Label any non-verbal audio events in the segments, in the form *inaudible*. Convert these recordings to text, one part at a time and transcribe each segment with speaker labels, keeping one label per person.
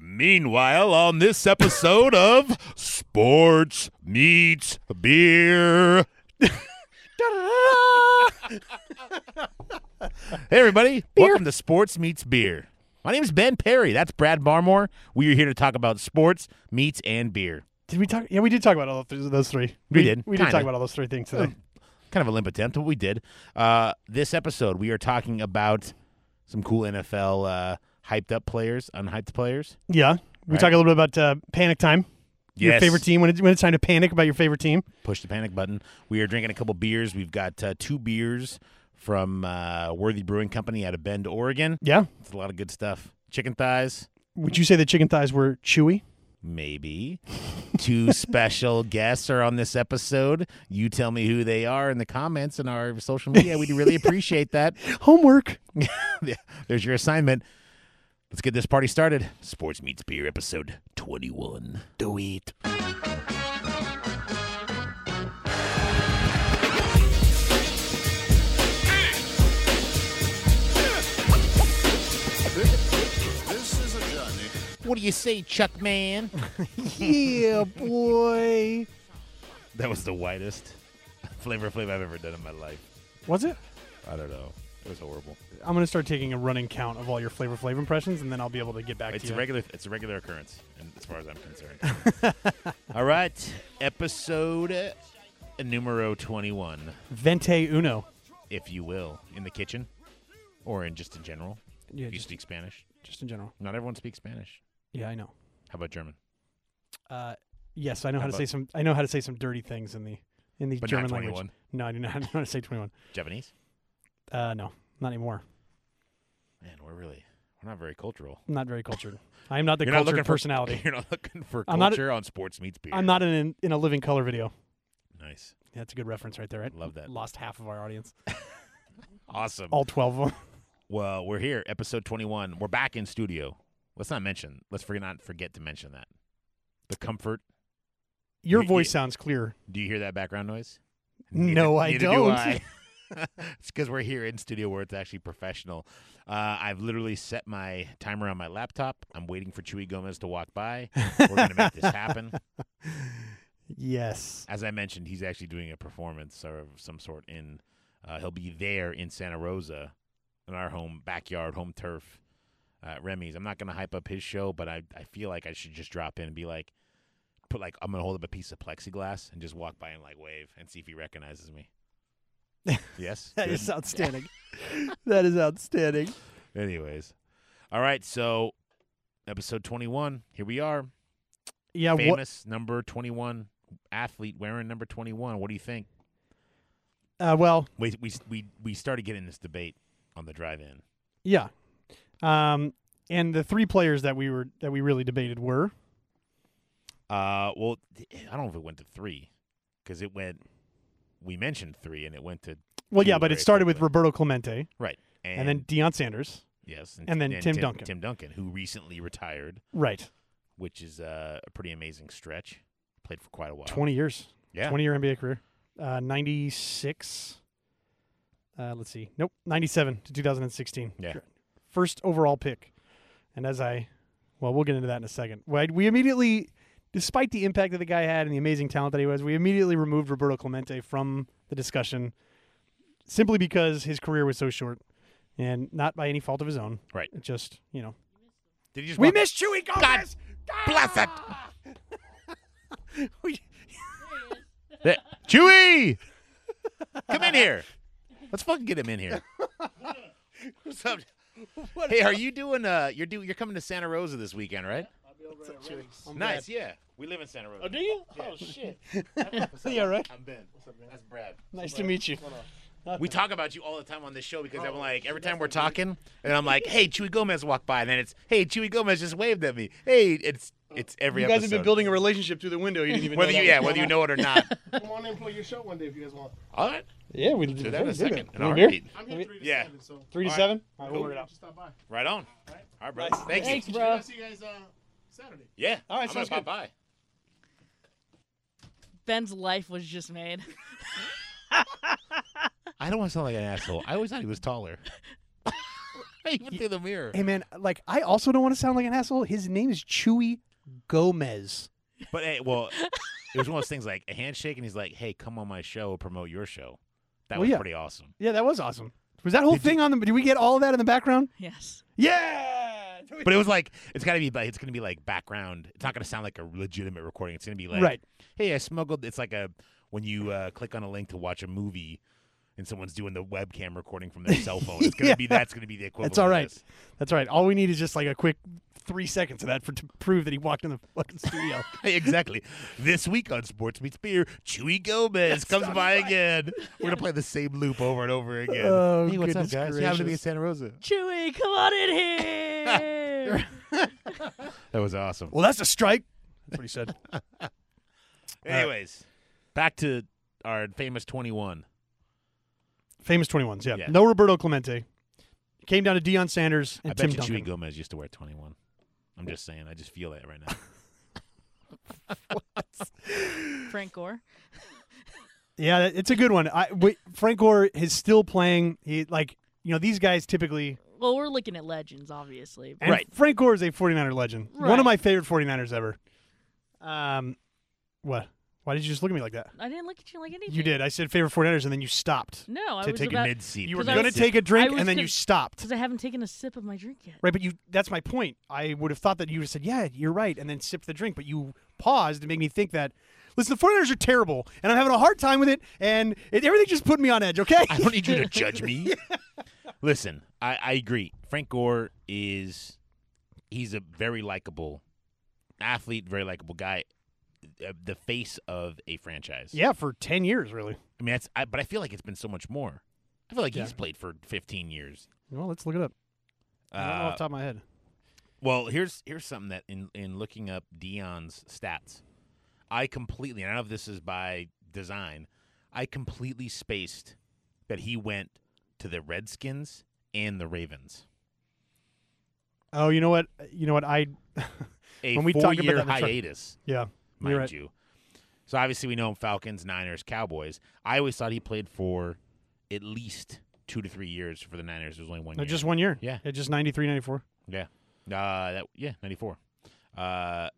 Speaker 1: Meanwhile, on this episode of Sports Meets Beer. hey, everybody. Welcome to Sports Meets Beer. My name is Ben Perry. That's Brad Barmore. We are here to talk about sports, meats, and beer.
Speaker 2: Did we talk? Yeah, we did talk about all of th- those three.
Speaker 1: We did,
Speaker 2: We did
Speaker 1: kinda. Oh.
Speaker 2: talk about all those three things today.
Speaker 1: Kind of a limp attempt, but we did. Uh, this episode, we are talking about some cool NFL uh, hyped up players, unhyped players.
Speaker 2: yeah, we
Speaker 1: Right.
Speaker 2: talk a little bit about uh, panic time. Your
Speaker 1: Yes.
Speaker 2: favorite team when, it, when it's time to panic about your favorite team.
Speaker 1: push the panic button. We are drinking a couple beers. We've got uh, two beers from uh, Worthy Brewing Company out of Bend, Oregon.
Speaker 2: Yeah.
Speaker 1: It's a lot of good stuff. Chicken thighs,
Speaker 2: Would you say the chicken thighs were chewy?
Speaker 1: maybe. two special guests are on this episode. You tell me who they are in the comments and our social media. We'd really appreciate that. *laughs*
Speaker 2: Homework.
Speaker 1: There's your assignment. Let's get this party started. Sports Meets Beer, episode 21. Do it.
Speaker 3: This is a journey.
Speaker 1: What do you say, Chuck Man? *laughs*
Speaker 2: yeah, boy.
Speaker 1: That was the whitest flavor flavor I've ever done in my life.
Speaker 2: Was it?
Speaker 1: I don't know. It was horrible.
Speaker 2: I'm gonna start taking a running count of all your Flavor Flav impressions, and then I'll be able to get back
Speaker 1: It's
Speaker 2: to
Speaker 1: a
Speaker 2: you.
Speaker 1: regular. It's a regular occurrence, and as far as I'm concerned.
Speaker 2: *laughs*
Speaker 1: All right, episode uh, numero twenty-one,
Speaker 2: Vente uno.
Speaker 1: if you will, in the kitchen, or in just in general.
Speaker 2: Yeah,
Speaker 1: If you
Speaker 2: just,
Speaker 1: speak Spanish,
Speaker 2: just in general.
Speaker 1: not everyone speaks Spanish.
Speaker 2: Yeah, I know.
Speaker 1: How about German?
Speaker 2: Uh, yes, I know how,
Speaker 1: How
Speaker 2: to
Speaker 1: about-
Speaker 2: say some. I know how to say some dirty things in the in the
Speaker 1: But
Speaker 2: German
Speaker 1: not
Speaker 2: language.
Speaker 1: twenty-one.
Speaker 2: No, I do not *laughs* know how to say 21.
Speaker 1: Japanese?
Speaker 2: Uh, no, not anymore.
Speaker 1: Man, we're really we're not very cultural.
Speaker 2: I'm not very cultured. I am not the
Speaker 1: You're not
Speaker 2: cultured
Speaker 1: looking for-
Speaker 2: personality.
Speaker 1: *laughs* You're not looking for
Speaker 2: I'm not-
Speaker 1: culture on sports meets beer.
Speaker 2: I'm not in, in a living color video.
Speaker 1: nice.
Speaker 2: That's a good reference right there. Right?
Speaker 1: Love that.
Speaker 2: Lost half of our audience.
Speaker 1: Awesome.
Speaker 2: All 12
Speaker 1: *laughs*
Speaker 2: of them.
Speaker 1: Well, we're here, episode 21. We're back in studio. Let's not mention. Let's forget not forget to mention that. The comfort.
Speaker 2: Your
Speaker 1: You-
Speaker 2: voice
Speaker 1: you-
Speaker 2: sounds clear.
Speaker 1: Do you hear that background noise?
Speaker 2: No, I
Speaker 1: neither do
Speaker 2: don't.
Speaker 1: I. *laughs* it's because we're here in studio where it's actually professional. Uh, I've literally set my timer on my laptop. I'm waiting for Chewy Gomez to walk by. We're going to make this happen.
Speaker 2: *laughs* Yes.
Speaker 1: As I mentioned, he's actually doing a performance of some sort in. Uh, he'll be there in Santa Rosa, in our home backyard, home turf, uh, at Remy's. I'm not going to hype up his show, but I I feel like I should just drop in and be like, put like I'm going to hold up a piece of plexiglass and just walk by and like wave and see if he recognizes
Speaker 2: *laughs*
Speaker 1: me. yes. *laughs*
Speaker 2: That
Speaker 1: Good?
Speaker 2: is outstanding. *laughs* that is outstanding.
Speaker 1: Anyways, all right. So episode 21. Here we are.
Speaker 2: Yeah. What?
Speaker 1: Famous number 21 athlete wearing number 21. What do you think?
Speaker 2: Uh, well,
Speaker 1: we we we we started getting this debate on the drive-in.
Speaker 2: yeah. Um, and the three players that we were that we really debated were
Speaker 1: Uh, well, th- I don't know if it went to three because it went. We mentioned three, and it went to
Speaker 2: well, yeah,
Speaker 1: Two
Speaker 2: but
Speaker 1: very
Speaker 2: it started with
Speaker 1: quickly.
Speaker 2: Roberto Clemente
Speaker 1: right, and,
Speaker 2: and, then Deion Sanders.
Speaker 1: yes,
Speaker 2: and then Tim Duncan.
Speaker 1: Tim Duncan, who recently retired,
Speaker 2: Right.
Speaker 1: which is uh, a pretty amazing stretch. Played for quite a while.
Speaker 2: 20 years.
Speaker 1: yeah,
Speaker 2: 20 year NBA career. Uh, 96. Uh, let's see. Nope. 97 to 2016.
Speaker 1: Yeah.
Speaker 2: Sure. First overall pick. And as I, well, we'll get into that in a second. Right, We immediately, despite the impact that the guy had and the amazing talent that he was, we immediately removed Roberto Clemente from the discussion simply because his career was so short and not by any fault of his own.
Speaker 1: Right.
Speaker 2: It just, you know.
Speaker 1: Did he just
Speaker 2: We
Speaker 1: walk-
Speaker 2: missed Chewy
Speaker 1: God
Speaker 2: Gomez!
Speaker 1: bless it,
Speaker 2: *laughs* We-
Speaker 1: There- Chewy. Come in here. Let's fucking get him in here. What's up? Hey, are you doing? Uh, you're do you're coming to Santa Rosa this weekend, right? Nice, yeah. We live in Santa Rosa.
Speaker 2: do you?
Speaker 1: Oh shit.
Speaker 2: *laughs* Yeah, right.
Speaker 1: I'm Ben. What's up, man? That's Brad.
Speaker 2: Nice to meet you.
Speaker 1: We talk about you all the time on this show because I'm like every time we're talking, and I'm like, "Hey, Chewy Gomez walked by," and then it's, "Hey, Chewy Gomez just waved at me." Hey, it's it's every
Speaker 2: You guys have
Speaker 1: episode.
Speaker 2: been building a relationship through the window. You didn't even
Speaker 1: whether
Speaker 2: know
Speaker 1: you
Speaker 2: that
Speaker 1: yeah whether you know *laughs* it or not.
Speaker 4: *laughs* Come on in, play your show one day if you guys want.
Speaker 1: all right,
Speaker 2: Yeah, we
Speaker 1: do that in a second. In a
Speaker 2: Wanna beer?
Speaker 1: heartbeat.
Speaker 4: I'm here three to
Speaker 1: Yeah.
Speaker 4: seven, so
Speaker 2: Three to
Speaker 1: All right.
Speaker 2: seven. All right, we'll
Speaker 1: Cool.
Speaker 2: work it out.
Speaker 4: just stop by.
Speaker 1: Right on. All right, bro. Thank you.
Speaker 5: Thanks,
Speaker 4: Can
Speaker 5: bro.
Speaker 4: I see you guys uh, Saturday?
Speaker 1: Yeah.
Speaker 2: All right,
Speaker 1: I'm
Speaker 2: sounds
Speaker 1: gonna
Speaker 2: good.
Speaker 1: pop by.
Speaker 5: Ben's life was just made. *laughs*
Speaker 1: *laughs* I don't want to sound like an asshole. I always thought he was taller. Even through the mirror.
Speaker 2: Hey man, like I also don't want to sound like an asshole. His name is Chewy Gomez.
Speaker 1: But hey, well, it was one of those things like a handshake, and he's like, "Hey, come on my show, promote your show." That
Speaker 2: Well,
Speaker 1: was
Speaker 2: yeah.
Speaker 1: pretty awesome.
Speaker 2: Yeah, that was awesome. Was that whole
Speaker 1: Did you-
Speaker 2: thing on the? Did we get all of that in the background?
Speaker 5: Yes.
Speaker 2: Yeah.
Speaker 1: But it was like it's gotta be like it's gonna be like background. It's not gonna sound like a legitimate recording. It's gonna be like,
Speaker 2: Right.
Speaker 1: "Hey, I smuggled." It's like a when you uh, click on a link to watch a movie, and someone's doing the webcam recording from their cell phone. It's gonna be
Speaker 2: *laughs* Yeah.
Speaker 1: that's gonna be the equivalent.
Speaker 2: all
Speaker 1: of
Speaker 2: right.
Speaker 1: this. *laughs*
Speaker 2: That's right. All we need is just like a quick three seconds of that for to prove that he walked in the fucking *laughs* studio.
Speaker 1: exactly. This week on Sports Meets Beer, Chewy Gomez comes by again. We're gonna play the same loop over and over again.
Speaker 2: Oh,
Speaker 1: hey, what's up,
Speaker 2: goodness
Speaker 1: guys? You happen to be in
Speaker 2: gracious.
Speaker 1: Santa Rosa.
Speaker 5: Chewy, come on in *laughs* here.
Speaker 1: That was awesome.
Speaker 2: well, that's a strike. That's what
Speaker 1: *laughs*
Speaker 2: he said.
Speaker 1: Anyways, back to our famous twenty-one.
Speaker 2: Famous 21s, yeah.
Speaker 1: Yeah.
Speaker 2: No Roberto Clemente. Came down to Deion Sanders and
Speaker 1: I
Speaker 2: Tim
Speaker 1: bet you
Speaker 2: Duncan.
Speaker 1: Chewy Gomez used to wear twenty-one. I'm just saying. I just feel that right now.
Speaker 2: *laughs*
Speaker 5: Frank Gore.
Speaker 2: Yeah, that- it's a good one. I wait, Frank Gore is still playing. He like you know these guys typically.
Speaker 5: Well, we're looking at legends, obviously.
Speaker 2: and
Speaker 1: Right.
Speaker 2: Frank Gore is a 49er legend. One
Speaker 5: Right.
Speaker 2: of my favorite 49ers ever. Um, what? Why did you just look at me like that?
Speaker 5: I didn't look at you like anything.
Speaker 2: You did. I said favorite 49ers, and then you stopped.
Speaker 5: No, I
Speaker 2: To
Speaker 5: was
Speaker 2: take a
Speaker 5: about
Speaker 1: Mid-seat.
Speaker 2: You were
Speaker 5: 'Cause I
Speaker 2: going to
Speaker 5: was-
Speaker 2: take a drink,
Speaker 5: was
Speaker 2: and then
Speaker 5: con-
Speaker 2: you stopped.
Speaker 5: because I haven't taken a sip of my drink yet.
Speaker 2: Right, but you—that's my point. I would have thought that you would have said, "Yeah, you're right," and then sipped the drink. But you paused to make me think that. Listen, the 49ers are terrible, and I'm having a hard time with it, and it, everything just put me on edge. Okay.
Speaker 1: I don't need you to judge me. Listen, I, I agree. Frank Gore is he's a very likable athlete, very likable guy, uh, the face of a franchise.
Speaker 2: *laughs* yeah, for 10 years, really.
Speaker 1: I mean, that's I, but I feel like it's been so much more. I feel like
Speaker 2: Yeah.
Speaker 1: he's played for 15 years.
Speaker 2: Well, let's look it up. I don't know
Speaker 1: Uh,
Speaker 2: off the top of my head.
Speaker 1: Well, here's here's something that in in looking up Dion's stats, I completely and I don't know if this is by design. I completely spaced that he went to the Redskins and the Ravens.
Speaker 2: Oh, you know what? You know what? I *laughs*
Speaker 1: A
Speaker 2: When we talked about
Speaker 1: four-year
Speaker 2: that, that's right.
Speaker 1: hiatus,
Speaker 2: yeah. You're
Speaker 1: mind
Speaker 2: right.
Speaker 1: you. So obviously we know him Falcons, Niners, Cowboys. I always thought he played for at least two to three years for the Niners. It was only one
Speaker 2: No,
Speaker 1: year.
Speaker 2: just one year.
Speaker 1: Yeah.
Speaker 2: Yeah, just 93, 94.
Speaker 1: Yeah. Uh, that, yeah, 94. Uh,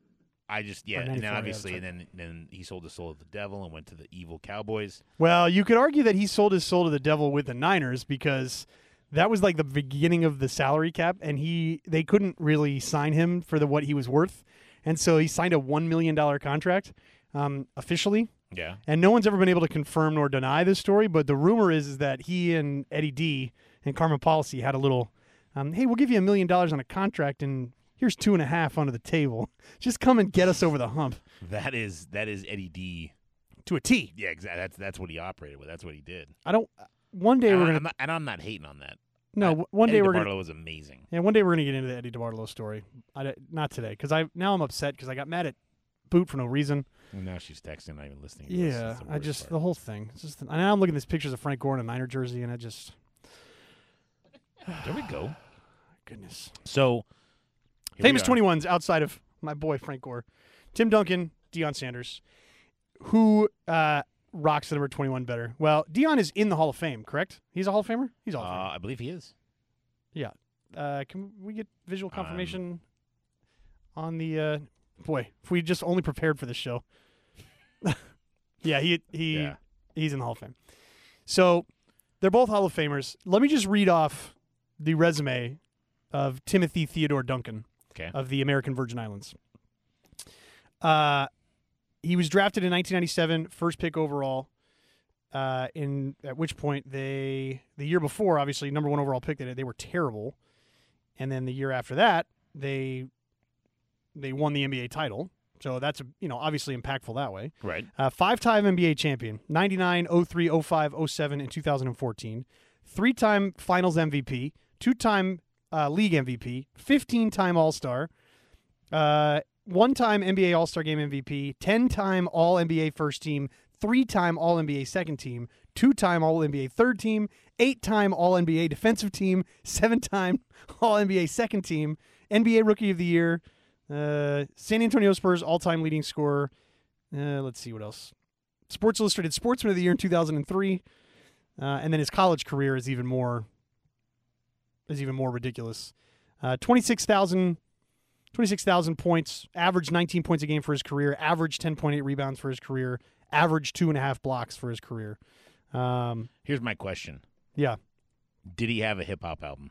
Speaker 1: I just, yeah, and
Speaker 2: 94,
Speaker 1: then
Speaker 2: yeah,
Speaker 1: obviously,
Speaker 2: that's
Speaker 1: and then, then he sold his soul to the devil and went to the evil Cowboys.
Speaker 2: Well, you could argue that he sold his soul to the devil with the Niners because that was like the beginning of the salary cap, and he they couldn't really sign him for the what he was worth, and so he signed a one million dollar contract um, officially.
Speaker 1: Yeah.
Speaker 2: And no one's ever been able to confirm nor deny this story, but the rumor is, is that he and Eddie D and Carmen Policy had a little, um, hey, we'll give you a million dollars on a contract, and here's two and a half under the table. *laughs* Just come and get us over the hump
Speaker 1: That is that is Eddie D.
Speaker 2: to a T.
Speaker 1: Yeah, exactly. That's that's what he operated with. That's what he did.
Speaker 2: I don't. One day
Speaker 1: And
Speaker 2: we're
Speaker 1: I-
Speaker 2: gonna
Speaker 1: I'm not, and I'm not hating on that.
Speaker 2: no. w- One day
Speaker 1: Uh, Eddie
Speaker 2: we're
Speaker 1: DeBartolo
Speaker 2: gonna
Speaker 1: was amazing.
Speaker 2: yeah. One day we're gonna get into the Eddie DeBartolo story. I d not today because I now I'm upset because I got mad at Boot for no reason.
Speaker 1: And now she's texting, not even listening. To us.
Speaker 2: Yeah,
Speaker 1: That's the
Speaker 2: I
Speaker 1: worst
Speaker 2: just
Speaker 1: part.
Speaker 2: the whole thing. It's just and now I'm looking at these pictures of Frank Gore in a Niner jersey, and I just
Speaker 1: there we go.
Speaker 2: goodness.
Speaker 1: So here we
Speaker 2: Famous
Speaker 1: are.
Speaker 2: 21s outside of my boy Frank Gore, Tim Duncan, Deion Sanders, who uh, rocks the number 21 better. Well, Deion is in the Hall of Fame, correct? He's a Hall of Famer. He's a
Speaker 1: Uh,
Speaker 2: Hall of Famer.
Speaker 1: I believe he is.
Speaker 2: Yeah. Uh, can we get visual
Speaker 1: Um,
Speaker 2: confirmation on the? Uh, boy, if we just only prepared for this show. *laughs* yeah, he he
Speaker 1: Yeah.
Speaker 2: he's in the Hall of Fame. So they're both Hall of Famers. Let me just read off the resume of Timothy Theodore Duncan
Speaker 1: Okay.
Speaker 2: of the American Virgin Islands. Uh, he was drafted in 1997, first pick overall. Uh, in at which point they the year before, obviously number one overall pick, they they were terrible, and then the year after that they they won the NBA title. So that's a, you know obviously impactful that way.
Speaker 1: Right.
Speaker 2: Uh, Five time NBA champion, oh 99, 03, 05, 07, and 2014. Three time finals MVP, two time uh, league MVP, 15 time All Star, uh, one time NBA All Star Game MVP, 10 time All NBA first team, three time All NBA second team, two time All NBA third team, eight time All NBA defensive team, seven *laughs* time All NBA second team, NBA Rookie of the Year, uh, San Antonio Spurs all time leading scorer. Uh, let's see what else. Sports Illustrated Sportsman of the Year in 2003. Uh, and then his college career is even more is even more ridiculous. Uh, 26,000 26,000 points, average 19 points a game for his career, average 10.8 rebounds for his career, average two and a half blocks for his career. Um, *laughs*
Speaker 1: Here's my question:
Speaker 2: yeah,
Speaker 1: Did he have a hip hop album?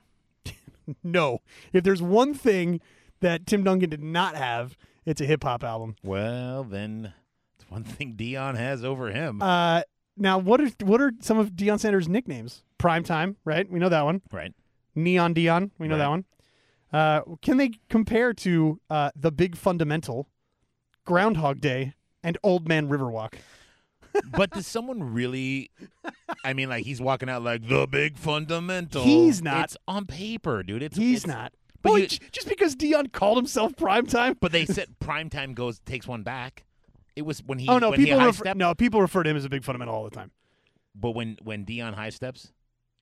Speaker 2: no. If there's one thing that Tim Duncan did not have, it's a hip hop album.
Speaker 1: Well, then it's one thing Dion has over him,
Speaker 2: Uh, now, what are what are some of Deion Sanders' nicknames? Prime Time, right? We know that one.
Speaker 1: right?
Speaker 2: Neon Dion, we know that
Speaker 1: Right.
Speaker 2: one. Uh, can they compare to uh, the Big Fundamental, Groundhog Day, and Old Man Riverwalk?
Speaker 1: But does someone really? I mean, like he's walking out like the big fundamental.
Speaker 2: He's not.
Speaker 1: It's on paper, dude. It's
Speaker 2: He's
Speaker 1: it's-
Speaker 2: not.
Speaker 1: but
Speaker 2: Well,
Speaker 1: you-
Speaker 2: j- just because Dion called himself Primetime.
Speaker 1: But they said prime time goes takes one back. It was when he
Speaker 2: Oh no,
Speaker 1: when he
Speaker 2: people
Speaker 1: high
Speaker 2: refer,
Speaker 1: stepped-
Speaker 2: no people refer to him as a big fundamental all the time.
Speaker 1: But when when Dion high steps,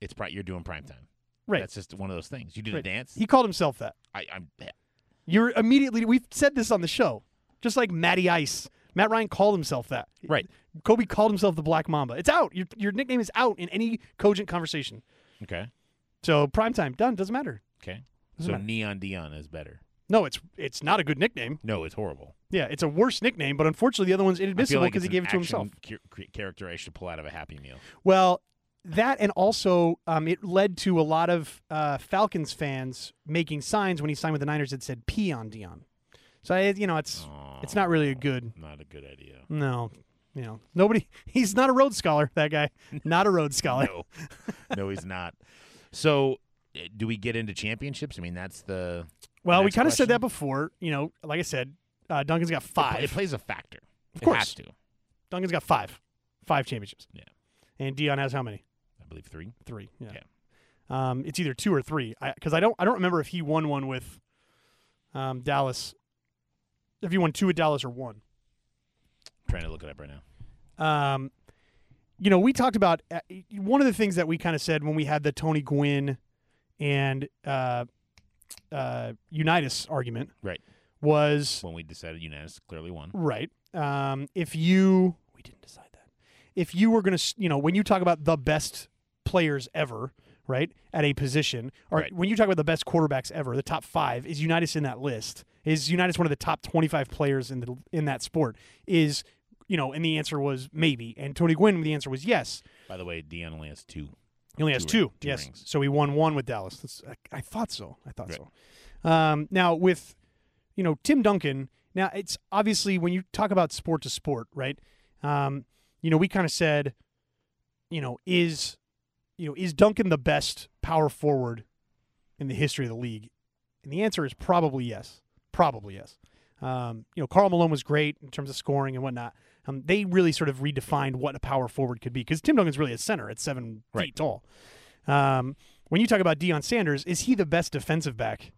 Speaker 1: it's pri- you're doing prime time.
Speaker 2: Right.
Speaker 1: That's just one of those things. You did
Speaker 2: Right.
Speaker 1: a dance.
Speaker 2: He called himself that.
Speaker 1: I, I'm
Speaker 2: You're immediately. We've said this on the show, just like Matty Ice. Matt Ryan called himself that.
Speaker 1: right.
Speaker 2: Kobe called himself the Black Mamba. It's out. Your, your nickname is out in any cogent conversation.
Speaker 1: Okay.
Speaker 2: So primetime done doesn't matter.
Speaker 1: Okay.
Speaker 2: Doesn't
Speaker 1: so
Speaker 2: matter.
Speaker 1: neon Dion is better.
Speaker 2: No, it's it's not a good nickname.
Speaker 1: No, it's horrible.
Speaker 2: Yeah, it's a worse nickname, but unfortunately the other one's
Speaker 1: I feel
Speaker 2: inadmissible
Speaker 1: like
Speaker 2: because
Speaker 1: it's
Speaker 2: he gave
Speaker 1: an
Speaker 2: it to himself.
Speaker 1: action char- cre- character I should pull out of a Happy Meal.
Speaker 2: Well, that and also um, it led to a lot of uh, Falcons fans making signs when he signed with the Niners that said "Pee on Dion." So I, you know, it's it's not really a good.
Speaker 1: Not a good idea.
Speaker 2: No, you know, nobody. *laughs* He's not a Rhodes scholar.
Speaker 1: *laughs*
Speaker 2: That guy, not a Rhodes scholar.
Speaker 1: No, no, he's not. So, eh, do we get into championships? I mean, that's the
Speaker 2: Well, we
Speaker 1: Next
Speaker 2: kind of said
Speaker 1: question.
Speaker 2: that before. You know, like I said, uh, Duncan's got
Speaker 1: it pl-
Speaker 2: five.
Speaker 1: It, plays a factor. Of
Speaker 2: course.
Speaker 1: it has to.
Speaker 2: Duncan's got five, five championships.
Speaker 1: Yeah.
Speaker 2: and Dion has how many?
Speaker 1: I believe three.
Speaker 2: three. Yeah. Um, it's either two or three. Because I, don't I don't remember if he won one with um, Dallas. If he won two with Dallas or one.
Speaker 1: I'm trying to look it up right now.
Speaker 2: Um, you know, we talked about uh, one of the things that we kind of said when we had the Tony Gwynn and uh, uh, Unitas argument.
Speaker 1: Right.
Speaker 2: Was
Speaker 1: When we decided Unitas clearly won.
Speaker 2: Right. Um, if you we didn't decide that. If you were going to, you know, when you talk about the best players ever, right, at a position, or
Speaker 1: Right.
Speaker 2: when you talk about the best quarterbacks ever, the top five is Unitas in that list. Is Unitas one of the top twenty-five players in the in that sport? Is you know, and the answer was maybe. And Tony Gwynn, the answer was yes.
Speaker 1: By the way, Dion only has two.
Speaker 2: He only has
Speaker 1: Two
Speaker 2: two.
Speaker 1: ring- two
Speaker 2: yes.
Speaker 1: rings.
Speaker 2: So he won one with Dallas. That's, I, I thought so. I thought
Speaker 1: Right.
Speaker 2: so. Um, now with, you know, Tim Duncan. Now it's obviously when you talk about sport to sport, right? Um, you know, we kind of said, you know, is, you know, is Duncan the best power forward in the history of the league? And the answer is probably yes. Probably yes. Um, you know, Carl Malone was great in terms of scoring and whatnot. Um, they really sort of redefined what a power forward could be because Tim Duncan's really a center at seven feet
Speaker 1: Right.
Speaker 2: tall. Um, when you talk about Deion Sanders, is he the best defensive back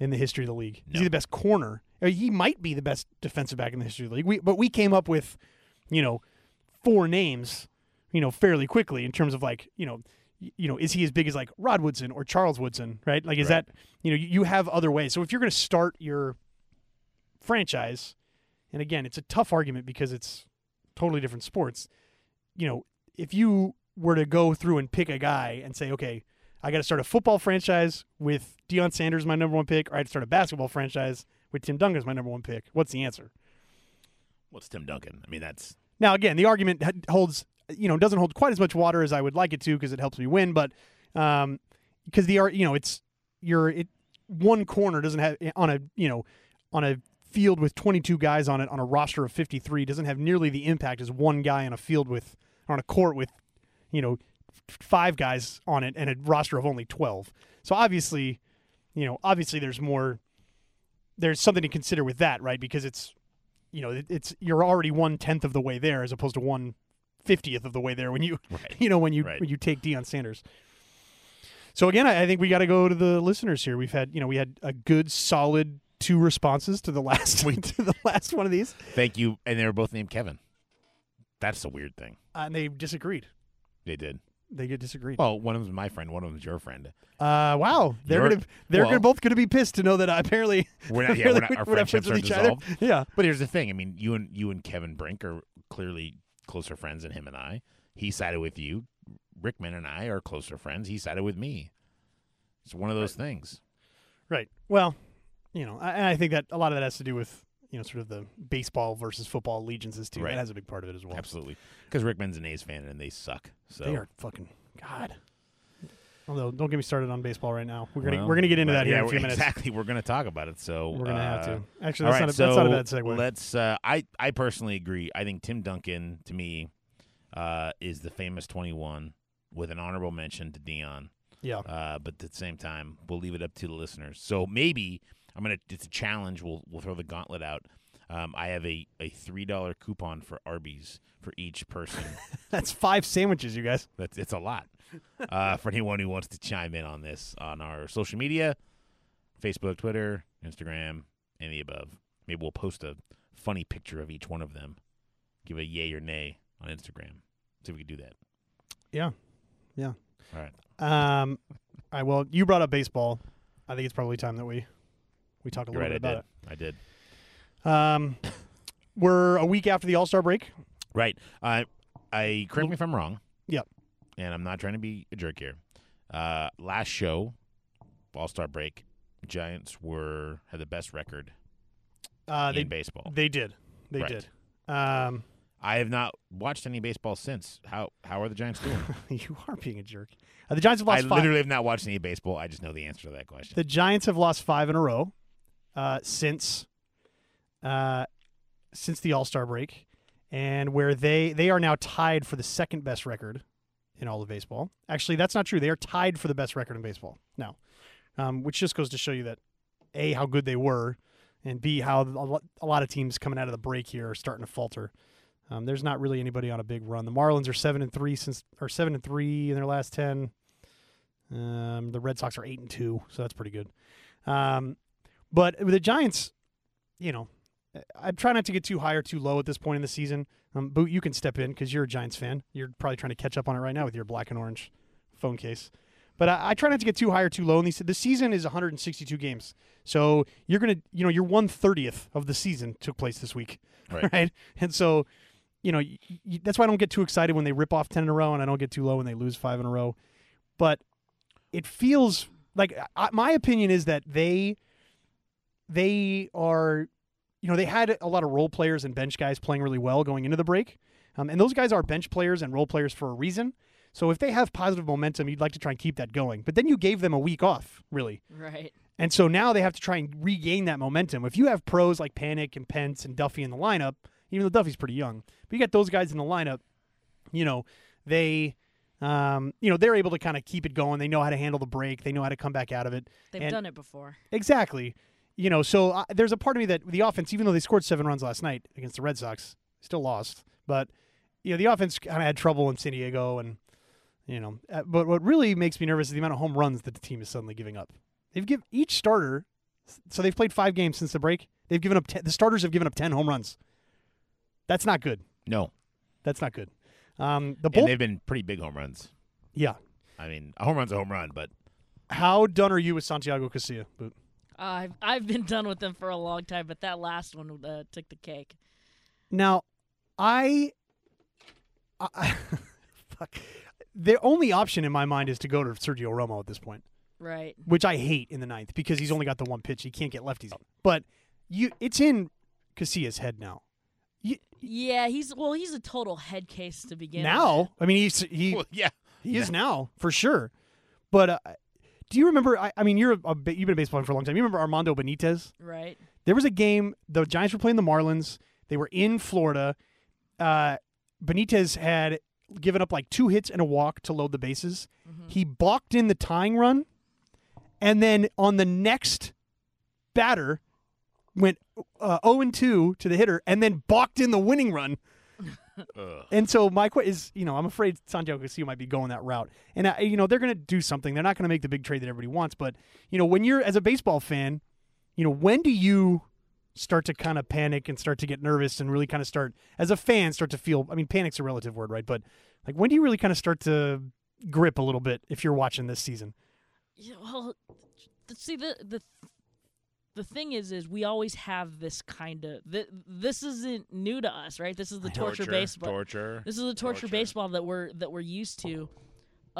Speaker 2: in the history of the league? Is
Speaker 1: No.
Speaker 2: he the best corner? Uh, He might be the best defensive back in the history of the league. We, but we came up with, you know, four names, you know, fairly quickly in terms of like, you know, y- you know, is he as big as like Rod Woodson or Charles Woodson, right? Like, is
Speaker 1: Right.
Speaker 2: that you know, you- you have other ways. So if you're going to start your franchise, and again, it's a tough argument because it's totally different sports. You know, if you were to go through and pick a guy and say, okay, I got to start a football franchise with Deion Sanders, my number one pick, or I'd start a basketball franchise with Tim Duncan as my number one pick. What's the answer?
Speaker 1: What's Tim Duncan? I mean, that's
Speaker 2: Now, again, the argument h- holds, you know, doesn't hold quite as much water as I would like it to because it helps me win, but because the art, you know, it's your it one corner doesn't have eh, on a you know on a field with 22 guys on it on a roster of 53 doesn't have nearly the impact as one guy on a field with on a court with you know f- five guys on it and a roster of only 12. So obviously, you know, obviously there's more there's something to consider with that, right? Because it's you know, it- it's you're already one tenth of the way there as opposed to one fiftieth of the way there when you *laughs*
Speaker 1: right.
Speaker 2: you know when you
Speaker 1: Right.
Speaker 2: when you take Deion Sanders. So again, I, I think we got to go to the listeners here. We've had you know we had a good solid two responses to the *laughs* last to the last one of these,
Speaker 1: Thank you. And they were both named Kevin. That's the weird thing.
Speaker 2: Uh, and they disagreed.
Speaker 1: They did.
Speaker 2: They get disagreed.
Speaker 1: Well, one of them's my friend. One of them's your friend.
Speaker 2: uh, wow, they're
Speaker 1: You're-
Speaker 2: gonna they're
Speaker 1: well-
Speaker 2: gonna both gonna be pissed to know that I apparently *laughs*
Speaker 1: We're not. Yeah, we're not our
Speaker 2: we're not
Speaker 1: friendships
Speaker 2: friends
Speaker 1: are
Speaker 2: with each other.
Speaker 1: dissolved.
Speaker 2: Yeah,
Speaker 1: But here's the thing. I mean, you and you and Kevin Brink are clearly closer friends than him and I. He sided with you. Rickman and I are closer friends. He sided with me. It's one of those things.
Speaker 2: Right. Well, you know, I, and I think that a lot of that has to do with you know sort of the baseball versus football allegiances too.
Speaker 1: Right.
Speaker 2: That has a big part of it as well.
Speaker 1: Absolutely. Because Rickman's an A's fan and they suck. So
Speaker 2: They are fucking god. Although, don't get me started on baseball right now. We're gonna
Speaker 1: Well,
Speaker 2: we're gonna get into
Speaker 1: but
Speaker 2: that here
Speaker 1: yeah,
Speaker 2: in a few
Speaker 1: we're-
Speaker 2: minutes.
Speaker 1: Exactly. We're gonna talk about it. So
Speaker 2: We're gonna have
Speaker 1: uh,
Speaker 2: to. Actually,
Speaker 1: All right,
Speaker 2: that's, not a,
Speaker 1: so
Speaker 2: that's not a bad segue.
Speaker 1: Let's. Uh, I I personally agree. I think Tim Duncan to me uh, is the famous twenty one with an honorable mention to Dion.
Speaker 2: yeah.
Speaker 1: Uh, but at the same time, we'll leave it up to the listeners. So maybe I'm gonna. It's a challenge. We'll we'll throw the gauntlet out. Um, I have a, a three dollar coupon for Arby's for each person.
Speaker 2: That's five sandwiches, you guys.
Speaker 1: That's it's a lot uh, for anyone who wants to chime in on this on our social media, Facebook, Twitter, Instagram, and the above. Maybe we'll post a funny picture of each one of them. Give a yay or nay on Instagram. See if we can do that.
Speaker 2: Yeah. Yeah.
Speaker 1: All right.
Speaker 2: Um, I well, you brought up baseball. I think it's probably time that we we talk a
Speaker 1: You're right.
Speaker 2: little
Speaker 1: I did.
Speaker 2: bit about
Speaker 1: I did.
Speaker 2: it. Um, we're a week after the All Star break.
Speaker 1: Right. I I correct me if I'm wrong.
Speaker 2: Yep.
Speaker 1: And I'm not trying to be a jerk here. Uh, last show, All Star break, Giants were had the best record
Speaker 2: Uh, they
Speaker 1: in baseball.
Speaker 2: they did, they
Speaker 1: Right.
Speaker 2: did. Um,
Speaker 1: I have not watched any baseball since. How how are the Giants *laughs* doing?
Speaker 2: *laughs* you are being a jerk. Uh, the Giants have
Speaker 1: I
Speaker 2: lost five.
Speaker 1: literally have not watched any baseball. I just know the answer to that question.
Speaker 2: The Giants have lost five in a row uh, since uh, since the All Star break, and where they they are now tied for the second best record in all of baseball. Actually, that's not true. They are tied for the best record in baseball now, um, which just goes to show you that a how good they were, and b how a lo- a lot of teams coming out of the break here are starting to falter. Um, there's not really anybody on a big run. The Marlins are seven and three since, or seven and three in their last ten. Um, the Red Sox are eight and two, so that's pretty good. Um, but with the Giants, you know, I try not to get too high or too low at this point in the season. Um, Boot, you can step in because you're a Giants fan. You're probably trying to catch up on it right now with your black and orange phone case. But I, I try not to get too high or too low. And these the season is 162 games, so you're gonna, you know, your one thirtieth of the season took place this week, *laughs*
Speaker 1: Right.
Speaker 2: And so, you know, y- y- that's why I don't get too excited when they rip off ten in a row, and I don't get too low when they lose five in a row. But it feels like I, my opinion is that they they are you know they had a lot of role players and bench guys playing really well going into the break um, and those guys are bench players and role players for a reason so if they have positive momentum you'd like to try and keep that going but then you gave them a week off really
Speaker 5: Right.
Speaker 2: and so now they have to try and regain that momentum. If you have pros like Panic and Pence and Duffy in the lineup, even though Duffy's pretty young, but you got those guys in the lineup, you know, they um, you know, they're able to kind of keep it going. They know how to handle the break, they know how to come back out of it.
Speaker 5: They've
Speaker 2: And-
Speaker 5: done it before.
Speaker 2: Exactly. You know, so I, there's a part of me that the offense, even though they scored seven runs last night against the Red Sox, still lost. But you know, the offense kind of had trouble in San Diego, and you know, uh, but what really makes me nervous is the amount of home runs that the team is suddenly giving up. They've given each starter, so they've played five games since the break. They've given up ten, the starters have given up ten home runs. That's not good.
Speaker 1: No,
Speaker 2: That's not good. Um, the
Speaker 1: and
Speaker 2: bull,
Speaker 1: they've been pretty big home runs.
Speaker 2: yeah.
Speaker 1: I mean, a home run's a home run, but
Speaker 2: How done are you with Santiago Casilla? Boot?
Speaker 5: I've I've been done with them for a long time, but that last one uh, took the cake.
Speaker 2: Now, I, I- I *laughs* fuck. The only option in my mind is to go to Sergio Romo at this point,
Speaker 5: Right.
Speaker 2: which I hate in the ninth because he's only got the one pitch. He can't get lefties. But you, it's in Casilla's head now. You,
Speaker 5: Yeah, he's well, he's a total head case to begin with.
Speaker 2: now, I mean, he's he
Speaker 1: *laughs* well, yeah,
Speaker 2: he is now for sure. But uh, do you remember? I, I mean, you're a, a, ba- you've been a baseball fan for a long time. You remember Armando Benitez?
Speaker 5: Right.
Speaker 2: There was a game. The Giants were playing the Marlins. They were in Florida. Uh, Benitez had given up like two hits and a walk to load the bases. He balked in the tying run, and then on the next batter went uh, 0 and 2 to the hitter, and then balked in the winning run. And so my question is, you know, I'm afraid Santiago Castillo might be going that route, and I, you know they're going to do something. They're not going to make the big trade that everybody wants, but you know when you're as a baseball fan, you know when do you start to kind of panic and start to get nervous and really kind of start as a fan start to feel? I mean, panic's a relative word, right? But like when do you really kind of start to grip a little bit if you're watching this season?
Speaker 5: Yeah, well, th- see the the the thing is, is we always have this kind of th- this isn't new to us, right? This is the torture, baseball.
Speaker 1: torture.
Speaker 5: This is the torture, baseball that we're that we're used to.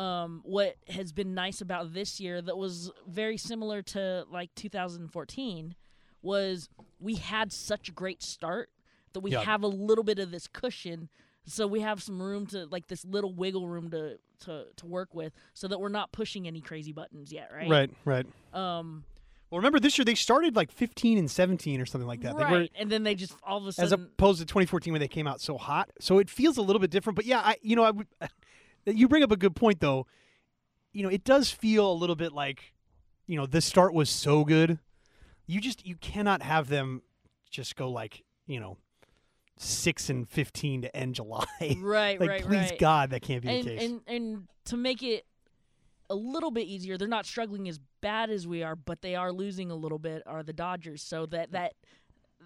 Speaker 5: um, what has been nice about this year that was very similar to like 2014 was we had such a great start that we
Speaker 2: Yeah.
Speaker 5: have a little bit of this cushion so we have some room to like this little wiggle room to to, to work with so that we're not pushing any crazy buttons yet right
Speaker 2: Right, right.
Speaker 5: um
Speaker 2: Well, remember this year they started like 15 and 17 or something like that.
Speaker 5: right
Speaker 2: They were
Speaker 5: and then they just all of a
Speaker 2: as
Speaker 5: sudden
Speaker 2: opposed to 2014 when they came out so hot. So it feels a little bit different. But yeah, I you know I would, *laughs* you bring up a good point though. You know it does feel a little bit like, you know, this start was so good. You just you cannot have them just go like you know, six and 15 to end July. *laughs*
Speaker 5: right
Speaker 2: like
Speaker 5: right
Speaker 2: please
Speaker 5: right
Speaker 2: God that can't be
Speaker 5: and,
Speaker 2: the case.
Speaker 5: and and to make it a little bit easier, they're not struggling as bad as we are, but they are losing a little bit. Are the Dodgers? So that that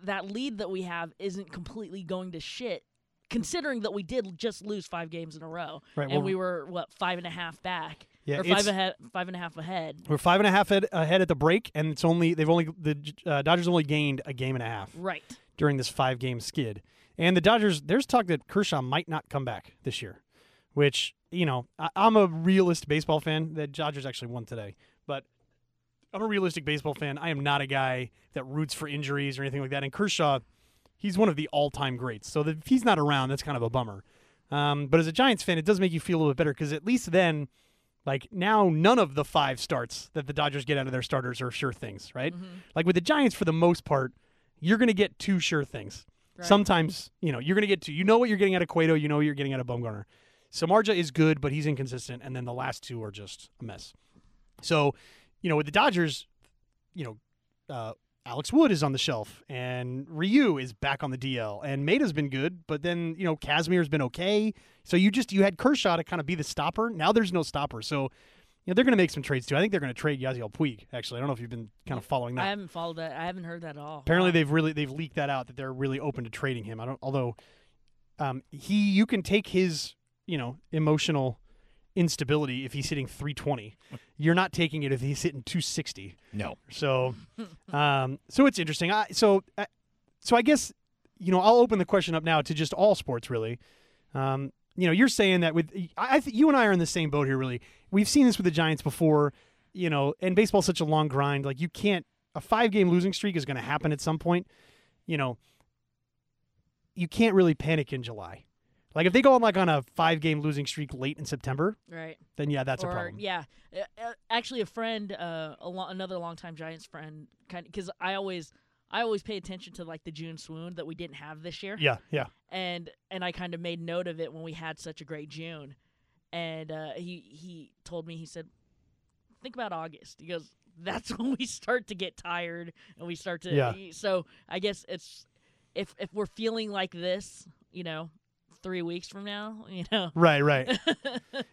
Speaker 5: that lead that we have isn't completely going to shit, considering that we did just lose five games in a row,
Speaker 2: Right,
Speaker 5: and
Speaker 2: well-
Speaker 5: we were what five and a half back,
Speaker 2: Yeah,
Speaker 5: or
Speaker 2: it's-
Speaker 5: five ahead, five and a half ahead.
Speaker 2: We're five and a half ahead, ahead at the break, and it's only they've only the uh, Dodgers only gained a game and a half
Speaker 5: Right.
Speaker 2: during this five game skid. And the Dodgers, there's talk that Kershaw might not come back this year, which you know I, I'm a realist baseball fan. The Dodgers actually won today, but I'm a realistic baseball fan. I am not a guy that roots for injuries or anything like that. And Kershaw, he's one of the all time greats. So that if he's not around, that's kind of a bummer. Um, but as a Giants fan, it does make you feel a little bit better because at least then. Like now, none of the five starts that the Dodgers get out of their starters are sure things, right? Like with the Giants, for the most part, you're going to get two sure things.
Speaker 5: Right.
Speaker 2: Sometimes, you know, you're going to get two. You know what you're getting out of Cueto. You know what you're getting out of Bumgarner. Samarja is good, but he's inconsistent. And then the last two are just a mess. So, you know, with the Dodgers, you know, uh, Alex Wood is on the shelf and Ryu is back on the DL and Maida's been good, but then, you know, Casimir's been okay. So you just, you had Kershaw to kind of be the stopper. Now there's no stopper. So, you know, they're going to make some trades too. I think they're going to trade Yaziel Puig, actually. I don't know if you've been kind of following that.
Speaker 5: I haven't followed that. I haven't heard that at all.
Speaker 2: Apparently,
Speaker 5: Wow.
Speaker 2: they've really they've leaked that out that they're really open to trading him. I don't. Although, um, he you can take his you know emotional instability if he's hitting 320. You're not taking it if he's hitting 260.
Speaker 1: No.
Speaker 2: So, um, so it's interesting. I, so, I, so I guess you know I'll open the question up now to just all sports really. Um, you know, you're saying that with I, I th- you and I are in the same boat here. Really, we've seen this with the Giants before. You know, and baseball's such a long grind. Like you can't a five game losing streak is going to happen at some point. You know, you can't really panic in July. Like if they go on like on a five game losing streak late in September,
Speaker 5: right.
Speaker 2: then yeah, that's
Speaker 5: or,
Speaker 2: a problem.
Speaker 5: Yeah, Uh, uh, actually, a friend, uh, a lo- another longtime Giants friend, kind of because I always, I always pay attention to like the June swoon that we didn't have this year,
Speaker 2: yeah, yeah.
Speaker 5: and and I kind of made note of it when we had such a great June, and uh, he he told me he said, think about August. He goes, *laughs* that's when we start to get tired and we start to. e-"
Speaker 2: Yeah.
Speaker 5: So I guess it's if if we're feeling like this, you know, three weeks from now, *laughs* you know,
Speaker 2: Right, right.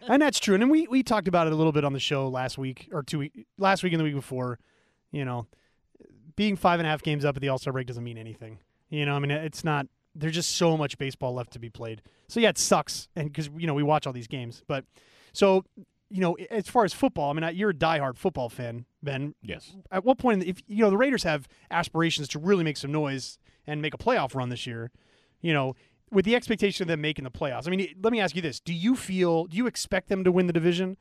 Speaker 2: and that's true. And then we we talked about it a little bit on the show last week or two week last week and the week before. You know, being five and a half games up at the All Star break doesn't mean anything. You know, I mean, it's not. There's just so much baseball left to be played. So yeah, it sucks, and because you know we watch all these games, but so you know, as far as football, I mean, I- you're a diehard football fan, Ben
Speaker 1: Yes.
Speaker 2: at what point, if you know, the Raiders have aspirations to really make some noise and make a playoff run this year, you know, with the expectation of them making the playoffs. I mean, let me ask you this: Do you feel, do you expect them to win the division,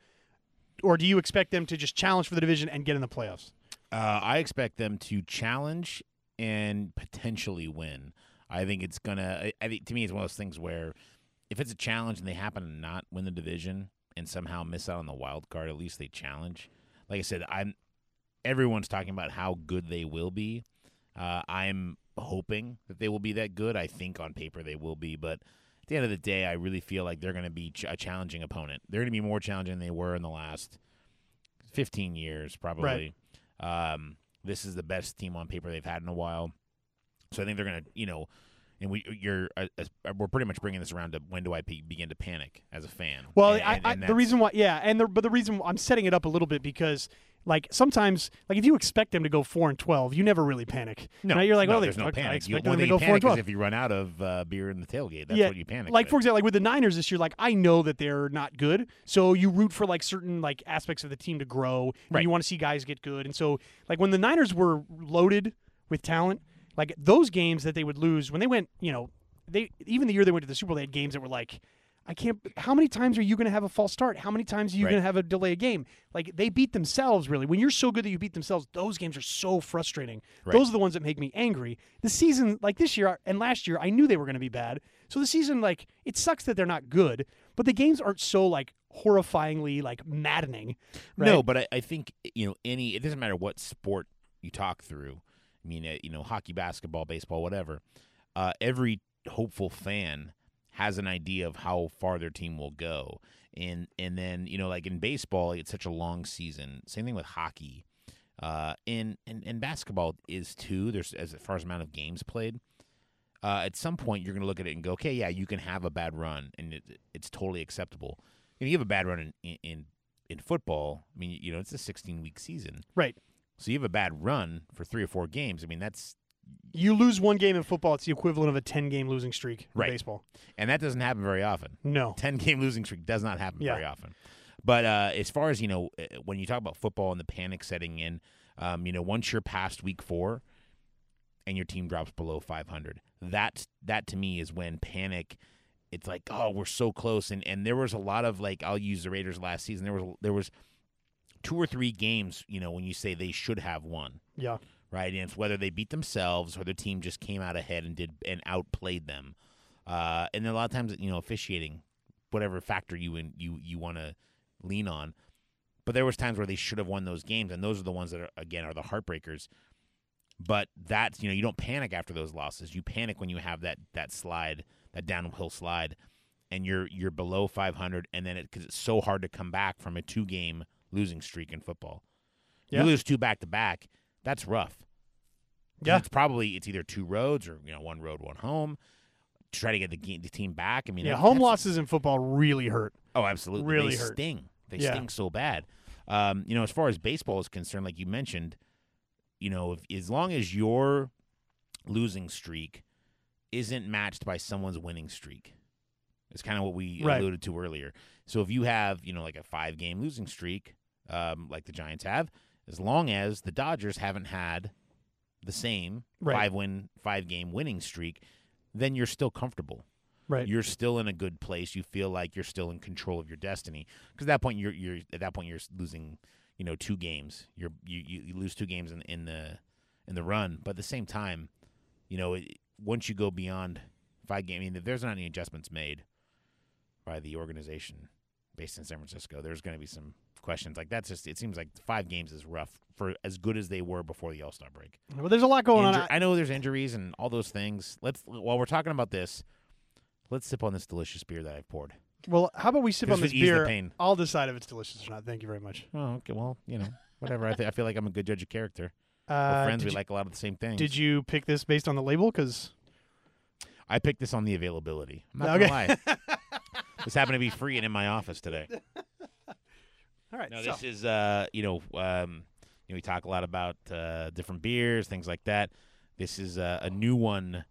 Speaker 2: or do you expect them to just challenge for the division and get in the playoffs?
Speaker 1: Uh, I expect them to challenge and potentially win. I think it's gonna. I, I think to me, it's one of those things where if it's a challenge and they happen to not win the division and somehow miss out on the wild card, at least they challenge. Like I said, I'm. Everyone's talking about how good they will be. Uh, I'm hoping that they will be that good. I think on paper they will be, but at the end of the day, I really feel like they're going to be ch- a challenging opponent. They're going to be more challenging than they were in the last 15 years, probably.
Speaker 2: Right.
Speaker 1: Um, this is the best team on paper they've had in a while. So I think they're going to, you know, and we you're uh, uh, we're pretty much bringing this around to when do I pe- begin to panic as a fan?
Speaker 2: Well,
Speaker 1: And- and-
Speaker 2: I, I,
Speaker 1: and
Speaker 2: the
Speaker 1: that's-
Speaker 2: reason why, yeah, and the, but the reason I'm setting it up a little bit because. Like sometimes, like if you expect them to go four and twelve, you never really panic.
Speaker 1: no,
Speaker 2: Right? you're like,
Speaker 1: no,
Speaker 2: oh, they
Speaker 1: there's no
Speaker 2: fuck, I
Speaker 1: panic. You,
Speaker 2: expect
Speaker 1: one
Speaker 2: them to
Speaker 1: thing
Speaker 2: go
Speaker 1: you
Speaker 2: four
Speaker 1: panic
Speaker 2: and twelve.
Speaker 1: is if you run out of uh, beer in the tailgate. That's what you panic.
Speaker 2: Like
Speaker 1: with.
Speaker 2: for example, like with the Niners this year, like I know that they're not good, so you root for like certain like aspects of the team to grow, and
Speaker 1: Right.
Speaker 2: you want to see guys get good, and so like when the Niners were loaded with talent, like those games that they would lose when they went, you know, they even the year they went to the Super Bowl, they had games that were like. I can't. How many times are you going to have a false start? How many times are you
Speaker 1: Right.
Speaker 2: going to have a delay a game? Like they beat themselves really. When you're so good that you beat themselves, those games are so frustrating.
Speaker 1: Right.
Speaker 2: Those are the ones that make me angry. The season, like this year and last year, I knew they were going to be bad. So the season, like, it sucks that they're not good, but the games aren't so like horrifyingly like maddening. Right?
Speaker 1: No, but I, I think eh, you know any. It doesn't matter what sport you talk through. I mean, uh, you know, hockey, basketball, baseball, whatever. Uh, every hopeful fan has an idea of how far their team will go, and and then you know, like in baseball, it's such a long season. Same thing with hockey. Uh, and, and and basketball is too. There's as far as amount of games played. Uh, at some point, you're going to look at it and go, okay, yeah, you can have a bad run, and it, it's totally acceptable. If you have a bad run in, in, in in football, I mean, you know, it's a 16 week season.
Speaker 2: Right.
Speaker 1: So you have a bad run for three or four games. I mean, that's,
Speaker 2: You lose one game in football, it's the equivalent of a ten game losing streak in
Speaker 1: Right.
Speaker 2: baseball.
Speaker 1: and that doesn't happen very often. *laughs*
Speaker 2: No.
Speaker 1: 10 game losing streak does not happen
Speaker 2: Yeah.
Speaker 1: very often. But uh, as far as, you know, uh, when you talk about football and the panic setting in, um, you know, once you're past week four and your team drops below 500, that, that to me is when panic. It's like, oh, we're so close, and and there was a lot of like, I'll use the Raiders last season. There was there was two or three games, you know, when you say they should have won,
Speaker 2: Yeah.
Speaker 1: right? And it's whether they beat themselves or their team just came out ahead and did and outplayed them. Uh, and then a lot of times, you know, officiating, whatever factor you in, you you want to lean on. But there was times where they should have won those games, and those are the ones that are again are the heartbreakers. But that's you know you don't panic after those losses. You panic when you have that that slide, that downhill slide, and you're you're below 500, and then it because it's so hard to come back from a two game losing streak in football.
Speaker 2: Yeah.
Speaker 1: You lose two back to back, that's rough. 'Cause
Speaker 2: Yeah.
Speaker 1: it's probably it's either two roads or you know one road, one home. To try to get the, ge- the team back. I mean,
Speaker 2: Yeah.
Speaker 1: that-
Speaker 2: Home
Speaker 1: that's-
Speaker 2: losses in football really hurt.
Speaker 1: Oh, absolutely.
Speaker 2: really
Speaker 1: they
Speaker 2: hurt.
Speaker 1: sting. They
Speaker 2: Yeah.
Speaker 1: sting so bad. Um, you know, as far as baseball is concerned, like you mentioned, you know, if, as long as your losing streak isn't matched by someone's winning streak, it's kind of what we
Speaker 2: Right.
Speaker 1: alluded to earlier. So if you have, you know, like a five game losing streak, um, like the Giants have, as long as the Dodgers haven't had the same
Speaker 2: Right.
Speaker 1: five win, five game winning streak, then you're still comfortable
Speaker 2: Right.
Speaker 1: you're still in a good place. You feel like you're still in control of your destiny. Because at that point, you're you're at that point you're losing, you know, two games. You're you, you, you lose two games in, in the in the run, but at the same time, you know, it, once you go beyond five game, I mean, if there's not any adjustments made by the organization based in San Francisco, there's going to be some questions. Like that's just it seems like five games is rough for as good as they were before the All Star break.
Speaker 2: Well, there's a lot going
Speaker 1: Inju-
Speaker 2: on.
Speaker 1: I know there's injuries and all those things. Let's while we're talking about this, let's sip on this delicious beer that I've poured.
Speaker 2: Well, how about we sip
Speaker 1: This
Speaker 2: on
Speaker 1: would
Speaker 2: this
Speaker 1: ease the
Speaker 2: beer?
Speaker 1: pain.
Speaker 2: I'll decide if it's delicious or not. Thank you very much.
Speaker 1: Oh, okay. Well, you know, whatever. I, th- I feel like I'm a good judge of *laughs* character. We're
Speaker 2: Uh,
Speaker 1: friends,
Speaker 2: did
Speaker 1: we
Speaker 2: you,
Speaker 1: like a lot of the same things.
Speaker 2: Did you pick this based on the label? Because
Speaker 1: I picked this on the availability. I'm not
Speaker 2: Okay.
Speaker 1: gonna *laughs* lie. this happened to be free and in my office today.
Speaker 2: all right,
Speaker 1: *laughs* No,
Speaker 2: so-
Speaker 1: this is uh, you know, um, you know, we talk a lot about uh, different beers, things like that. This is uh, a new one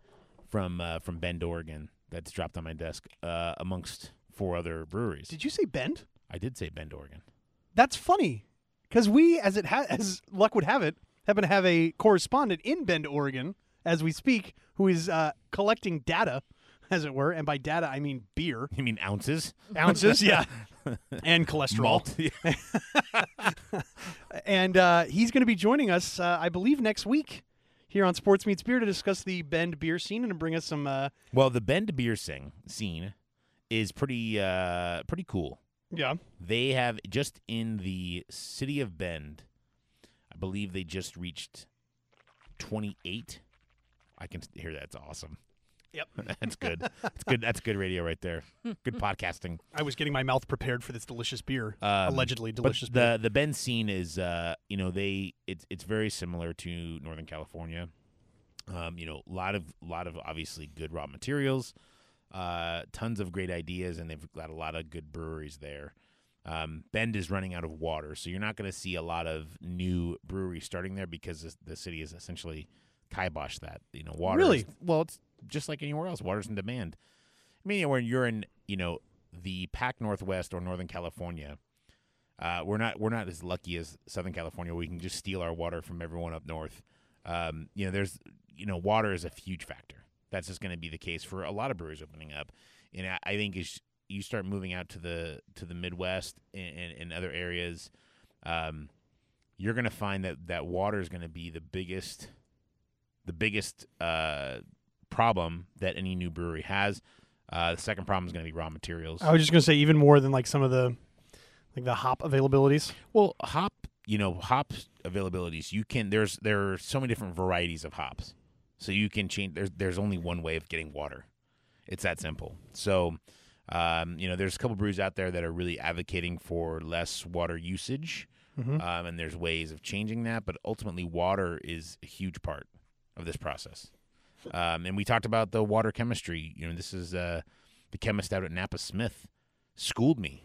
Speaker 1: from uh, from Bend, Oregon, that's dropped on my desk uh, amongst four other breweries.
Speaker 2: did you say bend?
Speaker 1: I did say Bend, Oregon. *laughs*
Speaker 2: That's funny, because we, as it ha- *laughs* as luck would have it, happen to have a correspondent in Bend, Oregon, as we speak, who is uh, collecting data, *laughs* as it were, and by data I mean beer
Speaker 1: You mean ounces?
Speaker 2: *laughs* ounces, *laughs* yeah, and cholesterol.
Speaker 1: *laughs*
Speaker 2: and uh, he's going to be joining us, uh, I believe, next week here on Sports Meets Beer to discuss the Bend beer scene and to bring us some. Uh,
Speaker 1: well, the Bend beer sing, scene is pretty uh, pretty cool.
Speaker 2: yeah,
Speaker 1: They have just in the city of Bend, I believe they just reached 28. I can hear that's awesome.
Speaker 2: Yep.
Speaker 1: *laughs* that's good. That's good. That's good radio right there. Good podcasting.
Speaker 2: I was getting my mouth prepared for this delicious beer,
Speaker 1: Um,
Speaker 2: allegedly delicious
Speaker 1: But
Speaker 2: beer.
Speaker 1: the the Ben scene is uh you know they it's it's very similar to Northern California. Um, you know, a lot of lot of obviously good raw materials, uh, tons of great ideas, and they've got a lot of good breweries there. Um, Bend is running out of water, so you're not going to see a lot of new breweries starting there because the, the city is essentially kiboshed that. You know, water. is-
Speaker 2: Really?
Speaker 1: well, it's just like anywhere else. Water's in demand. I mean, when you're in, you know, the Pac Northwest or Northern California, uh, we're not we're not as lucky as Southern California. where We can just steal our water from everyone up north. Um, you know, there's you know, water is a huge factor. That's just going to be the case for a lot of breweries opening up, and I, I think it's you start moving out to the to the Midwest and, and, and other areas, um, you're going to find that that water is going to be the biggest the biggest uh, problem that any new brewery has. Uh, the second problem is going to be raw materials.
Speaker 2: I was just gonna say even more than like some of the like the hop availabilities.
Speaker 1: Well, hop, you know, hop availabilities. You can there's there are so many different varieties of hops, so you can change. There's there's only one way of getting water. It's that simple. So, um, you know, there's a couple brews out there that are really advocating for less water usage, um, and there's ways of changing that. But ultimately, water is a huge part of this process. Um, and we talked about the water chemistry. You know, this is uh, the chemist out at Napa Smith schooled me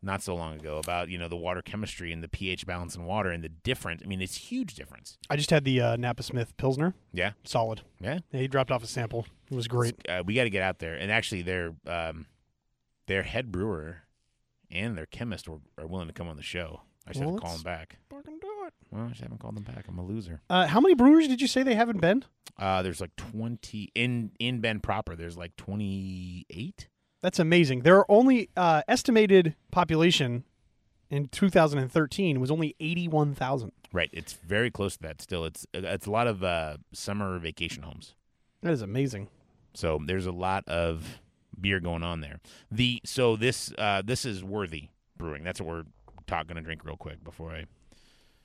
Speaker 1: not so long ago about you know the water chemistry and the pH balance in water and the difference. I mean, it's huge difference.
Speaker 2: I just had the uh, Napa Smith Pilsner,
Speaker 1: Yeah,
Speaker 2: solid.
Speaker 1: yeah.
Speaker 2: Yeah, he dropped off a sample. It was great.
Speaker 1: Uh, we got to get out there. And actually, their um, their head brewer and their chemist were, are willing to come on the show. I just
Speaker 2: Well,
Speaker 1: have to call
Speaker 2: let's-
Speaker 1: them back.
Speaker 2: Fucking do it.
Speaker 1: Well, I just haven't called them back. I'm a loser.
Speaker 2: Uh, how many brewers did you say they haven't been?
Speaker 1: Uh, there's like 20 in in Ben proper. There's like 28.
Speaker 2: That's amazing. Their only uh, estimated population in 2013 was only 81,000.
Speaker 1: Right. It's very close to that. Still, it's it's a lot of uh, summer vacation homes.
Speaker 2: That is amazing.
Speaker 1: So there's a lot of beer going on there. The so this uh, this is worthy brewing. That's what we're talking gonna drink real quick before I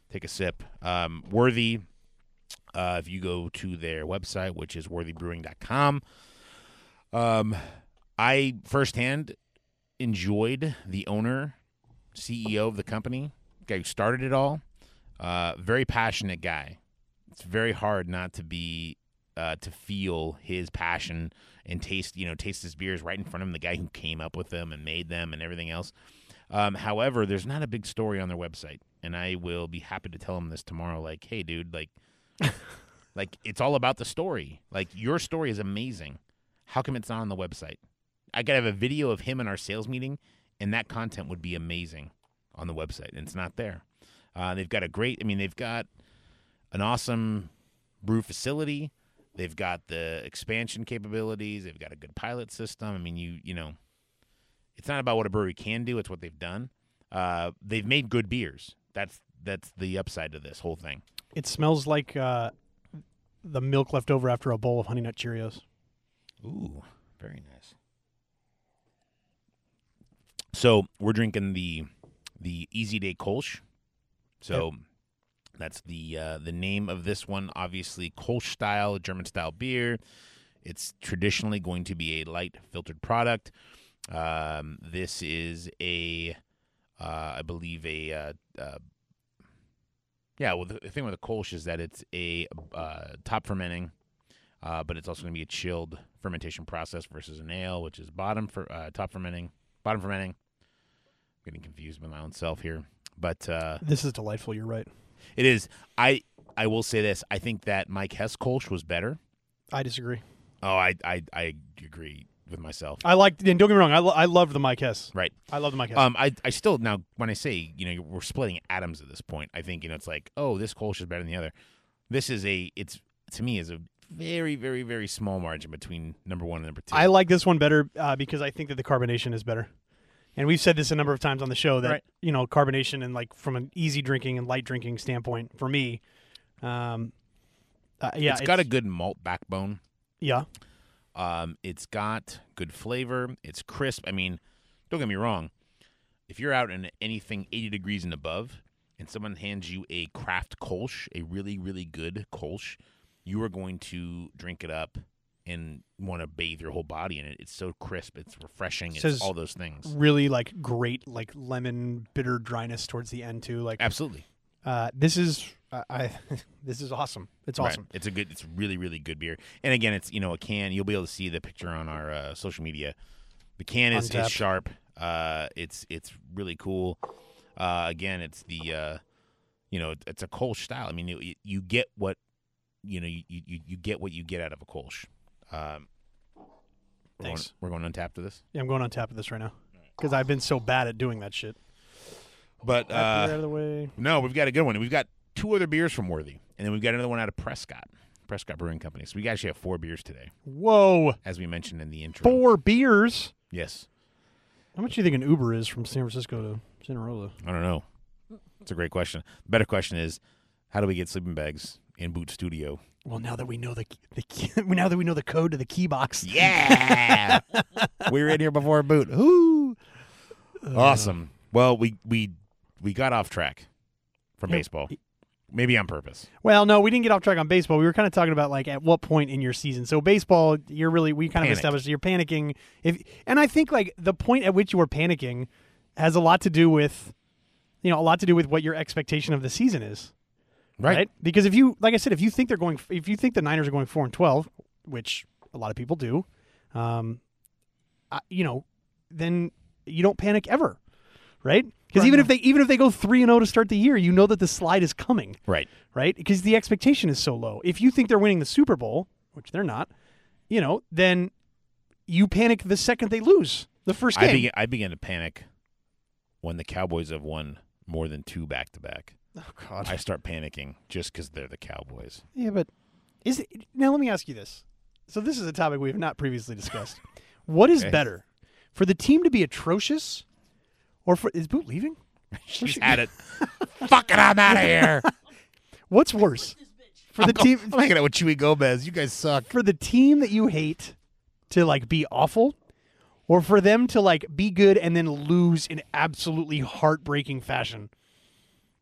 Speaker 1: take a sip. Um, worthy. Uh, if you go to their website, which is worthybrewing.com, um, I firsthand enjoyed the owner, CEO of the company, guy who started it all. Uh, very passionate guy. It's very hard not to be uh, to feel his passion and taste, you know, taste his beers right in front of him, the guy who came up with them and made them and everything else. Um, however, there's not a big story on their website, and I will be happy to tell him this tomorrow. Like, hey, dude, like, like it's all about the story. Like, your story is amazing. How come it's not on the website? I could have a video of him in our sales meeting, and that content would be amazing on the website, and it's not there. Uh, they've got a great. I mean, they've got an awesome brew facility. They've got the expansion capabilities. They've got a good pilot system. I mean, you you know, it's not about what a brewery can do; it's what they've done. Uh, they've made good beers. That's that's the upside to this whole thing.
Speaker 2: It smells like uh, the milk left over after a bowl of Honey Nut Cheerios.
Speaker 1: Ooh, very nice. So we're drinking the the Easy Day Kolsch. So that's the uh, the name of this one. Obviously, Kolsch style, German style beer. It's traditionally going to be a light filtered product. Um, this is a, uh, I believe a, uh, uh, yeah. Well, the the thing with the Kolsch is that it's a uh, top fermenting uh, but it's also going to be a chilled fermentation process versus an ale, which is bottom for uh, top fermenting, bottom fermenting. I'm getting confused by my own self here, but uh,
Speaker 2: This is delightful. You're right.
Speaker 1: it is. I I will say this. I think that Mike Hess Kolsch was better.
Speaker 2: I disagree.
Speaker 1: Oh, I I, I agree with myself.
Speaker 2: I liked, and don't get me wrong, I, lo- I loved the Mike Hess.
Speaker 1: Right.
Speaker 2: I love the Mike Hess.
Speaker 1: Um, I, I still now when I say you know we're splitting atoms at this point, I think you know it's like oh this Kolsch is better than the other. This is a it's to me is a very very very small margin between number one and number two.
Speaker 2: I like this one better uh, because I think that the carbonation is better. And we've said this a number of times on the show that
Speaker 1: Right.
Speaker 2: you know carbonation and like from an easy drinking and light drinking standpoint for me, um, uh, yeah,
Speaker 1: it's got a good malt backbone.
Speaker 2: yeah.
Speaker 1: Um, it's got good flavor. It's crisp. I mean, don't get me wrong. If you're out in anything 80 degrees and above, and someone hands you a craft Kolsch, a really, really good Kolsch, you are going to drink it up and want to bathe your whole body in it. It's so crisp. It's refreshing. It's
Speaker 2: Says-
Speaker 1: all those things.
Speaker 2: really like great like lemon bitter dryness towards the end too. Like
Speaker 1: Absolutely.
Speaker 2: uh, this is I, I *laughs* this is awesome. It's
Speaker 1: Right.
Speaker 2: awesome.
Speaker 1: It's a good. It's really, really good beer. And again, it's you know a can. You'll be able to see the picture on our uh, social media. The can is, is
Speaker 2: Untapped.
Speaker 1: sharp. Uh, it's it's really cool. Uh, again, it's the uh, you know it- it's a Kolsch style. I mean, you, you get what you know. You, you you get what you get out of a Kolsch. Um, we're going-
Speaker 2: Thanks.
Speaker 1: We're going untapped to this,
Speaker 2: Yeah, I'm going on tap of this right now because I've been so bad at doing that shit.
Speaker 1: but
Speaker 2: Tap it out
Speaker 1: uh,
Speaker 2: of the way.
Speaker 1: no, we've got a good one. We've got two other beers from Worthy, and then we've got another one out of Prescott, Prescott Brewing Company. So we actually have four beers today,
Speaker 2: Whoa,
Speaker 1: as we mentioned in the intro.
Speaker 2: four beers.
Speaker 1: Yes.
Speaker 2: How much do you think an Uber is from San Francisco to Cinerola?
Speaker 1: I don't know. It's a great question. The better question is, how do we get sleeping bags in Boot Studio?
Speaker 2: Well, now that we know the the key, *laughs* now that we know the code to the key box,
Speaker 1: Yeah, we were in here before Boot.
Speaker 2: Oh,
Speaker 1: Whoo! Awesome. Well, we we we got off track from
Speaker 2: Yeah.
Speaker 1: baseball. Maybe on purpose.
Speaker 2: Well, no, we didn't get off track on baseball. We were kind of talking about like at what point in your season. So baseball, you're really we kind
Speaker 1: Panic.
Speaker 2: of established you're panicking. If and I think like the point at which you are panicking has a lot to do with you know, a lot to do with what your expectation of the season is, right? Because if you like I said, if you think they're going if you think the Niners are going 4 and 12, which a lot of people do, um I, you know, then you don't panic ever. Right? Cuz
Speaker 5: Right.
Speaker 2: even if they even if they go 3 and 0 to start the year, you know that the slide is coming
Speaker 1: Right.
Speaker 2: right? Because the expectation is so low. If you think they're winning the Super Bowl, which they're not, you know, then you panic the second they lose the first game.
Speaker 1: I began, I began to panic when the Cowboys have won more than two back to back.
Speaker 2: oh God!
Speaker 1: I start panicking just because they're the Cowboys.
Speaker 2: yeah, but is it, now let me ask you this. So this is a topic we have not previously
Speaker 1: *laughs*
Speaker 2: discussed. what is
Speaker 1: Okay.
Speaker 2: better, for the team to be atrocious, or for is Boot leaving? *laughs*
Speaker 1: She's had it. Fuck it, I'm out of here.
Speaker 2: What's worse, for the team
Speaker 1: I'm hanging out with Chewy Gomez. You guys suck.
Speaker 2: for the team that you hate to like be awful or for them to like be good and then lose in absolutely heartbreaking fashion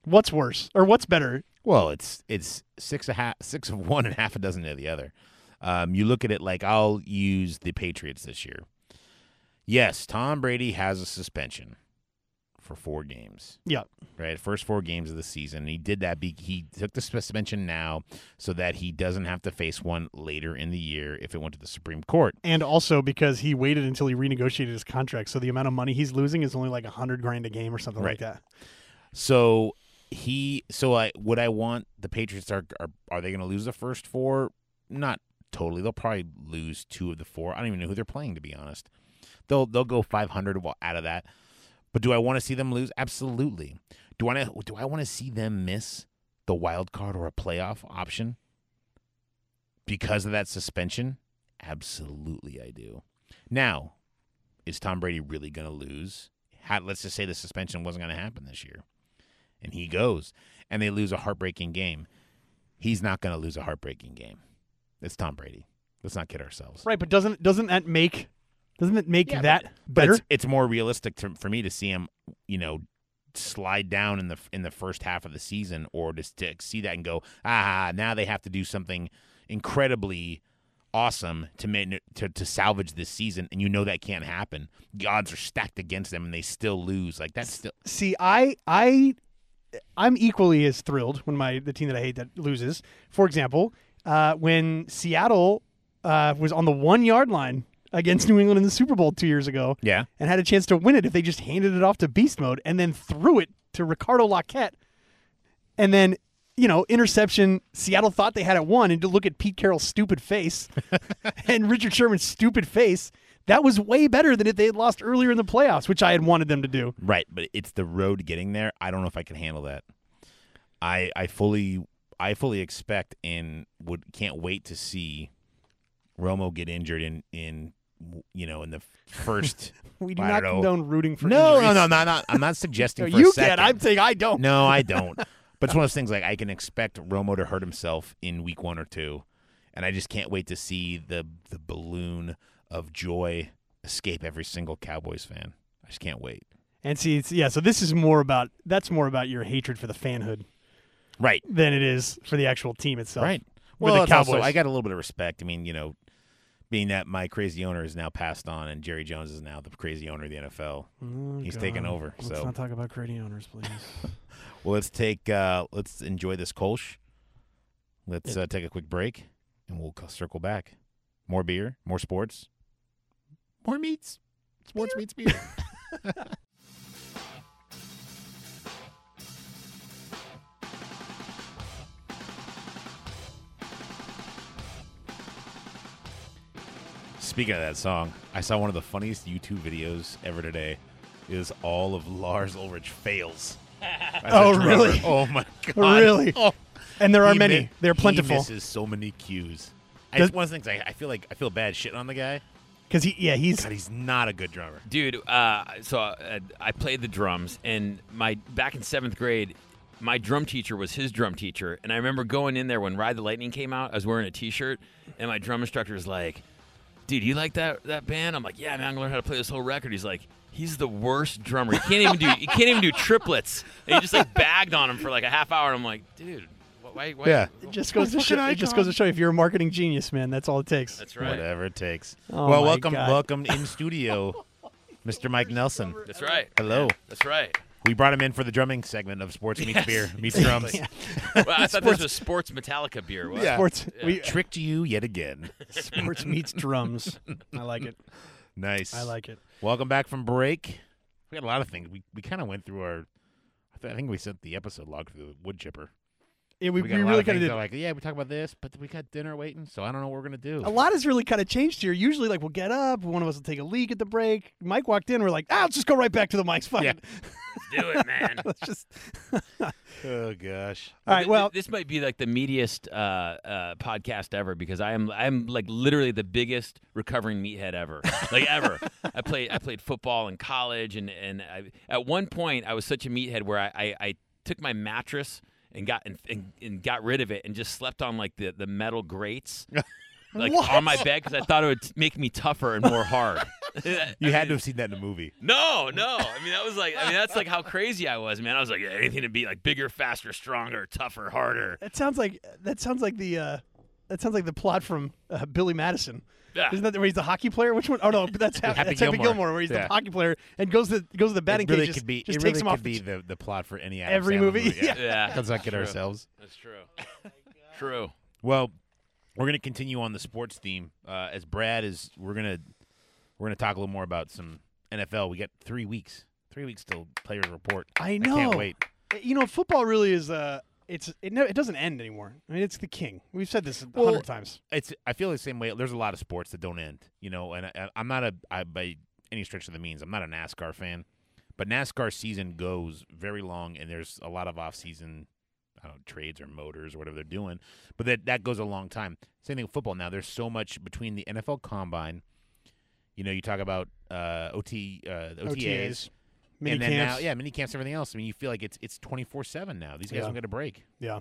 Speaker 2: what's worse or what's better
Speaker 1: Well, it's it's six a half, six of one and half a dozen of the other. Um, you look at it like I'll use the Patriots this year. Yes, Tom Brady has a suspension for four games.
Speaker 2: yeah
Speaker 1: right? First four games of the season. And he did that. Be- he took the suspension now so that he doesn't have to face one later in the year if it went to the Supreme Court.
Speaker 2: and also because he waited until he renegotiated his contract so the amount of money he's losing is only like a hundred grand a game or something
Speaker 1: Right.
Speaker 2: like that
Speaker 1: So he, so I would I want the Patriots are are, are they going to lose the first four? Not totally. They'll probably lose two of the four. I don't even know who they're playing to be honest. They'll they'll go 500 wa- out of that. But do I want to see them lose? Absolutely. Do I do I want to see them miss the wild card or a playoff option because of that suspension? Absolutely, I do. Now, is Tom Brady really going to lose? Had, let's just say the suspension wasn't going to happen this year, and he goes, and they lose a heartbreaking game. He's not going to lose a heartbreaking game. It's Tom Brady. Let's not kid ourselves.
Speaker 2: right but doesn't doesn't that make doesn't it make
Speaker 1: Yeah,
Speaker 2: that
Speaker 1: But
Speaker 2: better
Speaker 1: It's, it's more realistic to, for me to see him, you know, slide down in the in the first half of the season, or just to see that and go, ah, now they have to do something incredibly awesome to ma- to to salvage this season, and you know that can't happen. The odds are stacked against them, and they still lose. Like that's still
Speaker 2: See, I I I'm equally as thrilled when my the team that I hate that loses. For example, uh, when Seattle uh, was on the one yard line against New England in the Super Bowl two years ago,
Speaker 1: yeah.
Speaker 2: and had a chance to win it if they just handed it off to Beast Mode and then threw it to Ricardo Laquette, and then. You know, interception. Seattle thought they had it won, and to look at Pete Carroll's stupid face and Richard Sherman's stupid face, that was way better than if they had lost earlier in the playoffs, which I had wanted them to do.
Speaker 1: Right, but it's the road getting there. I don't know if I can handle that. I I fully I fully expect and would can't wait to see Romo get injured in in you know in the *laughs* first.
Speaker 2: We do
Speaker 1: I
Speaker 2: not
Speaker 1: don't know.
Speaker 2: condone rooting for
Speaker 1: no, no,
Speaker 2: injuries.
Speaker 1: no, no, no. I'm not suggesting
Speaker 2: No,
Speaker 1: for
Speaker 2: you
Speaker 1: a second.
Speaker 2: can. I'm saying I
Speaker 1: *laughs*
Speaker 2: don't.
Speaker 1: No, I don't. but it's one of those things like I can expect Romo to hurt himself in week one or two, and I just can't wait to see the the balloon of joy escape every single Cowboys fan. I just can't wait.
Speaker 2: And see, it's, yeah. So this is more about that's more about your hatred for the fanhood
Speaker 1: Right.
Speaker 2: than it is for the actual team itself.
Speaker 1: Right.
Speaker 2: With
Speaker 1: Well,
Speaker 2: the
Speaker 1: it's also-
Speaker 2: Cowboys.
Speaker 1: I got a little bit of respect. I mean, you know, being that my crazy owner is now passed on, and Jerry Jones is now the crazy owner of the NFL.
Speaker 2: Oh,
Speaker 1: He's
Speaker 2: God.
Speaker 1: taken over,
Speaker 2: Let's
Speaker 1: so.
Speaker 2: not talk about crazy owners, please.
Speaker 1: Well, let's take uh let's enjoy this Kolsch. Let's uh, take a quick break, and we'll c- circle back. More beer, more sports, more meats. Sports meets beer.
Speaker 2: *laughs*
Speaker 1: Speaking of that song, I saw one of the funniest YouTube videos ever today. Is all of Lars Ulrich
Speaker 2: *laughs*
Speaker 1: fails. as a
Speaker 2: Oh,
Speaker 1: drummer.
Speaker 2: really?
Speaker 1: Oh my god!
Speaker 2: *laughs* Really?
Speaker 1: Oh.
Speaker 2: and there are
Speaker 1: He
Speaker 2: many.
Speaker 1: mi-
Speaker 2: They're
Speaker 1: He
Speaker 2: plentiful.
Speaker 1: misses so many cues. I
Speaker 2: Does-
Speaker 1: just, one of the things I, I feel like I feel bad shitting on the guy,
Speaker 2: Because he, yeah, he's
Speaker 1: God, he's not a good drummer.
Speaker 6: dude. Uh, so uh, I played the drums, and my back in seventh grade, my drum teacher was his drum teacher, and I remember going in there when Ride the Lightning came out. I was wearing a T-shirt, and my drum instructor was like, "Dude, you like that that band?" I'm like, "Yeah, man, I'm gonna learn how to play this whole record." He's like. He's the worst drummer. He can't even do. He can't even do triplets. And he just like bagged on him for like a half hour. And I'm like, dude, wh- why? why
Speaker 1: Yeah.
Speaker 2: it just goes to show. It just goes to show if you're a marketing genius, man. That's all it takes.
Speaker 6: That's right.
Speaker 1: Whatever it takes.
Speaker 2: Oh
Speaker 1: well,
Speaker 2: my
Speaker 1: welcome,
Speaker 2: God.
Speaker 1: welcome
Speaker 2: *laughs*
Speaker 1: in studio, Mr. Mike Nelson.
Speaker 6: That's right.
Speaker 1: Hello.
Speaker 6: That's
Speaker 1: *laughs*
Speaker 6: right.
Speaker 1: We brought him in for the drumming segment of Sports Meets
Speaker 2: *laughs*
Speaker 6: Yes.
Speaker 1: Beer Meets Drums.
Speaker 6: Well, I thought this was sports Metallica beer. What?
Speaker 1: Yeah. *laughs*
Speaker 2: Sports, we,
Speaker 1: Tricked you yet
Speaker 2: *laughs*
Speaker 1: again.
Speaker 2: sports meets drums. I like it.
Speaker 1: Nice.
Speaker 2: I
Speaker 1: *laughs*
Speaker 2: like it.
Speaker 1: Welcome back from break. We got a lot of things. We we kind of went through our. I, th- I think we sent the episode log through the wood chipper.
Speaker 2: Yeah,
Speaker 1: We,
Speaker 2: we, we,
Speaker 1: got a lot
Speaker 2: really
Speaker 1: of things
Speaker 2: kind of
Speaker 1: that
Speaker 2: did.
Speaker 1: are like, yeah, we talked about this, but we got dinner waiting, so I don't know what we're gonna do.
Speaker 2: a lot has really kind of changed here. Usually, like we'll get up, one of us will take a leak at the break. Mike walked in, we're like, ah, let's just go right back to the mics. Fuck
Speaker 1: Yeah.
Speaker 2: it.
Speaker 6: Let's do
Speaker 1: *laughs*
Speaker 6: it, man.
Speaker 2: Let's just.
Speaker 1: Oh gosh.
Speaker 2: All right.
Speaker 6: Th-
Speaker 2: Well,
Speaker 6: this might be like the meatiest uh, uh, podcast ever because I am I'm like literally the biggest recovering meathead ever, like ever. I played I played football in college, and and I, at one point I was such a meathead where I, I, I took my mattress and got and, and, and got rid of it and just slept on like the, the
Speaker 2: *laughs*
Speaker 6: metal grates. Like
Speaker 2: What?
Speaker 6: on my bed because I thought it would t- make me tougher and
Speaker 2: *laughs*
Speaker 6: more hard.
Speaker 1: You had to have seen that in a movie.
Speaker 6: No, no. I mean, that was like, I mean, that's like how crazy I was, man. I was like, anything to be like bigger, faster, stronger, tougher, harder.
Speaker 2: that sounds like that sounds like the uh, that sounds like the plot from uh, Billy Madison.
Speaker 6: Yeah.
Speaker 2: Isn't that where he's the hockey player? Which one? Oh no, but that's, Happy,
Speaker 1: Happy
Speaker 2: that's Happy
Speaker 1: Gilmore.
Speaker 2: Gilmore, where he's
Speaker 1: Yeah.
Speaker 2: the hockey player and goes to goes to the batting
Speaker 1: it really
Speaker 2: cage.
Speaker 1: could be.
Speaker 2: just, just
Speaker 1: it
Speaker 2: takes
Speaker 1: really
Speaker 2: him
Speaker 1: could
Speaker 2: off. the
Speaker 1: be
Speaker 2: ch-
Speaker 1: the, the plot for any Adam
Speaker 2: Every
Speaker 1: Sandler
Speaker 2: movie, *laughs* yeah.
Speaker 6: Yeah.
Speaker 1: Let's not kid
Speaker 6: True.
Speaker 1: ourselves.
Speaker 6: That's true. True.
Speaker 1: Well, we're gonna continue on the sports theme. Uh, as Brad is, we're gonna we're gonna talk a little more about some NFL. We got three weeks. Three weeks till players report.
Speaker 2: I
Speaker 1: I can't
Speaker 2: know. Uh,
Speaker 1: wait.
Speaker 2: You know, football really is. Uh, it's it, no, it doesn't end anymore. I mean, it's the king. We've said this a hundred
Speaker 1: Well,
Speaker 2: times.
Speaker 1: it's I feel the same way. There's a lot of sports that don't end, you know, and I, I'm not a I, by any stretch of the means. I'm not a NASCAR fan, but NASCAR season goes very long, and there's a lot of off season. I don't know, trades or motors or whatever they're doing, but that that goes a long time. Same thing with football. Now there's so much between the NFL Combine. You know, you talk about uh, OT uh, the OTAs,
Speaker 2: mini
Speaker 1: and then
Speaker 2: camps.
Speaker 1: now yeah, mini camps, everything else. I mean, you feel like it's it's 24 seven now. These guys
Speaker 2: Yeah.
Speaker 1: don't get a break.
Speaker 2: Yeah.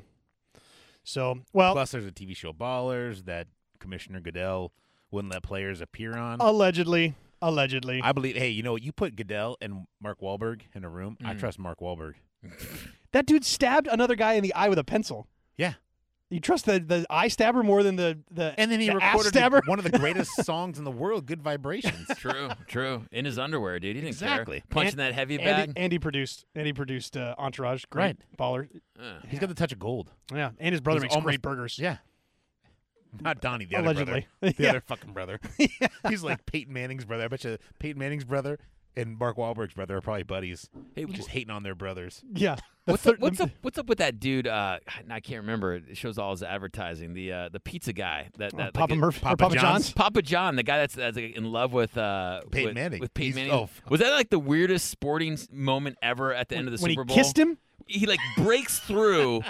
Speaker 2: So well,
Speaker 1: Plus, there's a TV show Ballers that Commissioner Goodell wouldn't let players appear on.
Speaker 2: allegedly, allegedly,
Speaker 1: I believe. Hey, you know what? You put Goodell and Mark Wahlberg in a room.
Speaker 6: Mm.
Speaker 1: I trust Mark Wahlberg.
Speaker 2: that dude stabbed another guy in the eye with a pencil.
Speaker 1: Yeah,
Speaker 2: You trust the the eye stabber more than the the
Speaker 1: and then he
Speaker 2: the ass
Speaker 1: recorded the-
Speaker 2: stabber.
Speaker 1: one of *laughs* the greatest songs in the world, "Good Vibrations."
Speaker 6: True. True. In his underwear, dude. He didn't
Speaker 1: Exactly.
Speaker 6: care. Punching that heavy
Speaker 2: Andy,
Speaker 6: bag.
Speaker 2: Andy produced. Andy produced uh, Entourage. Great
Speaker 1: Right.
Speaker 2: baller.
Speaker 6: Uh,
Speaker 1: He's got the touch of gold.
Speaker 2: Yeah, and his brother
Speaker 1: He's
Speaker 2: makes
Speaker 1: almost-
Speaker 2: great burgers.
Speaker 1: Yeah, not Donnie, the
Speaker 2: Allegedly.
Speaker 1: other brother, *laughs* the
Speaker 2: Yeah.
Speaker 1: other fucking *laughs* brother. He's like Peyton Manning's brother. I bet you Peyton Manning's brother and Mark Wahlberg's brother are probably buddies.
Speaker 6: Hey,
Speaker 1: just hating on their brothers.
Speaker 2: yeah. The
Speaker 6: what's,
Speaker 2: thir-
Speaker 6: up, what's
Speaker 2: the-
Speaker 6: up? What's up with that dude? Uh, I can't remember. It shows all his advertising. The uh, the pizza guy. That, that like
Speaker 2: Papa
Speaker 6: a-
Speaker 2: Murphy, or
Speaker 1: Papa
Speaker 2: Papa
Speaker 1: John's?
Speaker 2: John's.
Speaker 6: Papa John, the guy that's, that's like, in love with uh,
Speaker 1: Peyton
Speaker 6: with,
Speaker 1: Manning.
Speaker 6: With Peyton
Speaker 1: He's-
Speaker 6: Manning.
Speaker 1: oh, fuck.
Speaker 6: was that like the weirdest sporting s- moment ever at the end of the
Speaker 2: when
Speaker 6: Super
Speaker 2: he
Speaker 6: Bowl?
Speaker 2: kissed him.
Speaker 6: he like breaks through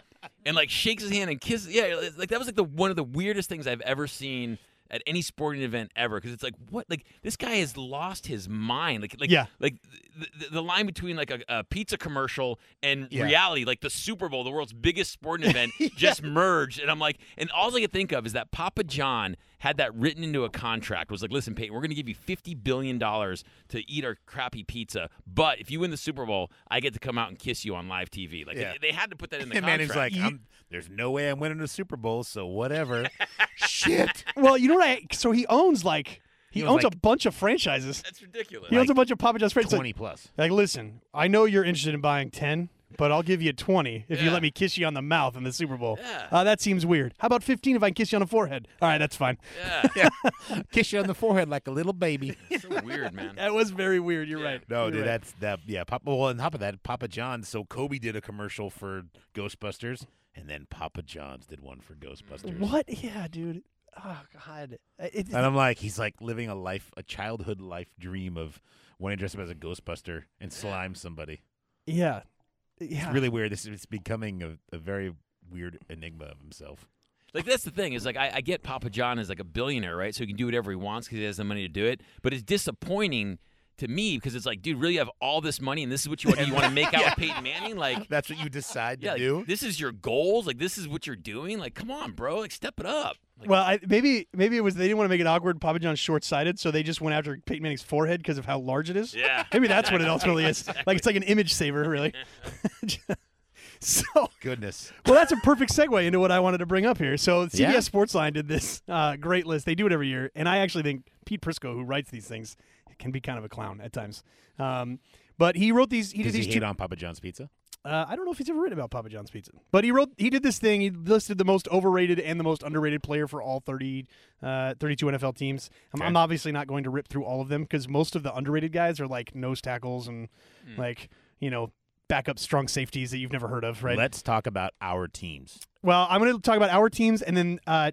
Speaker 6: and like shakes his hand and kisses. Yeah, it's, like that was like the one of the weirdest things I've ever seen at any sporting event ever. Because it's like what like this guy has lost his mind. Like like
Speaker 2: Yeah.
Speaker 6: like the, the, the line between like a, a pizza commercial and
Speaker 1: Yeah.
Speaker 6: reality, like the Super Bowl, the world's biggest
Speaker 1: *laughs*
Speaker 6: sporting event, just merged. And I'm like, and all I could think of is that Papa John had that written into a contract. Was like, listen, Peyton, we're gonna give you fifty billion dollars to eat our crappy pizza, but if you win the Super Bowl, I get to come out and kiss you on live TV. Like
Speaker 1: Yeah.
Speaker 6: they, they had to put that in
Speaker 1: *laughs*
Speaker 6: the
Speaker 1: And
Speaker 6: contract.
Speaker 1: Manning's like,
Speaker 6: *laughs*
Speaker 1: I'm, "There's no way I'm winning the Super Bowl, so *laughs* whatever." Shit.
Speaker 2: *laughs* Well, you know what? I So he owns like he,
Speaker 1: He owns,
Speaker 2: owns
Speaker 1: like-
Speaker 2: a bunch of franchises.
Speaker 6: that's
Speaker 1: *laughs*
Speaker 6: ridiculous.
Speaker 2: He owns a bunch of Papa John's franchises.
Speaker 1: Twenty plus.
Speaker 2: Like, listen, I know you're interested in buying 10, but I'll give you 20 if you
Speaker 6: Yeah.
Speaker 2: let me kiss you on the mouth in the Super Bowl.
Speaker 6: Yeah.
Speaker 2: Uh, that seems weird. How about 15 if I can kiss you on the forehead? All right, that's fine.
Speaker 6: yeah,
Speaker 1: Kiss you on the forehead like a little baby.
Speaker 6: it's so weird, man.
Speaker 2: That was very weird. You're right.
Speaker 1: *laughs* No,
Speaker 2: You're
Speaker 1: dude,
Speaker 2: right.
Speaker 1: that's that. Yeah, Papa. Well, on top of that, Papa John's. So Kobe did a commercial for Ghostbusters, and then Papa John's did one for Ghostbusters.
Speaker 2: What? Yeah, dude. Oh, God. It,
Speaker 1: And I'm like, he's like living a life, a childhood life dream of wanting to dress up as a Ghostbuster and slime somebody.
Speaker 2: yeah. Yeah.
Speaker 1: Really weird. This is it's becoming a, a very weird enigma of himself.
Speaker 6: Like that's the thing is like I, I get Papa John is like a billionaire, right? So he can do whatever he wants because he has the money to do it. But it's disappointing to me because it's like, dude, really you have all this money and this is what you want.
Speaker 1: *laughs*
Speaker 6: You want to make out with Peyton Manning? Like,
Speaker 1: That's what you decide to
Speaker 6: yeah, like,
Speaker 1: do.
Speaker 6: this is your goals. Like this is what you're doing. Like, come on, bro. Like step it up. Like,
Speaker 2: Well, I, maybe maybe it was they didn't want to make it awkward. Papa John's short-sighted, so they just went after Peyton Manning's forehead because of how large it is.
Speaker 6: yeah.
Speaker 2: Maybe
Speaker 1: *laughs*
Speaker 2: that's what it ultimately is. Like it's like an image saver, really. *laughs* so, well,
Speaker 1: Goodness.
Speaker 2: that's a perfect segue into what I wanted to bring up here. So, CBS
Speaker 1: Yeah.
Speaker 2: Sportsline did this uh, great list. They do it every year, and I actually think Pete Prisco, who writes these things, can be kind of a clown at times. Um, but he wrote these. He
Speaker 1: Does
Speaker 2: did
Speaker 1: he
Speaker 2: these
Speaker 1: hate
Speaker 2: two
Speaker 1: on Papa John's pizza?
Speaker 2: uh, I don't know if he's ever written about Papa John's Pizza, but he wrote he did this thing. He listed the most overrated and the most underrated player for all 30, uh, 32 NFL teams. I'm, I'm obviously not going to rip through all of them because most of the underrated guys are like nose tackles and like you know backup strong safeties that you've never heard of, right?
Speaker 1: Let's talk about our teams.
Speaker 2: well, I'm going to talk about our teams and then uh,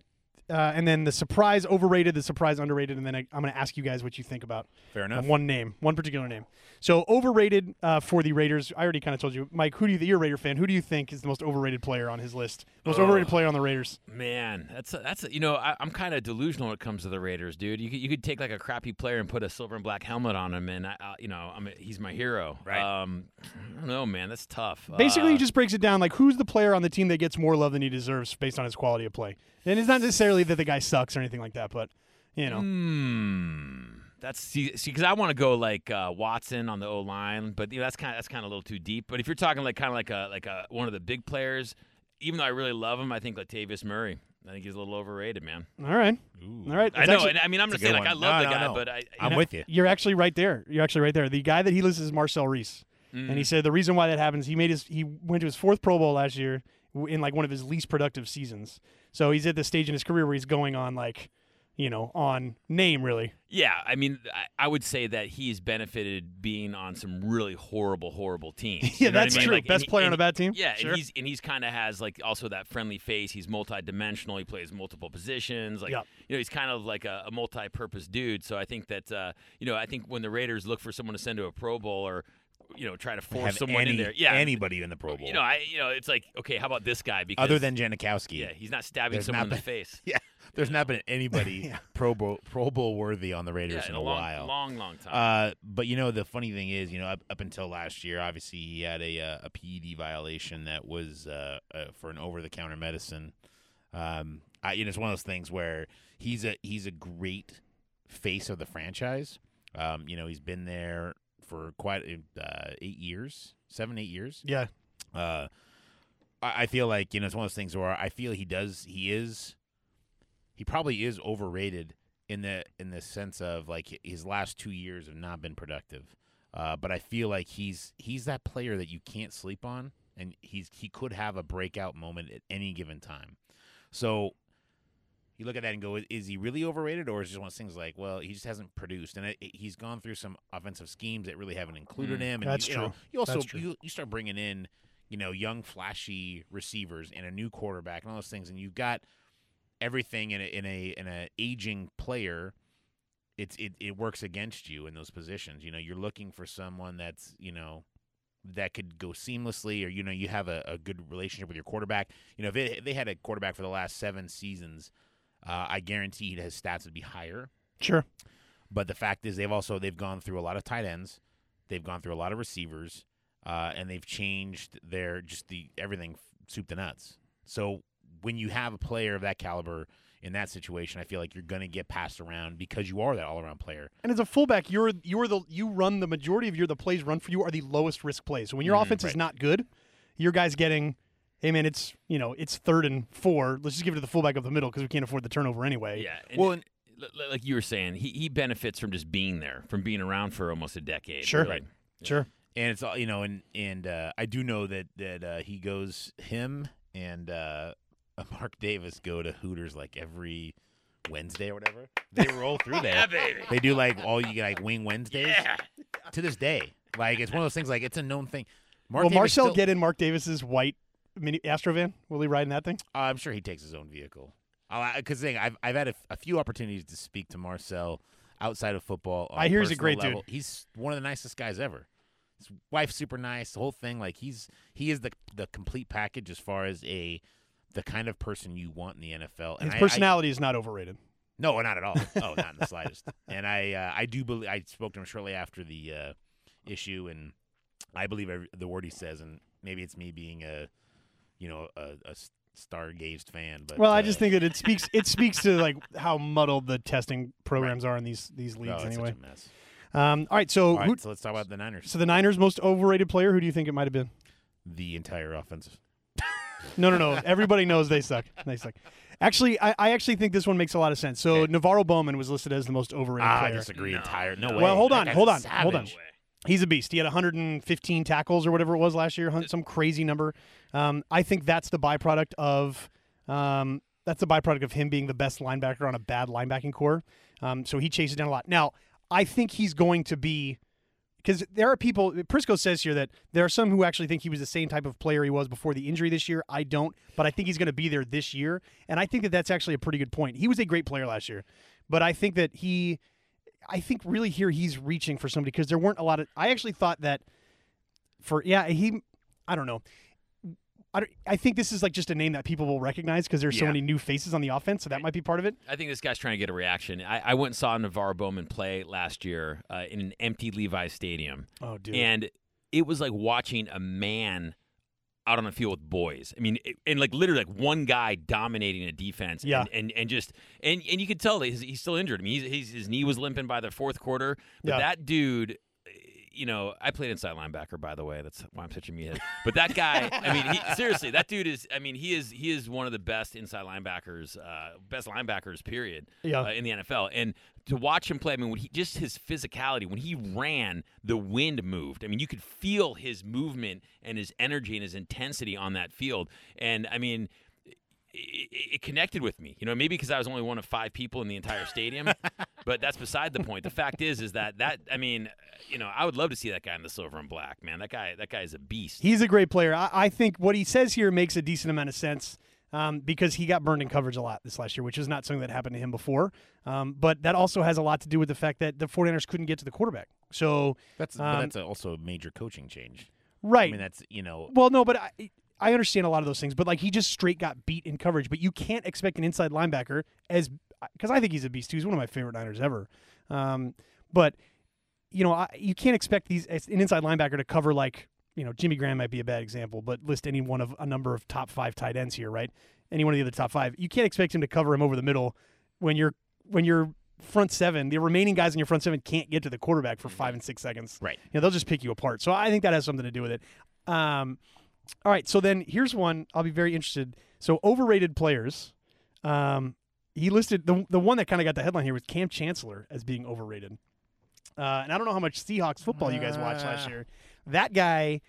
Speaker 2: uh, and then the surprise overrated, the surprise underrated, and then I, I'm going to ask you guys what you think about
Speaker 1: Fair enough.
Speaker 2: one name, one particular name. So overrated uh, for the Raiders. I already kind of told you, Mike. Who do you? You're a Raider fan. Who do you think is the most overrated player on his list? Most
Speaker 6: Oh.
Speaker 2: overrated player on the Raiders.
Speaker 6: Uh. Man, that's a, that's a, you know I, I'm kind of delusional when it comes to the Raiders, dude. You could, you could take like a crappy player and put a silver and black helmet on him, and I, I you know I'm a, he's my hero.
Speaker 1: Right.
Speaker 6: Um, I don't know, man. That's tough.
Speaker 2: Basically, he
Speaker 6: Uh,
Speaker 2: just breaks it down like who's the player on the team that gets more love than he deserves based on his quality of play. And it's not necessarily that the guy sucks or anything like that, but you
Speaker 6: Mm.
Speaker 2: know,
Speaker 6: Hmm. That's see because I want to go like uh, Watson on the O line, but you know, that's kind of that's kind of a little too deep. But if you're talking like kind of like a like a one of the big players, even though I really love him, I think Latavius Murray. I think he's a little overrated, man.
Speaker 2: all right, all right. It's
Speaker 6: I know.
Speaker 2: actually-
Speaker 6: and I mean, I'm
Speaker 1: That's
Speaker 6: just
Speaker 1: a good
Speaker 6: saying like I
Speaker 1: one.
Speaker 6: love
Speaker 1: No,
Speaker 6: the
Speaker 1: no,
Speaker 6: guy,
Speaker 1: no.
Speaker 6: but I, I-
Speaker 1: I'm with you.
Speaker 2: You're actually right there. You're actually right there. The guy that he lists is Marcel Reese, and
Speaker 6: Mm.
Speaker 2: he said the reason why that happens. He made his he went to his fourth Pro Bowl last year w- in like one of his least productive seasons. So he's at the stage in his career where he's going on like, you know, on name really. *laughs*
Speaker 6: Yeah, I mean, I, I would say that he's benefited being on some really horrible, horrible teams.
Speaker 2: Yeah,
Speaker 6: You know what I
Speaker 2: that's
Speaker 6: mean?
Speaker 2: true.
Speaker 6: Like,
Speaker 2: Best
Speaker 6: and-
Speaker 2: player on
Speaker 6: and-
Speaker 2: a bad team.
Speaker 6: Yeah,
Speaker 2: sure.
Speaker 6: and he's and he's kind of has like also that friendly face. He's multidimensional. He plays multiple positions. Like
Speaker 2: Yep.
Speaker 6: you know, he's kind of like a, a multi-purpose dude. So I think that uh, you know, I think when the Raiders look for someone to send to a Pro Bowl or you know try to force
Speaker 1: Have
Speaker 6: someone in
Speaker 1: any-
Speaker 6: there, yeah,
Speaker 1: anybody in the Pro Bowl
Speaker 6: you know, I you know, it's like okay, how about this guy? Because
Speaker 1: other than Janikowski.
Speaker 6: yeah, he's not stabbing
Speaker 1: there's
Speaker 6: someone
Speaker 1: not
Speaker 6: in the
Speaker 1: been-
Speaker 6: face.
Speaker 1: Yeah, there's not been *laughs* anybody Pro Bowl Pro Bowl worthy on the *laughs* Raiders in
Speaker 6: Yeah, in a
Speaker 1: a
Speaker 6: long,
Speaker 1: while.
Speaker 6: long, long time.
Speaker 1: Uh, but you know the funny thing is, you know, up, up until last year, obviously he had a uh, a PED violation that was uh, uh, for an over the counter medicine. Um, I, you know, it's one of those things where he's a he's a great face of the franchise. Um, you know, he's been there for quite uh, eight years, seven eight years.
Speaker 2: yeah.
Speaker 1: Uh, I, I feel like you know it's one of those things where I feel he does he is he probably is overrated in the in the sense of like hi- his last two years have not been productive. Uh, but I feel like he's he's that player that you can't sleep on, and he's he could have a breakout moment at any given time. So you look at that and go, is, is he really overrated, or is it just one of those things like, well, he just hasn't produced, and it, it- he's gone through some offensive schemes that really haven't included
Speaker 6: Mm.
Speaker 1: him. And
Speaker 2: That's
Speaker 1: you, you know,
Speaker 2: true.
Speaker 1: you also
Speaker 2: That's true.
Speaker 1: You, you start bringing in you know young flashy receivers and a new quarterback and all those things, and you've got everything in a in a in a aging player. It's it, it works against you in those positions. You know, you're looking for someone that's you know that could go seamlessly, or you know, you have a, a good relationship with your quarterback. You know, if, it, if they had a quarterback for the last seven seasons, uh, I guarantee his stats would be higher.
Speaker 2: Sure.
Speaker 1: But the fact is, they've also they've gone through a lot of tight ends, they've gone through a lot of receivers, uh, and they've changed their just the everything f- soup to nuts. So when you have a player of that caliber in that situation, I feel like you're going to get passed around because you are that all around player.
Speaker 2: And as a fullback, you're you're the you run the majority of your the plays run for you are the lowest risk plays. So when
Speaker 6: Mm,
Speaker 2: your offense is
Speaker 1: right.
Speaker 2: not good, your guys getting, hey man, it's you know it's third and four. Let's just give it to the fullback up the middle because we can't afford the turnover anyway.
Speaker 6: Yeah.
Speaker 1: Well,
Speaker 6: well, like you were saying, he, he benefits from just being there, from being around for almost a decade.
Speaker 2: Sure.
Speaker 6: really.
Speaker 2: Right. Sure.
Speaker 1: and it's all you know and and uh, i do know that that uh, he goes him and uh, *laughs* mark davis go to hooters like every wednesday or whatever they roll through
Speaker 6: *laughs* Yeah,
Speaker 1: there
Speaker 6: baby.
Speaker 1: they do like all you like wing wednesdays
Speaker 6: Yeah.
Speaker 1: to this day like it's one of those things like it's a known thing mark
Speaker 2: Will
Speaker 1: Davis
Speaker 2: Marcel
Speaker 1: still-
Speaker 2: get in Mark Davis's white mini Astrovan? Will he ride in that thing?
Speaker 1: Uh, i'm sure he takes his own vehicle because thing I've, I've had a, f- a few opportunities to speak to marcel outside of football on
Speaker 2: I hear he's a
Speaker 1: personal
Speaker 2: great dude.
Speaker 1: level. he's one of the nicest guys ever his wife's super nice the whole thing like he's he is the the complete package as far as a the kind of person you want in the NFL. And
Speaker 2: His
Speaker 1: I- I-
Speaker 2: personality is not overrated.
Speaker 1: no, not at all. Oh, not in the slightest. And I, uh, I do believe I spoke to him shortly after the uh, issue, and I believe every, the word he says, and maybe it's me being a, you know, a, a s- stargazed fan. But
Speaker 2: Well, I
Speaker 1: uh,
Speaker 2: just think that it speaks
Speaker 1: *laughs*
Speaker 2: it speaks to like how muddled the testing programs are in these these
Speaker 1: oh,
Speaker 2: leagues
Speaker 1: it's
Speaker 2: anyway.
Speaker 1: such a mess.
Speaker 2: Um, all right, so
Speaker 1: All right,
Speaker 2: who,
Speaker 1: so let's talk about the Niners.
Speaker 2: so the Niners' most overrated player, who do you think it might have been?
Speaker 1: The entire offensive.
Speaker 2: No,
Speaker 1: *laughs*
Speaker 2: no, no. Everybody knows they suck. They suck. Actually, I, I actually think this one makes a lot of sense. So
Speaker 1: Okay.
Speaker 2: Navarro Bowman was listed as the most overrated
Speaker 1: Ah, I
Speaker 2: player.
Speaker 1: disagree.
Speaker 6: No.
Speaker 1: Entire. No
Speaker 6: Well,
Speaker 1: way.
Speaker 2: Well, hold
Speaker 1: That
Speaker 2: on,
Speaker 1: guy's
Speaker 2: hold
Speaker 1: a
Speaker 2: on, hold on.
Speaker 1: savage.
Speaker 2: He's a beast. He had 115 tackles or whatever it was last year, hun- some crazy number. Um, I think that's the byproduct of um, that's the byproduct of him being the best linebacker on a bad linebacking core. Um, so he chases down a lot. Now, I think he's going to be because there are people. Prisco says here that there are some who actually think he was the same type of player he was before the injury this year. I don't, but I think he's going to be there this year, and I think that that's actually a pretty good point. He was a great player last year, but I think that he, I think really here he's reaching for somebody because there weren't a lot of. I actually thought that for yeah he, I don't know. I, don't, I think this is like just a name that people will recognize because there's so
Speaker 6: Yeah.
Speaker 2: many new faces on the offense, so that might be part of it.
Speaker 6: I think this guy's trying to get a reaction. I, I went and saw Navarro Bowman play last year uh, in an empty Levi's Stadium,
Speaker 2: Oh, dude.
Speaker 6: and it was like watching a man out on the field with boys. I mean, it, and like literally, like one guy dominating a defense.
Speaker 2: Yeah.
Speaker 6: and and, and just and and you could tell that he's, he's still injured. I mean, he's, he's, his knee was limping by the fourth quarter. But
Speaker 2: Yeah.
Speaker 6: that dude. You know, I played inside linebacker, by the way. That's why I'm such a meathead. But that guy, I mean, he, seriously, that dude is. I mean, he is. He is one of the best inside linebackers, uh, best linebackers, period
Speaker 2: Yeah.
Speaker 6: uh, in the NFL. And to watch him play, I mean, when he, just his physicality, when he ran, the wind moved. I mean, you could feel his movement and his energy and his intensity on that field. And I mean, it, it connected with me, you know, maybe because I was only one of five people in the
Speaker 1: *laughs*
Speaker 6: entire stadium, but that's beside the point. The fact is, is that that I mean, you know, I would love to see that guy in the silver and black, man. That guy, that guy is a beast.
Speaker 2: He's a great player. I, I think what he says here makes a decent amount of sense um, because he got burned in coverage a lot this last year, which is not something that happened to him before. Um, but that also has a lot to do with the fact that the 49ers couldn't get to the quarterback. So,
Speaker 1: That's
Speaker 2: Um,
Speaker 1: but that's a, also a major coaching change.
Speaker 2: right.
Speaker 1: I mean, that's you know.
Speaker 2: well, no, but I, I understand a lot of those things. But, like, he just straight got beat in coverage. But you can't expect an inside linebacker as – because I think he's a beast, too. He's one of my favorite Niners ever. Um, but, you know, I, you can't expect these an inside linebacker to cover, like – you know, Jimmy Graham might be a bad example, but list any one of a number of top five tight ends here, right? Any one of the other top five. You can't expect him to cover him over the middle when you're when your front seven, the remaining guys in your front seven can't get to the quarterback for five and six seconds.
Speaker 1: Right.
Speaker 2: You know, they'll just pick you apart. So I think that has something to do with it. Um, all right. So then here's one I'll be very interested. So overrated players. Um, he listed the the one that kind of got the headline here was Cam Chancellor as being overrated. Uh, and I don't know how much Seahawks football you guys watched last
Speaker 1: Ah.
Speaker 2: year. That guy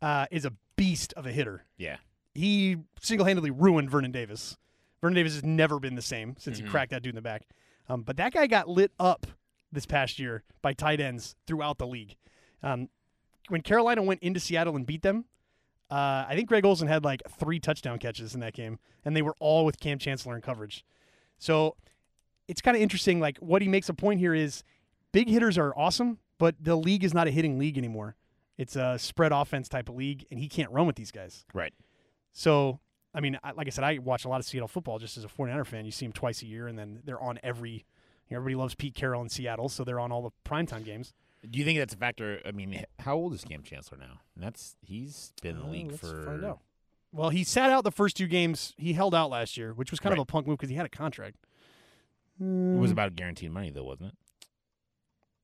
Speaker 2: uh, is a beast of a hitter.
Speaker 1: Yeah.
Speaker 2: He single handedly ruined Vernon Davis. Vernon Davis has never been the same since
Speaker 6: Mhm.
Speaker 2: he cracked that dude in the back. Um, but that guy got lit up this past year by tight ends throughout the league. Um, when Carolina went into Seattle and beat them, uh, I think Greg Olson had like three touchdown catches in that game, and they were all with Cam Chancellor in coverage. So it's kind of interesting. Like what he makes a point here is big hitters are awesome, but the league is not a hitting league anymore. It's a spread offense type of league, and he can't run with these guys.
Speaker 1: Right.
Speaker 2: So, I mean, I, like I said, I watch a lot of Seattle football just as a 49er fan. You see them twice a year, and then they're on every. You know, everybody loves Pete Carroll in Seattle, so they're on all the primetime games.
Speaker 1: Do you think that's a factor? I mean, h- how old is Cam Chancellor now? And that's he's been in the
Speaker 2: Oh,
Speaker 1: league
Speaker 2: let's
Speaker 1: for
Speaker 2: find out. Well, he sat out the first two games. He held out last year, which was kind of
Speaker 1: Right.
Speaker 2: a punk move because he had a contract.
Speaker 1: it was about guaranteed money though, wasn't it?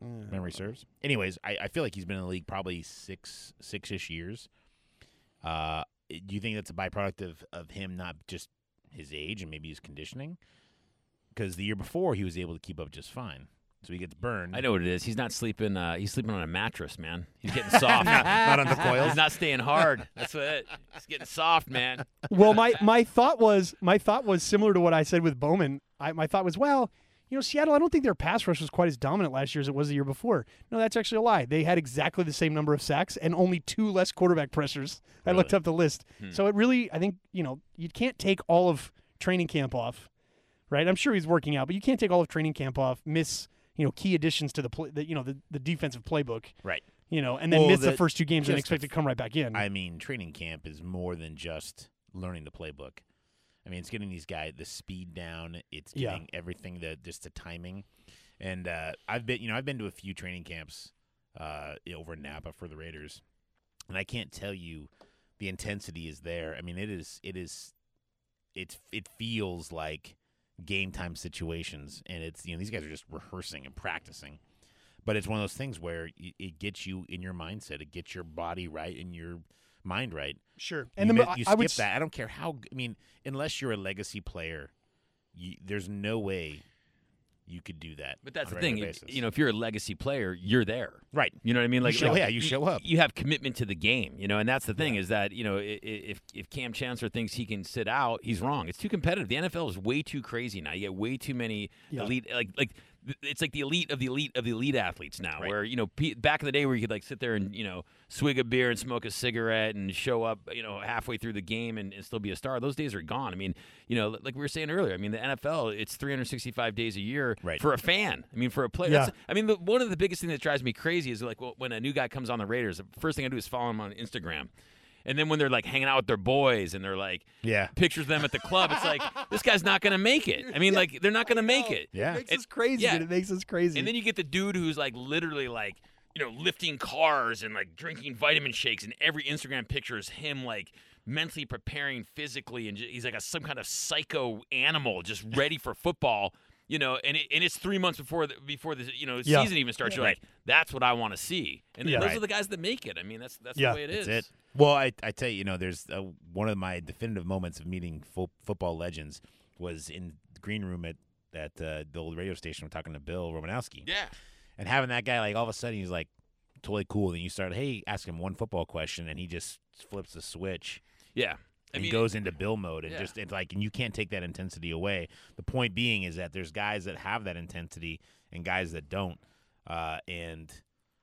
Speaker 2: Mm.
Speaker 1: Memory serves. Anyways, I, I feel like he's been in the league probably six six ish years. Uh, do you think that's a byproduct of of him not just his age and maybe his conditioning? Because the year before he was able to keep up just fine, so he gets burned.
Speaker 6: I know what it is. He's not sleeping. Uh, he's sleeping on a mattress, man. He's
Speaker 1: *laughs*
Speaker 6: getting soft.
Speaker 1: not on the coils.
Speaker 6: He's not staying hard. That's what it. He's getting soft, man.
Speaker 2: well, my my thought was my thought was similar to what I said with Bowman. I, my thought was, well, you know, Seattle. I don't think their pass rush was quite as dominant last year as it was the year before. No, that's actually a lie. They had exactly the same number of sacks and only two less quarterback pressures. I looked
Speaker 1: Really? Hmm.
Speaker 2: up the list, so it really, I think, you know, you can't take all of training camp off, right? I'm sure he's working out, but you can't take all of training camp off. Miss. You know, key additions to the, play, the you know the, the defensive playbook.
Speaker 1: Right.
Speaker 2: You know, and then
Speaker 1: Well,
Speaker 2: miss the,
Speaker 1: the-
Speaker 2: first two games and
Speaker 1: just the
Speaker 2: expect to come right back in.
Speaker 1: I mean, training camp is more than just learning the playbook. I mean, it's getting these guys the speed down. It's
Speaker 2: Yeah.
Speaker 1: getting everything the just the timing. And uh, I've been, you know, I've been to a few training camps uh, over in Napa for the Raiders, and I can't tell you the intensity is there. I mean, it is, it is, it's, it feels like game time situations, and it's, you know, these guys are just rehearsing and practicing. But it's one of those things where y- it gets you in your mindset, it gets your body right and your mind right.
Speaker 2: Sure.
Speaker 1: And
Speaker 2: And
Speaker 1: you,
Speaker 2: the,
Speaker 1: bet- you
Speaker 2: I, I
Speaker 1: skip
Speaker 2: would, s-
Speaker 1: that. I don't care how. g- I mean, unless you're a legacy player, you, there's no way you could do that.
Speaker 6: But that's
Speaker 1: on
Speaker 6: the
Speaker 1: a
Speaker 6: thing.
Speaker 1: regular
Speaker 6: if-
Speaker 1: basis.
Speaker 6: You know, if you're a legacy player, you're there.
Speaker 1: right?
Speaker 6: You know what I mean? Like,
Speaker 1: show-
Speaker 6: like,
Speaker 1: yeah, you show up.
Speaker 6: You have commitment to the game, you know, and that's the thing is that you know i- i- if if Cam Chancellor thinks he can sit out, he's wrong. It's too competitive. The NFL is way too crazy now. You get way too many
Speaker 2: Yeah.
Speaker 6: elite, like like th- it's like the elite of the elite of the elite athletes now.
Speaker 1: Right.
Speaker 6: Where you know pe- back in the day where you could like sit there and you know swig a beer and smoke a cigarette and show up you know halfway through the game and, and still be a star. Those days are gone. I mean, you know, like we were saying earlier. I mean, the NFL it's 365 days a year
Speaker 1: Right.
Speaker 6: for a fan. I mean, for a player.
Speaker 2: Yeah.
Speaker 6: That's- I mean, the, one of the biggest things that drives me crazy is like well, when a new guy comes on the Raiders, the first thing I do is follow him on Instagram. And then when they're like hanging out with their boys and they're like
Speaker 1: Yeah.
Speaker 6: pictures of them at the club, it's like this guy's not gonna make it. I mean, like they're not gonna make it.
Speaker 1: Yeah.
Speaker 2: makes
Speaker 6: and-
Speaker 2: us crazy.
Speaker 6: yeah.
Speaker 2: dude. It makes us crazy.
Speaker 6: And then you get the dude who's like literally like you know lifting cars and like drinking vitamin shakes, and every Instagram picture is him like mentally preparing physically, and ju- he's like a, some kind of psycho animal just ready for football. You know, and it, and it's three months before the, before the you know
Speaker 2: Yeah.
Speaker 6: season even starts. You're like, that's what I want to see, and
Speaker 2: Yeah.
Speaker 6: those
Speaker 1: Right.
Speaker 6: are the guys that make it. I mean, that's that's
Speaker 2: Yeah.
Speaker 6: the way it is.
Speaker 1: That's it. Well, I, I tell you, you know, there's uh, one of my definitive moments of meeting fo- football legends was in the green room at at uh, the old radio station. We're talking to Bill Romanowski,
Speaker 6: Yeah,
Speaker 1: and having that guy like all of a sudden he's like totally cool. And you start, hey, ask him one football question, and he just flips the switch.
Speaker 6: yeah. I
Speaker 1: and
Speaker 6: mean,
Speaker 1: he goes into bill mode and
Speaker 6: Yeah.
Speaker 1: just it's like and you can't take that intensity away. The point being is that there's guys that have that intensity and guys that don't. Uh, and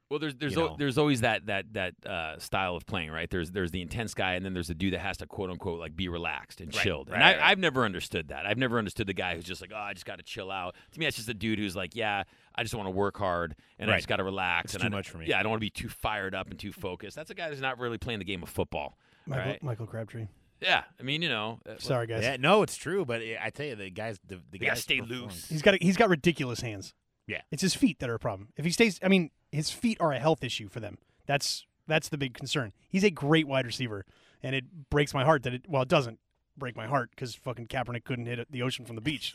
Speaker 6: Well, there's there's
Speaker 1: you
Speaker 6: al-
Speaker 1: know.
Speaker 6: there's always that that that uh, style of playing, right? There's there's the intense guy, and then there's the dude that has to quote unquote like be relaxed and
Speaker 1: Right,
Speaker 6: chilled. and
Speaker 1: right,
Speaker 6: I,
Speaker 1: right.
Speaker 6: I've never understood that. I've never understood the guy who's just like, oh, I just got to chill out. To me, that's just a dude who's like, yeah, I just want to work hard and I
Speaker 1: Right.
Speaker 6: just got to relax.
Speaker 1: It's
Speaker 6: and
Speaker 1: too
Speaker 6: I don't-
Speaker 1: much for me.
Speaker 6: Yeah, I don't want to be too fired up and too focused. That's a guy who's not really playing the game of football.
Speaker 2: Michael,
Speaker 6: right?
Speaker 2: Michael Crabtree.
Speaker 6: Yeah, I mean, you know, uh,
Speaker 2: Sorry, guys.
Speaker 1: yeah, no, it's true. But I I tell you, the guys, the, the
Speaker 6: gotta
Speaker 1: guys
Speaker 6: stay
Speaker 1: perform.
Speaker 6: loose.
Speaker 2: He's got he's got ridiculous hands.
Speaker 1: Yeah.
Speaker 2: It's his feet that are a problem. If he stays, I mean, his feet are a health issue for them. That's that's the big concern. He's a great wide receiver, and it breaks my heart that it. Well, it doesn't break my heart because fucking Kaepernick couldn't hit the ocean from the beach.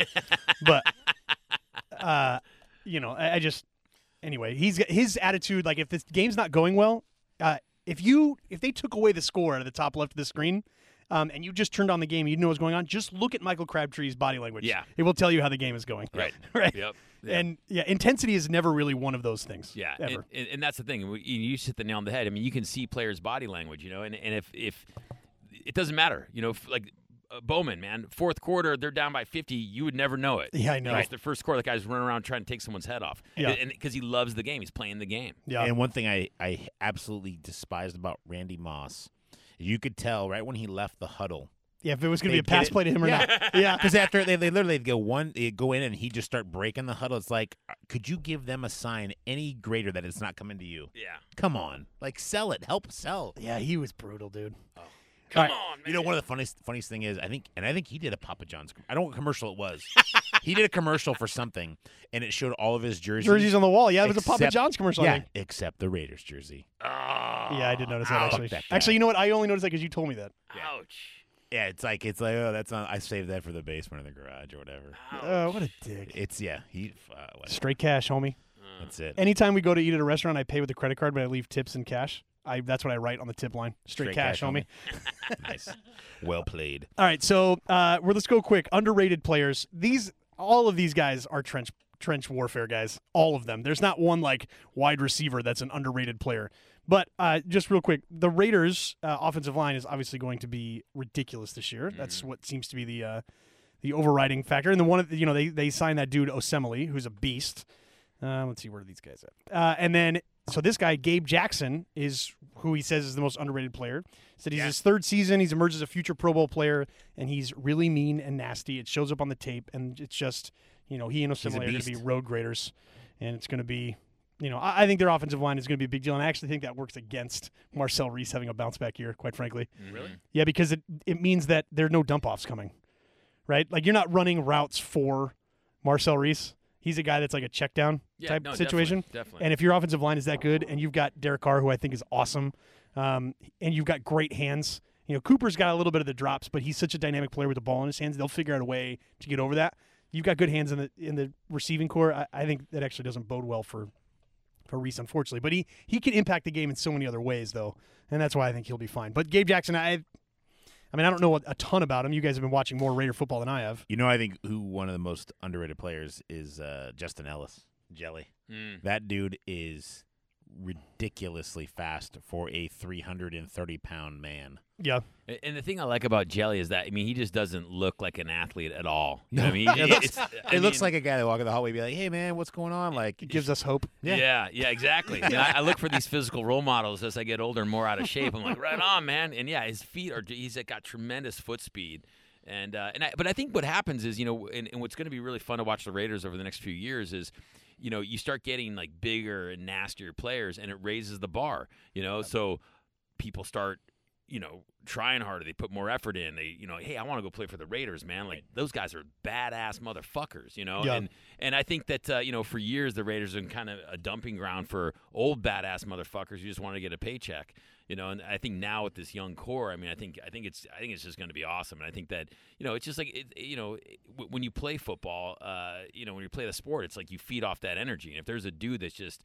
Speaker 2: but, *laughs* uh, you know, I, I just anyway, he's got- his attitude. Like, if this game's not going well, uh, if you if they took away the score at the top left of the screen. Um, and you just turned on the game, you didn't know what was going on. Just look at Michael Crabtree's body language.
Speaker 6: Yeah.
Speaker 2: it will tell you how the game is going.
Speaker 6: Right.
Speaker 2: *laughs* right.
Speaker 6: Yep. Yeah.
Speaker 2: And yeah, intensity is never really one of those things.
Speaker 6: Yeah, and,
Speaker 2: ever.
Speaker 6: and, and that's the thing. We- You, you just hit the nail on the head. I mean, you can see players' body language, you know, and, and if if it doesn't matter, you know, if, like uh, Bowman, man, fourth quarter they're down by fifty, you would never know it.
Speaker 2: Yeah, I know.
Speaker 6: It's the first quarter, the guy's running around trying to take someone's head off,
Speaker 2: Yeah.
Speaker 6: and because he loves the game, he's playing the game.
Speaker 2: yeah,
Speaker 1: And one thing I, I absolutely despised about Randy Moss, you could tell right when he left the huddle.
Speaker 2: yeah. If it was going to be a
Speaker 1: They'd get
Speaker 2: pass
Speaker 1: it.
Speaker 2: play to him or not,
Speaker 1: *laughs*
Speaker 2: yeah.
Speaker 1: Because after they, they literally go one, they go in and he just start breaking the huddle. It's like, uh, could you give them a sign any greater that it's not coming to you?
Speaker 6: Yeah,
Speaker 1: Come on, like sell it, help sell.
Speaker 2: Yeah, he was brutal, dude.
Speaker 6: come
Speaker 2: All
Speaker 6: on, man.
Speaker 1: You know, one of the funniest funniest thing is I think, and I think he did a Papa John's. com- I don't know what commercial it was. he did a commercial for something, and it showed all of his jerseys.
Speaker 2: Jerseys on the wall. Yeah, it was a Papa
Speaker 1: except-
Speaker 2: John's commercial. I
Speaker 1: Yeah,
Speaker 2: think.
Speaker 1: except the Raiders jersey.
Speaker 6: Oh,
Speaker 2: Yeah, I did notice that
Speaker 1: Ouch.
Speaker 2: actually.
Speaker 1: That guy.
Speaker 2: actually, you know what? I only noticed that because you told me that.
Speaker 6: ouch,
Speaker 1: Yeah, it's like it's like oh, that's not. I saved that for the basement or the garage or whatever.
Speaker 6: ouch.
Speaker 2: Oh, what a dick.
Speaker 1: It's yeah, he. Uh, what-
Speaker 2: Straight cash, homie.
Speaker 1: that's it.
Speaker 2: Anytime we go to eat at a restaurant, I pay with a credit card, but I leave tips in cash. I that's what I write on the tip line. Straight, cash, homie.
Speaker 1: homie. nice, well played.
Speaker 2: All right, so uh, we're let's go quick. Underrated players. These all of these guys are trench trench warfare guys. All of them. There's not one like wide receiver that's an underrated player. But uh, just real quick, the Raiders' uh, offensive line is obviously going to be ridiculous this year. That's what seems to be the uh, the overriding factor. And the one, of the- you know, they they signed that dude Osemele, who's a beast. Uh, let's see where are these guys at. Uh, and then so this guy Gabe Jackson is who he says is the most underrated player. Said he's his third season. He's emerged as a future Pro Bowl player, and he's really mean and nasty. It shows up on the tape, and it's just you know he and Osemele are going to be
Speaker 1: beast.
Speaker 2: road graders, and it's going to be. You know, I I think their offensive line is going to be a big deal, and I actually think that works against Marcel
Speaker 6: Mm-hmm.
Speaker 2: Reese having a bounce back year. Quite frankly,
Speaker 6: Really?
Speaker 2: yeah, because it it means that there are no dump offs coming. right? Like you're not running routes for Marcel Reese. He's a guy that's like a check down
Speaker 6: Yeah,
Speaker 2: type
Speaker 6: no,
Speaker 2: situation.
Speaker 6: definitely, definitely.
Speaker 2: And if your offensive line is that good and you've got Derek Carr, who I think is awesome, um, and you've got great hands, you know, Cooper's got a little bit of the drops, but he's such a dynamic player with the ball in his hands. They'll figure out a way to get over that. You've got good hands in the in the receiving core. I, I think that actually doesn't bode well for for Reese, unfortunately. But he he can impact the game in so many other ways, though, and that's why I think he'll be fine. But Gabe Jackson, I, I mean, I don't know a, a ton about him. You guys have been watching more Raider football than I have.
Speaker 1: You know, I think who one of the most underrated players is uh, Justin Ellis, Jelly.
Speaker 6: Mm.
Speaker 1: That dude is ridiculously fast for a 330 pound man.
Speaker 2: Yeah,
Speaker 6: A- And the thing I like about Jelly is that I mean he just doesn't look like an athlete at all. You know what I mean,
Speaker 2: *laughs*
Speaker 1: it looks,
Speaker 6: It's- I
Speaker 1: it looks
Speaker 6: mean-
Speaker 1: like a guy that walk in the hallway, and be like, "Hey, man, what's going on?" Like,
Speaker 2: it gives us hope.
Speaker 1: Yeah.
Speaker 6: Yeah, *laughs* yeah, exactly. And I, I look for these physical role models as I get older and more out of shape. I'm like, *laughs* right on, man. And yeah, his feet are. He's got tremendous foot speed. And uh, and I, but I think what happens is you know, and, and what's going to be really fun to watch the Raiders over the next few years is. You know, you start getting like bigger and nastier players, and it raises the bar. You know, so people start, you know, trying harder. They put more effort in. They, you know, hey, I want to go play for the Raiders, man. Like those guys are badass motherfuckers, you know.
Speaker 2: Yeah.
Speaker 6: And and I think that uh, you know, for years the Raiders have been kind of a dumping ground for old badass motherfuckers who just want to get a paycheck, you know. And I think now with this young core, I mean, I think I think it's I think it's just going to be awesome. And I think that you know, it's just like it, you know, w- when you play football, uh, you know, when you play the sport, it's like you feed off that energy. And if there's a dude that's just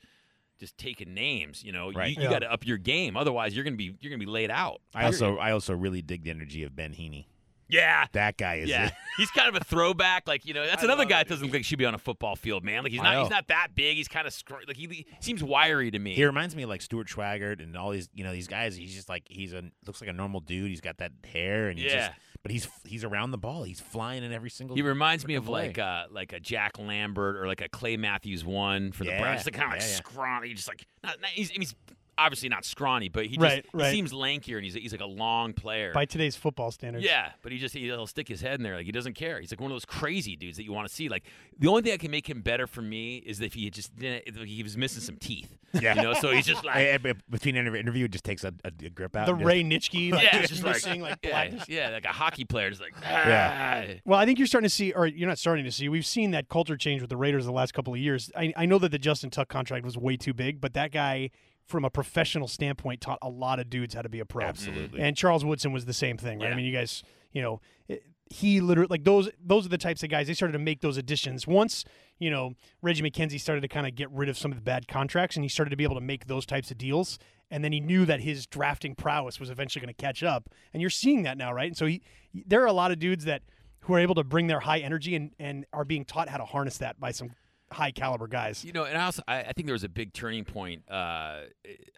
Speaker 6: just taking names, you know,
Speaker 1: Right.
Speaker 6: you, you
Speaker 2: Yeah.
Speaker 6: got to up your game. Otherwise, you're gonna be you're gonna be laid out.
Speaker 1: I also, I also really dig the energy of Ben Heaney.
Speaker 6: yeah.
Speaker 1: That guy is
Speaker 6: Yeah, *laughs* he's kind of a throwback. Like you know, that's another guy that doesn't look like should be on a football field, man. Like he's
Speaker 1: I
Speaker 6: not,
Speaker 1: know.
Speaker 6: he's not that big. He's kind of scr- like he, he seems wiry to me.
Speaker 1: *laughs* He reminds me of like Stuart Schwaggart and all these, you know, these guys. He's just like he's a looks like a normal dude. He's got that hair and he's
Speaker 6: Yeah.
Speaker 1: just, but he's he's around the ball. He's flying in every single.
Speaker 6: He reminds me of
Speaker 1: away.
Speaker 6: like uh, like a Jack Lambert or like a Clay Matthews one for the
Speaker 1: Yeah,
Speaker 6: Browns. Just like, kind of like
Speaker 1: yeah, yeah.
Speaker 6: scrawny, just like not, not- he's, I mean, he's obviously not scrawny, but he just
Speaker 2: Right,
Speaker 6: he
Speaker 2: right.
Speaker 6: seems lankier and he's he's like a long player.
Speaker 2: By today's football standards,
Speaker 6: Yeah, but he just he'll stick his head in there like he doesn't care. He's like one of those crazy dudes that you want to see. Like the only thing that can make him better for me is if he just didn't. If he was missing some teeth.
Speaker 1: *laughs* Yeah.
Speaker 6: you know. So he's just
Speaker 1: *laughs*
Speaker 6: like.
Speaker 1: I, I- Eh, between interview, interview, it just takes a, a, a grip out.
Speaker 2: the
Speaker 1: and just-
Speaker 2: Ray Nitschke, like,
Speaker 6: yeah,
Speaker 2: just
Speaker 6: just like,
Speaker 2: missing like, black.
Speaker 6: yeah, yeah, like a hockey player, just like
Speaker 1: Yeah.
Speaker 6: "Ah."
Speaker 2: Well, I think you're starting to see, or you're not starting to see. We've seen that culture change with the Raiders the last couple of years. I, I know that the Justin Tuck contract was way too big, but that guy, from a professional standpoint, taught a lot of dudes how to be a pro.
Speaker 1: Absolutely.
Speaker 2: And Charles Woodson was the same thing, right? I
Speaker 6: Yeah.
Speaker 2: mean, you guys, you know, it- he literally like those. Those are the types of guys. They started to make those additions once. You know, Reggie McKenzie started to kind of get rid of some of the bad contracts, and he started to be able to make those types of deals. And then he knew that his drafting prowess was eventually going to catch up, and you're seeing that now, right? And so he, there are a lot of dudes that who are able to bring their high energy and and are being taught how to harness that by some high caliber guys.
Speaker 6: You know, and I also I, I think there was a big turning point. Uh,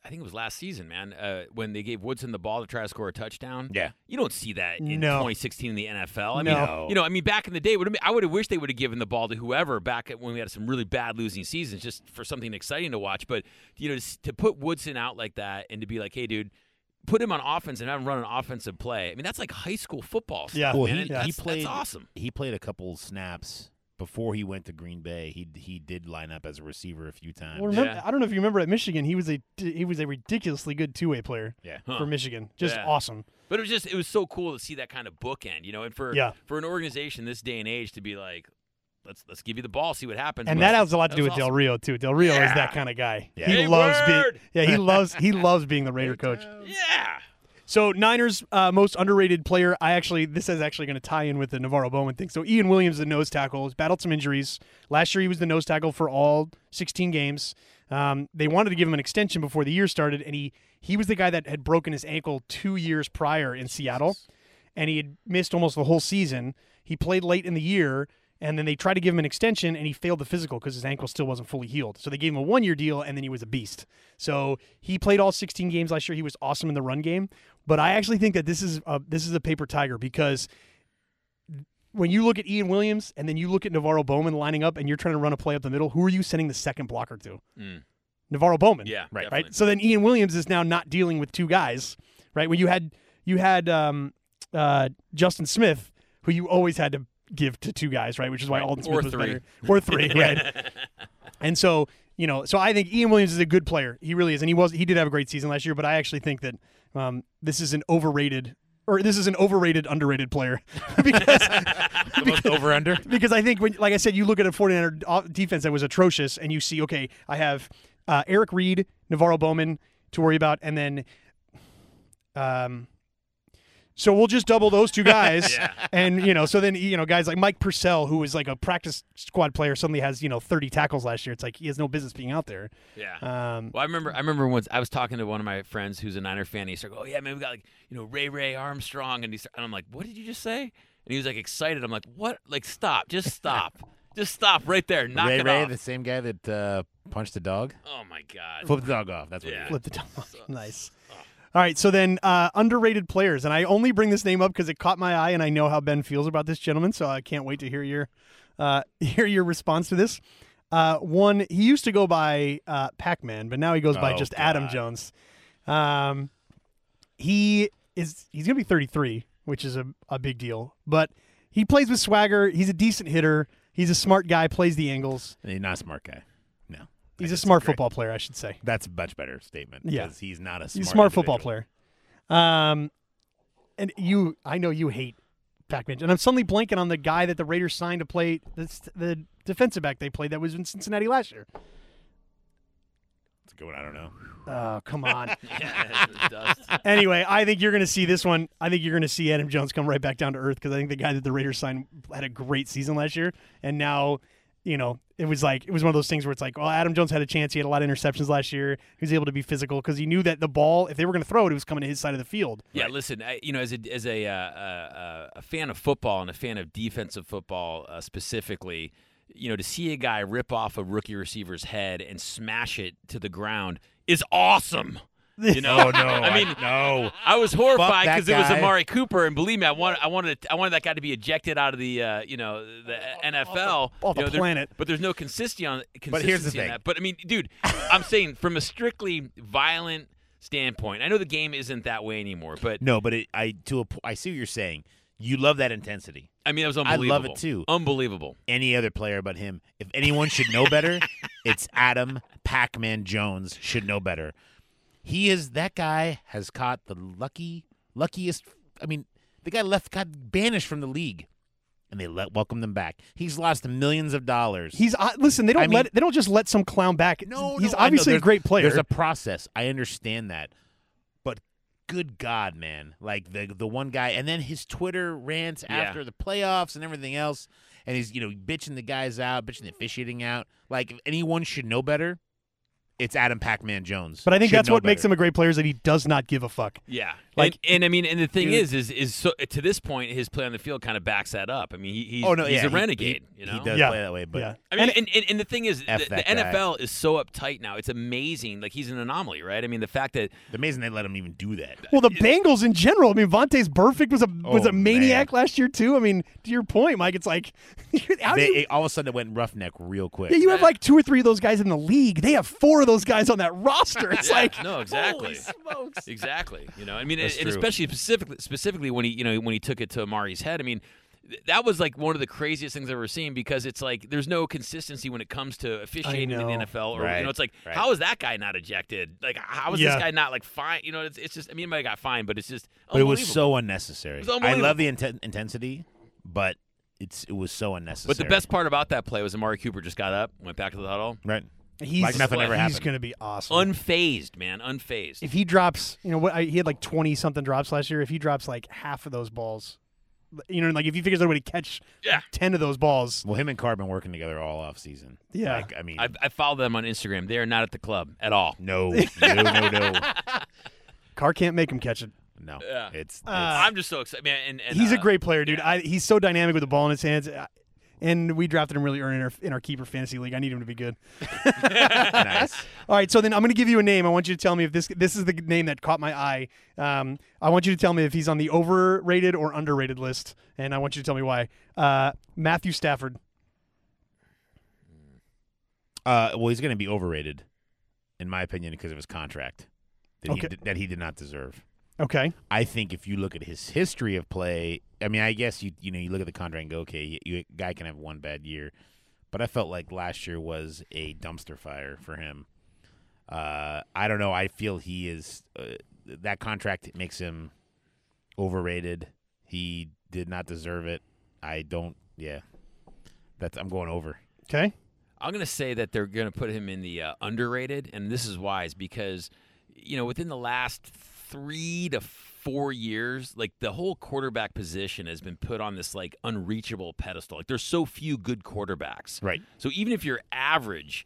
Speaker 6: I think it was last season, man, uh, when they gave Woodson the ball to try to score a touchdown.
Speaker 1: Yeah.
Speaker 6: you don't see that in
Speaker 2: No.
Speaker 6: 2016 in the NFL. I
Speaker 2: No.
Speaker 6: mean, you know, I mean, back in the day, would've been- I would have wished they would have given the ball to whoever back at when we had some really bad losing seasons, just for something exciting to watch. But you know, to s- to put Woodson out like that and to be like, hey, dude. Put him on offense and have him run an offensive play. I mean, that's like high school football. stuff,
Speaker 2: Yeah.
Speaker 1: Well,
Speaker 6: man.
Speaker 1: he-
Speaker 6: And
Speaker 1: he
Speaker 6: that's-
Speaker 1: played-
Speaker 6: That's awesome.
Speaker 1: he played a couple snaps before he went to Green Bay. He he did line up as a receiver a few times.
Speaker 2: Well, remember,
Speaker 6: Yeah.
Speaker 2: I don't know if you remember at Michigan, he was a he was a ridiculously good two way player
Speaker 1: yeah.
Speaker 6: Huh.
Speaker 2: for Michigan, just
Speaker 6: Yeah.
Speaker 2: awesome.
Speaker 6: But it was just it was so cool to see that kind of bookend, you know, and for
Speaker 2: Yeah.
Speaker 6: for an organization this day and age to be like, let's let's give you the ball, see what happens.
Speaker 2: and
Speaker 6: But
Speaker 2: that has a lot to
Speaker 6: that
Speaker 2: do
Speaker 6: was
Speaker 2: with Del
Speaker 6: awesome.
Speaker 2: Rio too. Del Rio is
Speaker 6: Yeah.
Speaker 2: that kind of guy.
Speaker 1: Yeah.
Speaker 2: He
Speaker 6: Hey,
Speaker 2: loves being
Speaker 6: word!
Speaker 2: yeah. He loves
Speaker 6: *laughs*
Speaker 2: he loves being the Raider coach.
Speaker 6: Yeah.
Speaker 2: So Niners uh, most underrated player. I actually this is actually going to tie in with the Navarro Bowman thing. So Ian Williams, the nose tackle, has battled some injuries. Last year he was the nose tackle for all 16 games. Um, they wanted to give him an extension before the year started, and he he was the guy that had broken his ankle two years prior in Seattle, and he had missed almost the whole season. He played late in the year. And then they tried to give him an extension, and he failed the physical because his ankle still wasn't fully healed. So they gave him a one-year deal, and then he was a beast. So he played all 16 games last year. He was awesome in the run game, but I actually think that this is a, this is a paper tiger because when you look at Ian Williams and then you look at Navarro Bowman lining up, and you're trying to run a play up the middle, who are you sending the second blocker to?
Speaker 6: Mm.
Speaker 2: Navarro Bowman
Speaker 6: Yeah.
Speaker 1: Right.
Speaker 2: right? So then Ian Williams is now not dealing with two guys, right? When you had you had um, uh, Justin Smith, who you always had to give to two guys, right? Which is why Alden Smith
Speaker 6: Or
Speaker 2: was
Speaker 6: three.
Speaker 2: better, or
Speaker 6: *laughs*
Speaker 2: three, right? And so you know, so I think Ian Williams is a good player. He really is, and he was he did have a great season last year. But I actually think that um, this is an overrated or this is an overrated, underrated player *laughs* because
Speaker 1: The most over
Speaker 2: *laughs*
Speaker 1: under.
Speaker 2: because I think when, like I said, you look at a 49er o- defense that was atrocious, and you see, okay, I have uh, Eric Reed, Navarro Bowman to worry about, and then, um, so we'll just double those two guys, and you know, so then you know, guys like Mike Purcell, who was like a practice squad player, suddenly has you know 30 tackles last year. It's like he has no business being out there.
Speaker 6: Yeah.
Speaker 2: Um,
Speaker 6: Well, I remember. I remember once I was talking to one of my friends who's a Niner fan. He started, "Oh yeah, man, we got like you know Ray Ray Armstrong," and he started, and I'm like, "What did you just say?" And he was like excited. I'm like, "What? Like stop! Just stop! just stop right there! Knock
Speaker 1: Ray
Speaker 6: it
Speaker 1: Ray,
Speaker 6: off!"
Speaker 1: the same guy that uh, punched the dog.
Speaker 6: Oh my god! *laughs*
Speaker 1: Flip the dog off. That's what
Speaker 6: Yeah.
Speaker 1: he did. *laughs*
Speaker 2: Flip the dome off. Nice. All right, so then uh, underrated players, and I only bring this name up because it caught my eye, and I know how Ben feels about this gentleman, so I can't wait to hear your uh, *laughs* hear your response to this. Uh, one, he used to go by uh, Pac Man, but now he goes by
Speaker 1: Oh,
Speaker 2: just Adam
Speaker 1: God.
Speaker 2: Jones. Um, he is he's gonna be 33, which is a, a big deal, but he plays with swagger. He's a decent hitter. He's a smart guy. Plays the angles.
Speaker 1: And He's not a smart guy. No.
Speaker 2: He's
Speaker 1: I
Speaker 2: a smart
Speaker 1: disagree.
Speaker 2: football player, I should say.
Speaker 1: That's a much better statement.
Speaker 2: Yeah.
Speaker 1: Because he's not a smart
Speaker 2: He's a smart football
Speaker 1: individual.
Speaker 2: player. Um, and you, I know you hate Pac-Man, and I'm suddenly blanking on the guy that the Raiders signed to play this, the defensive back they played that was in Cincinnati last year.
Speaker 1: It's a good one. I don't know.
Speaker 2: Oh,
Speaker 1: *laughs*
Speaker 2: come on.
Speaker 6: Yeah, the dust.
Speaker 2: anyway, I think you're going to see this one. I think you're going to see Adam Jones come right back down to earth because I think the guy that the Raiders signed had a great season last year, and now. You know, it was like it was one of those things where it's like, well, Adam Jones had a chance. He had a lot of interceptions last year. He was able to be physical because he knew that the ball, if they were going to throw it, it was coming to his side of the field.
Speaker 6: Yeah, listen, I, you know, as a as a, uh, uh, uh, a fan of football and a fan of defensive football uh, specifically, you know, to see a guy rip off a rookie receiver's head and smash it to the ground is
Speaker 1: *laughs*
Speaker 6: awesome. You know,
Speaker 1: Oh, no.
Speaker 6: I mean,
Speaker 1: *laughs* no.
Speaker 6: I was horrified
Speaker 1: that
Speaker 6: because it was
Speaker 1: guy.
Speaker 6: Amari Cooper, and believe me, I wanted, I wanted, I wanted that guy to be ejected out of the, uh, you know, the NFL,
Speaker 2: off the
Speaker 6: You know, there-
Speaker 2: planet.
Speaker 6: But there's no consistency on consistency
Speaker 1: But here's the
Speaker 6: in
Speaker 1: thing.
Speaker 6: that. But I mean, dude, I'm saying from a strictly violent standpoint, I know the game isn't that way anymore, but
Speaker 1: No, but it, I to a po- I see what you're saying. You love that intensity.
Speaker 6: I mean, that was
Speaker 1: I
Speaker 6: unbelievable.
Speaker 1: love it too.
Speaker 6: Unbelievable.
Speaker 1: Any other player but him. If anyone should know
Speaker 2: *laughs*
Speaker 1: better, it's Adam Pac-Man Jones should know better. He is that guy has caught the lucky luckiest. I mean, the guy left got banished from the league, and they let welcome them back. He's lost millions of dollars.
Speaker 2: He's uh, listen. They don't
Speaker 1: I mean-
Speaker 2: let they don't just let some clown back.
Speaker 1: No,
Speaker 2: he's
Speaker 1: no, I know.
Speaker 2: obviously a
Speaker 1: There's-
Speaker 2: great player.
Speaker 1: There's a process. I understand that, but good God, man! Like the the one guy, and then his Twitter rants
Speaker 6: Yeah.
Speaker 1: after the playoffs and everything else, and he's you know bitching the guys out, bitching the officiating out. Like if anyone should know better, it's Adam Pac-Man Jones.
Speaker 2: but I think
Speaker 1: Should
Speaker 2: that's
Speaker 1: know
Speaker 2: what makes
Speaker 1: better.
Speaker 2: him a great player is that he does not give a fuck.
Speaker 6: Yeah.
Speaker 2: Like-
Speaker 6: Like, and, and I mean, and the thing
Speaker 2: Dude.
Speaker 6: is, is, is so to this point, his play on the field kind of backs that up. I mean, he, he's,
Speaker 1: Oh no,
Speaker 6: he's
Speaker 1: yeah,
Speaker 6: a
Speaker 1: he-
Speaker 6: renegade.
Speaker 1: He,
Speaker 6: you
Speaker 1: he
Speaker 6: know,
Speaker 1: does
Speaker 2: Yeah.
Speaker 1: play that way, but
Speaker 2: yeah,
Speaker 6: I mean, and, and, and the thing is,
Speaker 1: F
Speaker 6: the, the
Speaker 1: that guy.
Speaker 6: NFL is so uptight now. It's amazing. Like he's an anomaly, right? I mean, the fact that
Speaker 1: it's amazing they let him even do that.
Speaker 2: well, the Bengals in general. I mean, Vontae's perfect was a was
Speaker 1: Oh,
Speaker 2: a maniac
Speaker 1: man.
Speaker 2: last year too. I mean, to your point, Mike, it's like *laughs* how do
Speaker 1: They,
Speaker 2: you,
Speaker 1: it- all of a sudden, it went roughneck real quick.
Speaker 2: yeah, you have like two or three of those guys in the league. They have four of those guys on that *laughs* roster. It's
Speaker 6: Yeah,
Speaker 2: like
Speaker 6: no, exactly,
Speaker 5: smokes.
Speaker 6: *laughs* exactly. You know, I mean, and,
Speaker 1: That's
Speaker 6: and
Speaker 1: true.
Speaker 6: especially specifically, specifically when he, you know, when he took it to Amari's head. I mean, th- that was like one of the craziest things I've ever seen because it's like there's no consistency when it comes to officiating in
Speaker 2: know.
Speaker 6: the NFL. Or you
Speaker 1: Right,
Speaker 6: know, it's like
Speaker 1: right.
Speaker 6: how is that guy not ejected? Like how is
Speaker 2: Yeah.
Speaker 6: this guy not like fine? You know, it's, it's just I mean, he might have got fined, but it's just
Speaker 1: But it was
Speaker 6: unbelievable.
Speaker 1: so unnecessary.
Speaker 6: It was
Speaker 1: I love the inten- intensity, but it's it was so unnecessary.
Speaker 6: But the best part about that play was Amari Cooper just got up, went back to the huddle,
Speaker 1: right?
Speaker 2: he's
Speaker 1: Like nothing ever
Speaker 2: he's
Speaker 1: happened.
Speaker 2: gonna be awesome.
Speaker 6: unfazed, man, unfazed.
Speaker 2: if he drops, you know, what I, he had like twenty something drops last year. If he drops like half of those balls, you know, like if he figures out a way to catch
Speaker 6: Yeah.
Speaker 2: ten of those balls,
Speaker 1: Well, him and Carr been working together all off season.
Speaker 2: Yeah.
Speaker 1: like, I mean,
Speaker 6: I, I follow them on Instagram. They are not at the club at all.
Speaker 1: no, no,
Speaker 6: *laughs*
Speaker 1: no, no,
Speaker 2: Carr can't make him catch it.
Speaker 1: no.
Speaker 6: Yeah.
Speaker 1: It's, it's
Speaker 2: Uh.
Speaker 6: I'm just so excited, man. And, and
Speaker 2: he's a
Speaker 6: uh,
Speaker 2: great player, dude. I, he's so dynamic with the ball in his hands. I- And we drafted him really early in our, in our keeper fantasy league. I need him to be
Speaker 6: *laughs*
Speaker 2: good.
Speaker 1: nice.
Speaker 2: *laughs* All right, so then I'm going to give you a name. I want you to tell me if this this is the name that caught my eye. Um, I want you to tell me if he's on the overrated or underrated list, and I want you to tell me why. Uh, Matthew Stafford.
Speaker 1: Uh, well, he's going to be overrated, in my opinion, because of his contract that
Speaker 2: Okay.
Speaker 1: he did, that he did not deserve.
Speaker 2: Okay,
Speaker 1: I think if you look at his history of play, I mean, I guess you you know you look at the contract and go, okay, you, you guy can have one bad year, but I felt like last year was a dumpster fire for him. Uh, I don't know. I feel he is uh, that contract makes him overrated. He did not deserve it. I don't. Yeah, that's. I'm going over.
Speaker 2: Okay.
Speaker 6: I'm going to say that they're going to put him in the uh, underrated, and this is wise because, you know, within the last three to four years, like the whole quarterback position has been put on this like unreachable pedestal. Like there's so few good quarterbacks.
Speaker 1: Right.
Speaker 6: So even if you're average,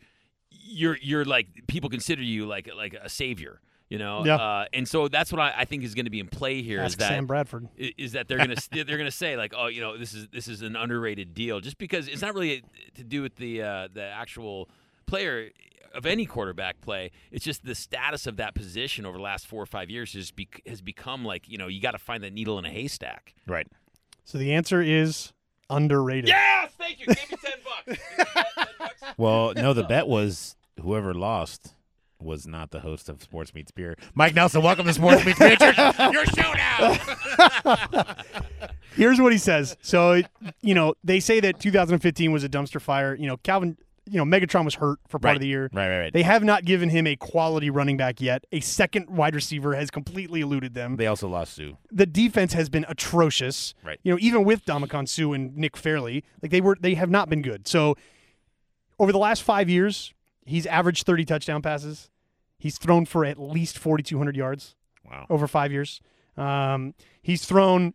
Speaker 6: you're you're like people consider you like like a savior. You know.
Speaker 2: Yeah.
Speaker 6: Uh, and so that's what I, I think is going to be in play here. Is
Speaker 2: Ask
Speaker 6: that
Speaker 2: Sam Bradford.
Speaker 6: i- is that they're gonna *laughs* they're gonna say like oh you know this is this is an underrated deal just because it's not really to do with the uh, the actual player of any quarterback play it's just the status of that position over the last four or five years has bec- has become like you know you got to find that needle in a haystack.
Speaker 1: Right.
Speaker 2: So the answer is underrated.
Speaker 6: Yes, thank you. Give me ten bucks.
Speaker 2: *laughs*
Speaker 1: Well, no. The bet was whoever lost was not the host of Sports Meets Beer. Mike Nelson, welcome to Sports Meets Beer.
Speaker 2: *laughs*
Speaker 1: Your show now.
Speaker 2: Here's what he says. So, you know, they say that 2015 was a dumpster fire. You know, Calvin, you know, Megatron was hurt for part
Speaker 1: Right.
Speaker 2: of the year.
Speaker 1: Right. Right. Right.
Speaker 2: They have not given him a quality running back yet. A second wide receiver has completely eluded them.
Speaker 1: They also lost Sue.
Speaker 2: the defense has been atrocious.
Speaker 1: Right.
Speaker 2: You know, even with Domicon Sue and Nick Fairley, like they were they have not been good. So over the last five years, he's averaged thirty touchdown passes. He's thrown for at least forty two hundred yards
Speaker 1: Wow.
Speaker 2: over five years. Um, he's thrown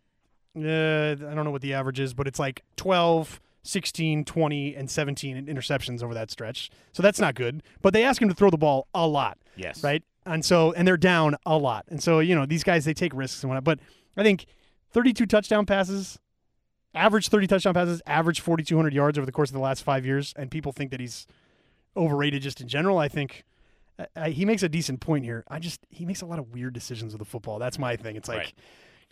Speaker 2: uh, I don't know what the average is, but it's like 12, 16, 20, and 17 in interceptions over that stretch. So that's not good. But they ask him to throw the ball a lot
Speaker 1: Yes.
Speaker 2: right? And so and they're down a lot. And so you know these guys they take risks and whatnot. But I think 32 touchdown passes, average 30 touchdown passes, average 4,200 yards over the course of the last five years, and people think that he's overrated just in general. I think. I- I, he makes a decent point here. I just he makes a lot of weird decisions with the football. That's my thing. It's like,
Speaker 1: Right.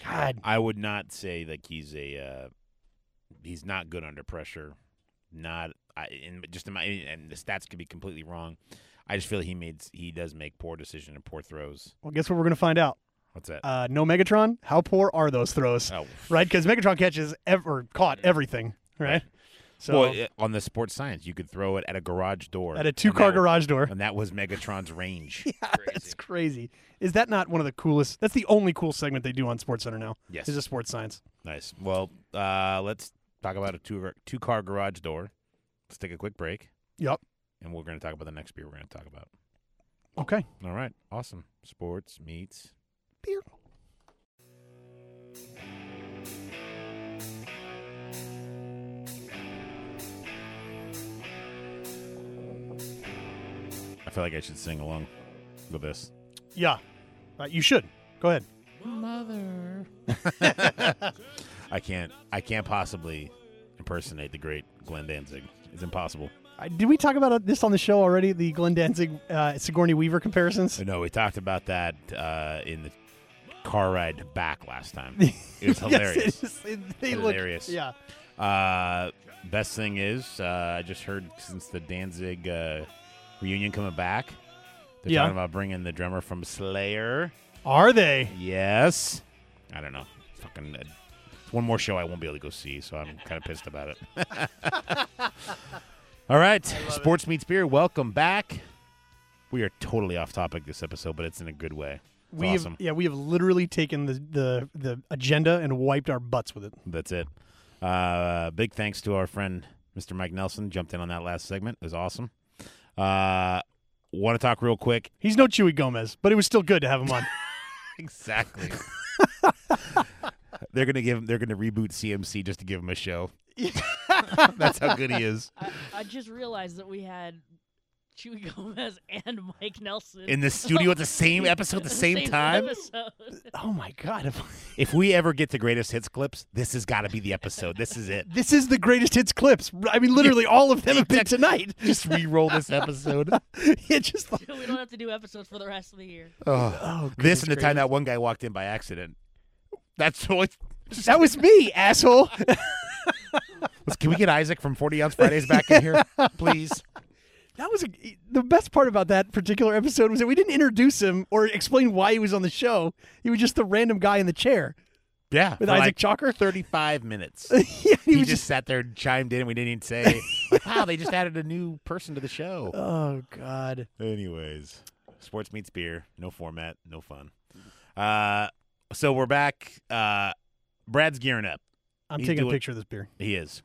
Speaker 2: God,
Speaker 1: I would not say like he's a uh, he's not good under pressure. Not I and just in my and the stats could be completely wrong. I just feel he made he does make poor decision and poor throws.
Speaker 2: well, guess what? We're gonna find out.
Speaker 1: What's that?
Speaker 2: Uh, no Megatron. How poor are those
Speaker 1: *laughs*
Speaker 2: throws?
Speaker 1: oh,
Speaker 2: Right? Because Megatron catches ev- or caught everything. Right. So
Speaker 1: well, uh, on the sports science, you could throw it at a garage door
Speaker 2: at a
Speaker 1: and
Speaker 2: two-car
Speaker 1: that was-
Speaker 2: garage door.
Speaker 1: and that was Megatron's range.
Speaker 2: That's crazy. Is that not one of the coolest? That's the only cool segment they do on SportsCenter now.
Speaker 1: Yes.
Speaker 2: Is a sports science.
Speaker 1: Nice. Well, uh, let's talk about a two two car garage door. Let's take a quick break,
Speaker 2: Yep.
Speaker 1: and we're going to talk about the next beer we're going to talk about.
Speaker 2: Okay.
Speaker 1: All right, awesome. Sports meets
Speaker 2: Beer.
Speaker 1: I feel like I should sing along with this.
Speaker 2: Yeah. Uh, you should. Go ahead.
Speaker 1: Mother. *laughs* I can't. I can't possibly impersonate the great Glenn Danzig. It's impossible.
Speaker 2: Uh, did we talk about uh, this on the show already? The Glenn Danzig uh, Sigourney Weaver comparisons.
Speaker 1: No, we talked about that uh, in the car ride back last time. *laughs* It was hilarious.
Speaker 2: *laughs* yes, it is. It- they
Speaker 1: Hilarious.
Speaker 2: Look, yeah.
Speaker 1: Uh, best thing is, uh, I just heard since the Danzig uh, reunion coming back, they're
Speaker 2: Yeah.
Speaker 1: talking about bringing the drummer from Slayer.
Speaker 2: Are they?
Speaker 1: Yes. I don't know. Fucking uh, one more show I won't be able to go see, so I'm kind of pissed about it. *laughs* All right, sports meets beer. Welcome back. We are totally off topic this episode, but it's in a good way. It's
Speaker 2: we
Speaker 1: awesome.
Speaker 2: have yeah we have literally taken the, the the agenda and wiped our butts with it.
Speaker 1: That's it. Uh, big thanks to our friend Mr. Mike Nelson. Jumped in on that last segment. It was awesome. Uh, Want to talk real quick?
Speaker 2: He's no Chewy Gomez, but it was still good to have him *laughs* on.
Speaker 1: *laughs* Exactly. *laughs* they're gonna give. They're gonna reboot CMC just to give him a show. *laughs* That's how good he is.
Speaker 5: I, I just realized that we had Chewy Gomez *laughs* and Mike Nelson
Speaker 1: in the studio at the same episode at
Speaker 5: *laughs*
Speaker 1: the same, time.
Speaker 5: episode. *laughs*
Speaker 2: oh my god. *laughs* if-
Speaker 1: If we ever get the greatest hits clips, this has got to be the episode. This is it.
Speaker 2: This is the greatest hits clips. I mean, literally all of them have been tonight. *laughs*
Speaker 1: Just re-roll *laughs* this episode.
Speaker 2: yeah, just like,
Speaker 5: we don't have to do episodes for the rest of the year.
Speaker 2: oh,
Speaker 1: This and the time that one guy walked in by accident. That's *laughs* what.
Speaker 2: that was me, asshole.
Speaker 1: Can we get Isaac from Forty Ounce Fridays back in *laughs* here, please?
Speaker 2: *laughs* That was a, the best part about that particular episode was that we didn't introduce him or explain why he was on the show. He was just the random guy in the chair
Speaker 1: Yeah,
Speaker 2: with
Speaker 1: for
Speaker 2: Isaac
Speaker 1: like
Speaker 2: Chalker. *laughs*
Speaker 1: Thirty-five minutes.
Speaker 2: yeah, he,
Speaker 1: *laughs* He
Speaker 2: was
Speaker 1: just,
Speaker 2: just,
Speaker 1: sat there and chimed in. and We didn't even *laughs* say, like, "Wow, they just added a new person to the show."
Speaker 2: oh god.
Speaker 1: Anyways, sports meets beer. No format, no fun. Uh, So we're back. Uh, Brad's gearing up.
Speaker 2: I'm
Speaker 1: He's
Speaker 2: taking
Speaker 1: doing-
Speaker 2: a picture of this beer
Speaker 1: He is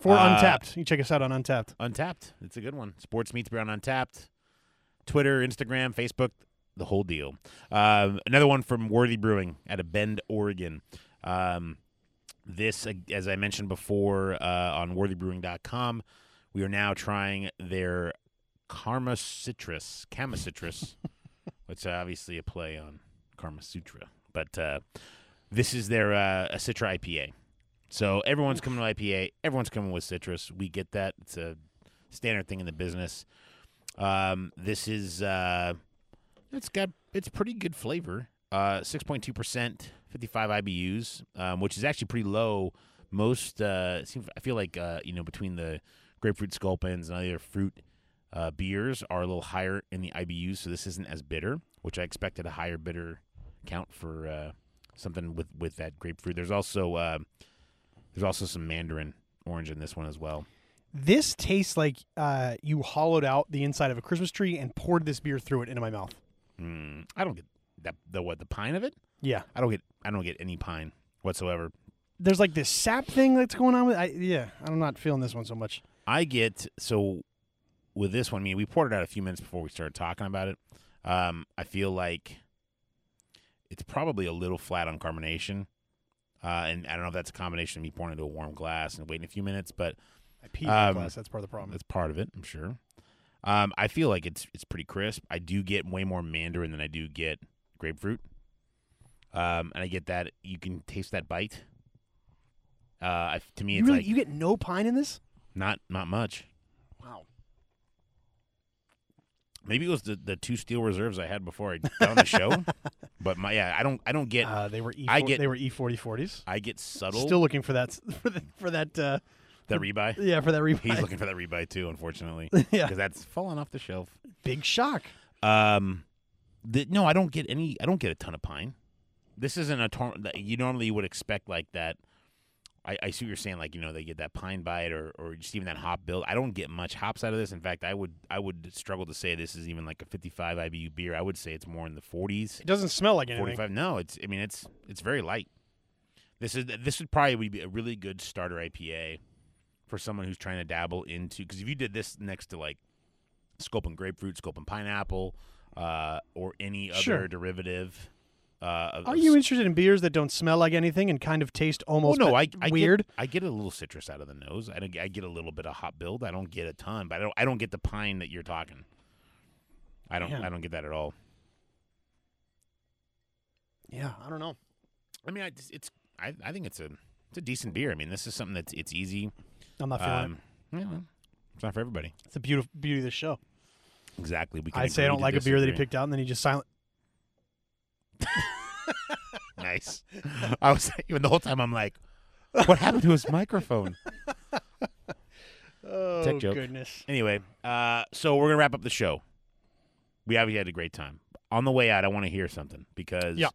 Speaker 2: for
Speaker 1: Uh,
Speaker 2: Untapped. You can check us out on Untapped.
Speaker 1: Untapped. It's a good one. Sports meets beer on Untapped. Twitter, Instagram, Facebook, the whole deal. Um, another one from Worthy Brewing out of Bend, Oregon. Um, this, ag- as I mentioned before, uh, on worthybrewing.com, we are now trying their Karma Citrus, Kama Citrus, which is obviously a play on Karma Sutra. But uh, this is their uh, a Citra IPA. So everyone's coming to IPA. Everyone's coming with citrus. We get that. It's a standard thing in the business. Um, this is uh, it's got it's pretty good flavor. Uh, six point two percent, fifty five IBUs, um, which is actually pretty low. Most uh, it seems I feel like uh, you know between the grapefruit sculpins and other fruit uh, beers are a little higher in the IBUs, so this isn't as bitter, which I expected a higher bitter count for uh, something with with that grapefruit. There's also uh, there's also some mandarin orange in this one as well.
Speaker 2: This tastes like uh, you hollowed out the inside of a Christmas tree and poured this beer through it into my mouth.
Speaker 1: Mm, I don't get that the what the pine of it.
Speaker 2: Yeah,
Speaker 1: I don't get I don't get any pine whatsoever.
Speaker 2: there's like this sap thing that's going on with. I, yeah, I'm not feeling this one so much.
Speaker 1: I get so with this one. I mean, we poured it out a few minutes before we started talking about it. Um, I feel like it's probably a little flat on carbonation, uh, and I don't know if that's a combination of me pouring into a warm glass and waiting a few minutes, but
Speaker 2: I peed
Speaker 1: my
Speaker 2: my
Speaker 1: Um, glass,
Speaker 2: glass. That's part of the problem.
Speaker 1: that's part of it, I'm sure. Um, I feel like it's it's pretty crisp. I do get way more mandarin than I do get grapefruit, um, and I get that you can taste that bite. Uh, I, to me,
Speaker 2: You
Speaker 1: it's
Speaker 2: really
Speaker 1: like
Speaker 2: you get no pine in this?
Speaker 1: not not much.
Speaker 2: Wow.
Speaker 1: Maybe it was the, the two steel reserves I had before I got on the
Speaker 2: *laughs*
Speaker 1: show, but my yeah, I don't I don't get
Speaker 2: Uh, they were E.
Speaker 1: I get-
Speaker 2: they were E forty forties.
Speaker 1: I get subtle
Speaker 2: Still looking for that s- *laughs* for, the, for that uh,
Speaker 1: the
Speaker 2: *laughs*
Speaker 1: rebuy.
Speaker 2: yeah for that rebuy.
Speaker 1: He's looking for that rebuy too, unfortunately,
Speaker 2: *laughs* yeah,
Speaker 1: because that's fallen off the shelf.
Speaker 2: big shock.
Speaker 1: Um, the, no, I don't get any. I don't get a ton of pine. This isn't a tor- that you normally would expect like that. I, I see what you're saying, like you know they get that pine bite or or just even that hop build. I don't get much hops out of this. In fact, I would I would struggle to say this is even like a 55 IBU beer. I would say it's more in the 40s.
Speaker 2: It doesn't smell like anything.
Speaker 1: 45 no it's i mean it's it's very light this is this would probably be a really good starter ipa for someone who's trying to dabble into because if you did this next to like sculpin grapefruit sculpin pineapple uh, or any other
Speaker 2: Sure.
Speaker 1: derivative uh, of,
Speaker 2: Are
Speaker 1: of
Speaker 2: you
Speaker 1: s-
Speaker 2: interested in beers that don't smell like anything and kind of taste
Speaker 1: well,
Speaker 2: almost
Speaker 1: Oh, no,
Speaker 2: but
Speaker 1: I, I
Speaker 2: weird?
Speaker 1: Get, I get a little citrus out of the nose. I, don't- I get a little bit of hot build. I don't get a ton, but I don't. I don't get the pine that you're talking. I don't.
Speaker 2: Yeah.
Speaker 1: I don't get that at all.
Speaker 2: yeah, I don't know.
Speaker 1: I mean, I, it's. I, I think it's a. It's a decent beer. I mean, this is something that's. It's easy.
Speaker 2: I'm not feeling it.
Speaker 1: Um, yeah, well, it's not for everybody.
Speaker 2: It's the beauty beauty of the show.
Speaker 1: Exactly. We can
Speaker 2: I'd say I
Speaker 1: agree
Speaker 2: don't
Speaker 1: to
Speaker 2: like a beer that he
Speaker 1: disagree.
Speaker 2: picked out and then he just silent.
Speaker 1: Nice. *laughs* I was even the whole time. I'm like, what happened to his microphone?
Speaker 2: *laughs* Oh
Speaker 1: Tech joke.
Speaker 2: goodness.
Speaker 1: Anyway, uh, so we're gonna wrap up the show. We obviously had a great time. On the way out, I want to hear something because
Speaker 2: Yeah.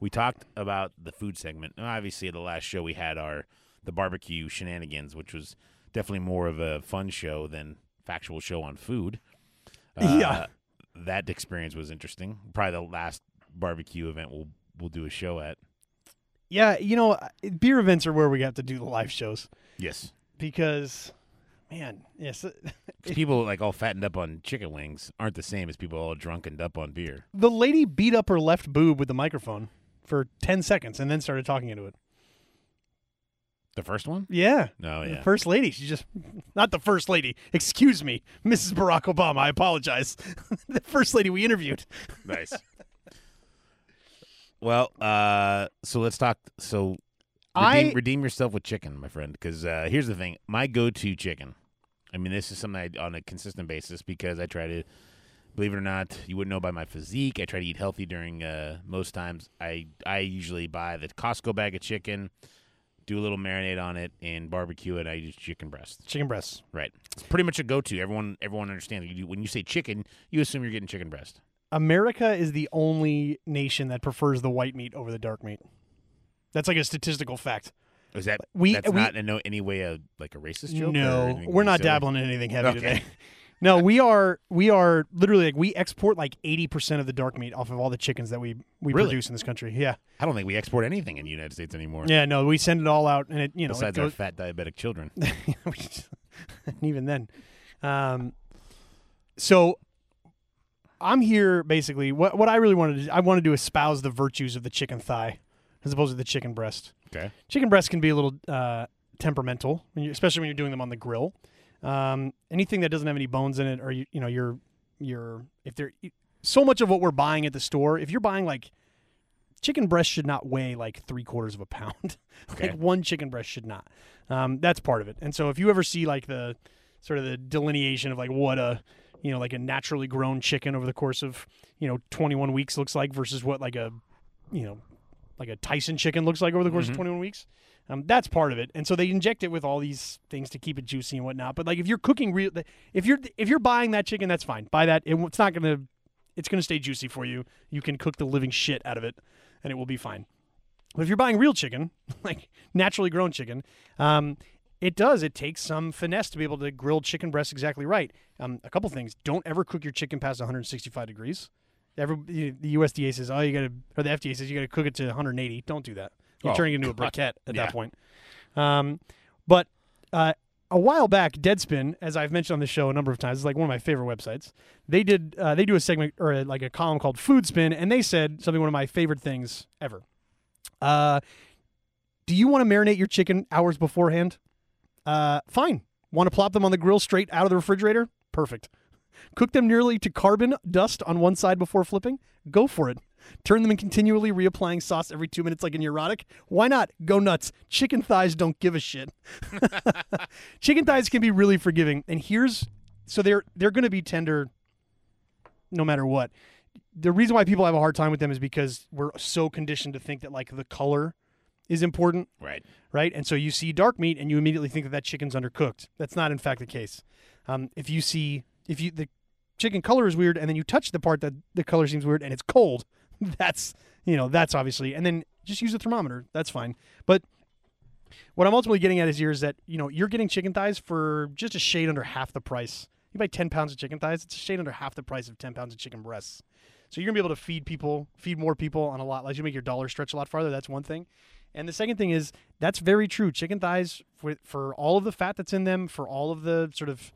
Speaker 1: we talked about the food segment. And Obviously, the last show we had our the barbecue shenanigans, which was definitely more of a fun show than factual show on food. Uh,
Speaker 2: Yeah.
Speaker 1: that experience was interesting. Probably the last barbecue event we'll we'll do a show at.
Speaker 2: Yeah, you know, I- beer events are where we have to do the live shows
Speaker 1: Yes,
Speaker 2: because, man, yes,
Speaker 1: 'Cause people like all fattened up on chicken wings aren't the same as people all drunkened up on beer.
Speaker 2: the lady beat up her left boob with the microphone for ten seconds and then started talking into it.
Speaker 1: The first one?
Speaker 2: Yeah.
Speaker 1: No,
Speaker 2: The
Speaker 1: Oh, yeah.
Speaker 2: first lady. She just, not the first lady. Excuse me, Mrs. Barack Obama. I apologize. *laughs* the first lady we interviewed.
Speaker 1: nice. *laughs* Well, uh, so let's talk. So redeem,
Speaker 2: I-
Speaker 1: redeem yourself with chicken, my friend. Because uh, here's the thing: my go-to chicken. I mean, this is something I on a consistent basis because I try to, believe it or not, you wouldn't know by my physique. I try to eat healthy during uh, most times. I I usually buy the Costco bag of chicken, do a little marinade on it, and barbecue it. I use chicken breast.
Speaker 2: Chicken breasts.
Speaker 1: Right. It's pretty much a go-to. Everyone everyone understands. You, when you say chicken, you assume you're getting chicken breast.
Speaker 2: America is the only nation that prefers the white meat over the dark meat. That's like a statistical fact.
Speaker 1: Is that
Speaker 2: We-
Speaker 1: that's
Speaker 2: we-
Speaker 1: not in no any way a like a racist joke? or
Speaker 2: no,
Speaker 1: anything
Speaker 2: we're not
Speaker 1: silly?
Speaker 2: dabbling in anything heavy
Speaker 1: Okay.
Speaker 2: today. No, we are we are literally like we export like eighty percent of the dark meat off of all the chickens that we we
Speaker 1: Really?
Speaker 2: produce in this country. Yeah,
Speaker 1: I don't think we export anything in the United States anymore.
Speaker 2: yeah. No, we send it all out, and it you know it
Speaker 1: Besides our
Speaker 2: goes,
Speaker 1: fat diabetic children,
Speaker 2: *laughs* we just- and even then. Um, so I'm here basically. What what I really wanted to I wanted to espouse the virtues of the chicken thigh as opposed to the chicken breast.
Speaker 1: Okay.
Speaker 2: Chicken breast can be a little uh, temperamental, when you- especially when you're doing them on the grill. Um, anything that doesn't have any bones in it, or you you know you're you're if they're so much of what we're buying at the store. If you're buying like chicken breast should not weigh like three quarters of a pound. *laughs*
Speaker 1: Okay.
Speaker 2: like one chicken breast should not. Um, that's part of it. And so if you ever see like the sort of the delineation of like what a you know like a naturally grown chicken over the course of you know 21 weeks looks like versus what like a you know like a Tyson chicken looks like over the course of 21 weeks. Um, that's part of it, and so they inject it with all these things to keep it juicy and whatnot. But like, if you're cooking real, if you're if you're buying that chicken, that's fine. Buy that. It, it's not gonna, it's gonna stay juicy for you. You can cook the living shit out of it, and it will be fine. But if you're buying real chicken, *laughs* like naturally grown chicken, um, it does. It takes some finesse to be able to grill chicken breasts exactly right. Um, a couple things: don't ever cook your chicken past 165 degrees. Every you- the USDA says, "Oh, you got to," or the FDA says, "You got to cook it to 180." Don't do that. You're
Speaker 1: Oh,
Speaker 2: turning it into a
Speaker 1: God.
Speaker 2: briquette at
Speaker 1: Yeah.
Speaker 2: that point. Um, but uh, a while back, Deadspin, as I've mentioned on the show a number of times, is like one of my favorite websites. They did uh, they do a segment or a, like a column called Food Spin, and they said something one of my favorite things ever. Uh, do you want to marinate your chicken hours beforehand? Uh, fine. Want to plop them on the grill straight out of the refrigerator? Perfect. Cook them nearly to carbon dust on one side before flipping? Go for it. Turn them and continually reapplying sauce every two minutes like an neurotic? Why not? Go nuts. Chicken thighs don't give a shit. *laughs* chicken thighs can be really forgiving. And here's so they're they're gonna be tender no matter what. The reason why people have a hard time with them is because we're so conditioned to think that like the color is important
Speaker 1: right?
Speaker 2: right? And so you see dark meat and you immediately think that that chicken's undercooked. That's not in fact the case. Um, if you see if you the chicken color is weird and then you touch the part that the color seems weird and it's cold, *laughs* that's you know that's obviously and then just use a thermometer. That's fine. But what I'm ultimately getting at is here is that you know you're getting chicken thighs for just a shade under half the price. You buy 10 pounds of chicken thighs, it's a shade under half the price of 10 pounds of chicken breasts. So you're gonna be able to feed people, feed more people on a lot less. You make your dollar stretch a lot farther. That's one thing. And the second thing is that's very true. Chicken thighs for for all of the fat that's in them, for all of the sort of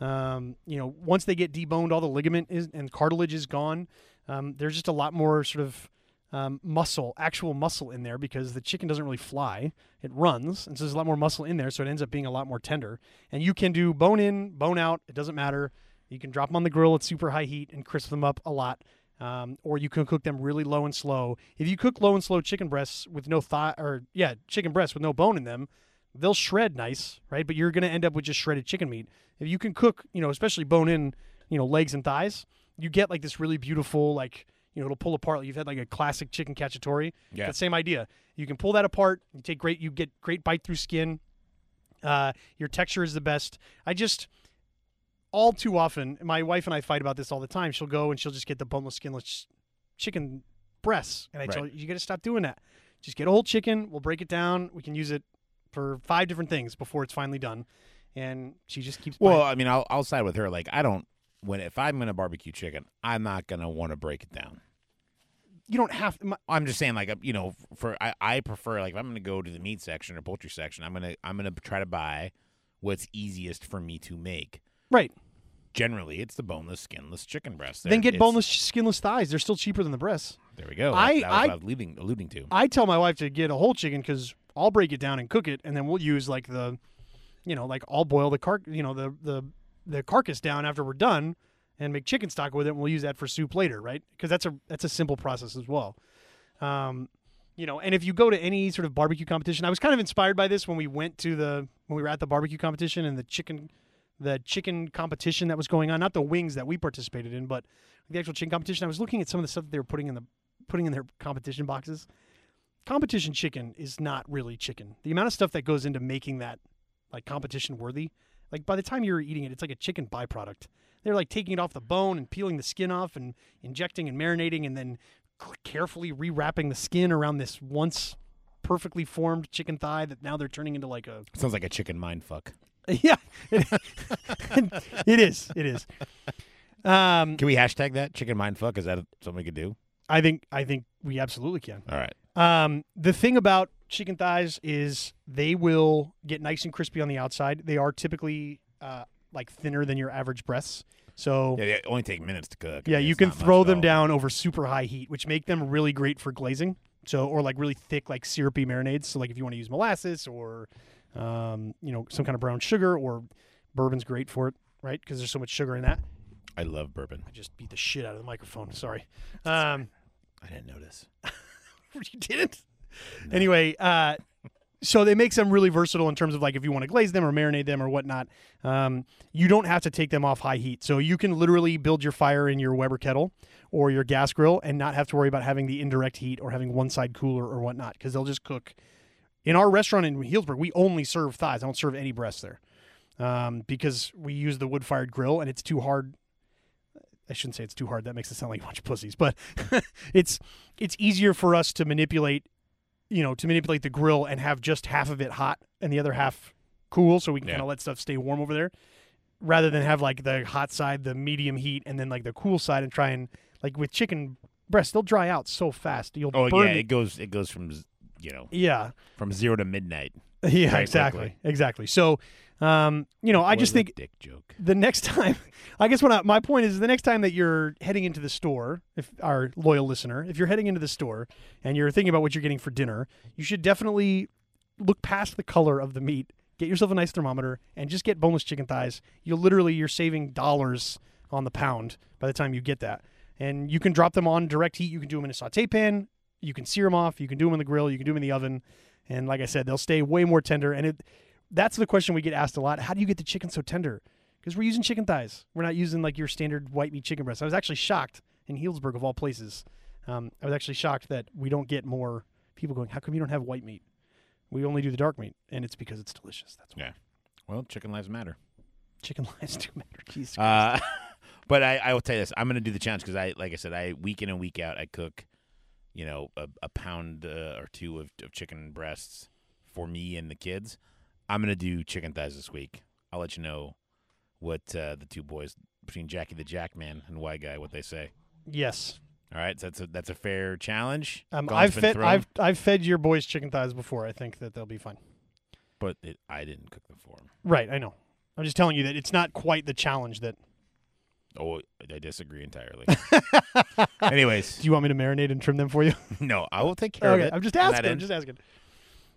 Speaker 2: um, you know, once they get deboned, all the ligament is and cartilage is gone. Um, there's just a lot more sort of um, muscle, actual muscle in there because the chicken doesn't really fly; it runs, and so there's a lot more muscle in there. So it ends up being a lot more tender. And you can do bone in, bone out; it doesn't matter. You can drop them on the grill at super high heat and crisp them up a lot, um, or you can cook them really low and slow. If you cook low and slow chicken breasts with no thigh, or yeah, chicken breasts with no bone in them, they'll shred nice, right? But you're going to end up with just shredded chicken meat. If you can cook, you know, especially bone in, you know, legs and thighs, you get like this really beautiful, like, you know, it'll pull apart. Like, You've had like a classic chicken cacciatore.
Speaker 1: Yeah.
Speaker 2: That same idea. You can pull that apart. You take great, you get great bite through skin. Uh, your texture is the best. I just, all too often, my wife and I fight about this all the time. She'll go and she'll just get the boneless, skinless ch- chicken breasts. And I tell her, you got to stop doing that. Just get a whole chicken. We'll break it down. We can use it for five different things before it's finally done. And she just keeps.
Speaker 1: Well,
Speaker 2: buying-
Speaker 1: I mean, I'll, I'll side with her. Like, I don't when if I'm gonna barbecue chicken, I'm not gonna want to break it down.
Speaker 2: you don't have. My,
Speaker 1: I'm just saying, like, uh, you know, for I, I prefer like if I'm gonna go to the meat section or poultry section, I'm gonna I'm gonna try to buy what's easiest for me to make.
Speaker 2: right.
Speaker 1: Generally, it's the boneless, skinless chicken breast.
Speaker 2: then get
Speaker 1: It's-
Speaker 2: boneless, skinless thighs. They're still cheaper than the breasts.
Speaker 1: There we go. That,
Speaker 2: I-
Speaker 1: that was
Speaker 2: I-
Speaker 1: what I was alluding, alluding to.
Speaker 2: I tell my wife to get a whole chicken because I'll break it down and cook it, and then we'll use like the, you know, like I'll boil the car, you know, the the the carcass down after we're done, and make chicken stock with it, and we'll use that for soup later, right? Because that's a that's a simple process as well. Um, you know, and if you go to any sort of barbecue competition, I was kind of inspired by this when we went to the when we were at the barbecue competition and the chicken the chicken competition that was going on, not the wings that we participated in, but the actual chicken competition. I was looking at some of the stuff that they were putting in the putting in their competition boxes competition chicken is not really chicken. The amount of stuff that goes into making that like competition worthy, like by the time you're eating it, it's like a chicken byproduct. They're like taking it off the bone and peeling the skin off and injecting and marinating and then c- carefully rewrapping the skin around this once perfectly formed chicken thigh that now they're turning into like a
Speaker 1: Sounds like a chicken mind fuck.
Speaker 2: yeah, *laughs* it is. It is. Um,
Speaker 1: Can we hashtag that chicken mind fuck? Is that something we could do?
Speaker 2: I think I think we absolutely can.
Speaker 1: All right.
Speaker 2: Um, the thing about chicken thighs is they will get nice and crispy on the outside. They are typically uh, like thinner than your average breasts, so
Speaker 1: Yeah, they only take minutes to cook. I
Speaker 2: yeah,
Speaker 1: mean,
Speaker 2: you
Speaker 1: it's
Speaker 2: can
Speaker 1: not much
Speaker 2: throw
Speaker 1: at
Speaker 2: them
Speaker 1: all.
Speaker 2: down over super high heat, which make them really great for glazing. So, or like really thick, like syrupy marinades. So, like if you want to use molasses or, um, you know, some kind of brown sugar or bourbon's great for it, right? Because there's so much sugar in that.
Speaker 1: I love bourbon.
Speaker 2: I just beat the shit out of the microphone. Sorry. Um,
Speaker 1: I didn't notice.
Speaker 2: *laughs* you didn't. Anyway, uh, so they make them really versatile in terms of like if you want to glaze them or marinate them or whatnot. Um, you don't have to take them off high heat, so you can literally build your fire in your Weber kettle or your gas grill and not have to worry about having the indirect heat or having one side cooler or whatnot because they'll just cook. In our restaurant in Healdsburg, we only serve thighs. I don't serve any breasts there um, because we use the wood fired grill and it's too hard. I shouldn't say it's too hard. That makes it sound like a bunch of pussies, but *laughs* it's it's easier for us to manipulate, you know, to manipulate the grill and have just half of it hot and the other half cool, so we can
Speaker 1: Yeah.
Speaker 2: kind of let stuff stay warm over there, rather than have like the hot side, the medium heat, and then like the cool side, and try and like with chicken breasts, they'll dry out so fast. You'll
Speaker 1: Oh
Speaker 2: burn
Speaker 1: yeah,
Speaker 2: the-
Speaker 1: it goes it goes from z- you know
Speaker 2: yeah,
Speaker 1: from zero to midnight.
Speaker 2: *laughs* yeah,
Speaker 1: Very
Speaker 2: exactly,
Speaker 1: quickly.
Speaker 2: exactly. So, um, you know, I
Speaker 1: What
Speaker 2: just
Speaker 1: a
Speaker 2: think
Speaker 1: dick joke.
Speaker 2: the next *laughs* time i guess what I, my point is the next time that you're heading into the store if our loyal listener if you're heading into the store and you're thinking about what you're getting for dinner you should definitely look past the color of the meat get yourself a nice thermometer and just get boneless chicken thighs you literally you're saving dollars on the pound by the time you get that and you can drop them on direct heat you can do them in a saute pan you can sear them off you can do them in the grill you can do them in the oven and like i said they'll stay way more tender and it that's the question we get asked a lot how do you get the chicken so tender because we're using chicken thighs. We're not using like your standard white meat chicken breast. I was actually shocked in Healdsburg of all places. Um, I was actually shocked that we don't get more people going. How come you don't have white meat? We only do the dark meat, and it's because it's delicious. That's why
Speaker 1: Yeah. Well, chicken lives matter.
Speaker 2: chicken *laughs* lives do matter. Jesus.
Speaker 1: Uh, *laughs* but I, I will tell you this: I'm going to do the challenge because I, like I said, I week in and week out, I cook, you know, a, a pound uh, or two of, of chicken breasts for me and the kids. I'm going to do chicken thighs this week. I'll let you know what uh, the two boys between Jackie the Jackman and Y Guy what they say.
Speaker 2: yes.
Speaker 1: All right, so that's a that's a fair challenge.
Speaker 2: Um,
Speaker 1: Gaunt's
Speaker 2: I've
Speaker 1: been
Speaker 2: fed
Speaker 1: thrown,
Speaker 2: I've I've fed your boys chicken thighs before. I think that they'll be fine.
Speaker 1: but it, I didn't cook them for him.
Speaker 2: Right. I know. I'm just telling you that it's not quite the challenge that.
Speaker 1: Oh, I disagree
Speaker 2: *laughs*
Speaker 1: entirely. Anyways, *laughs*
Speaker 2: Do you want me to marinate and trim them for you?
Speaker 1: no, I will take care
Speaker 2: okay.
Speaker 1: of it.
Speaker 2: I'm just
Speaker 1: on that
Speaker 2: asking. I'm
Speaker 1: end.
Speaker 2: just asking.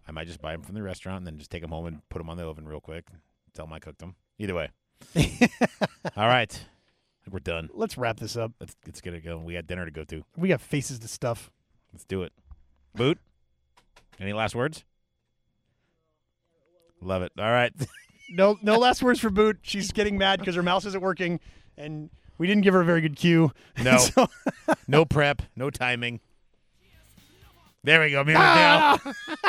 Speaker 1: I might just buy them from the restaurant and then just take them home and put them on the oven real quick. Tell them I cooked them. Either way. All right. I think we're done.
Speaker 2: Let's wrap this up.
Speaker 1: Let's, let's get it going. We got dinner to go to.
Speaker 2: We got faces to stuff.
Speaker 1: Let's do it. Boot, any last words? Love it. All right. *laughs*
Speaker 2: No, no last words for Boot. She's getting mad because her mouse isn't working, and we didn't give her a very good cue.
Speaker 1: No.
Speaker 2: *laughs* So-
Speaker 1: No prep, no timing. There we go. Music down. *laughs*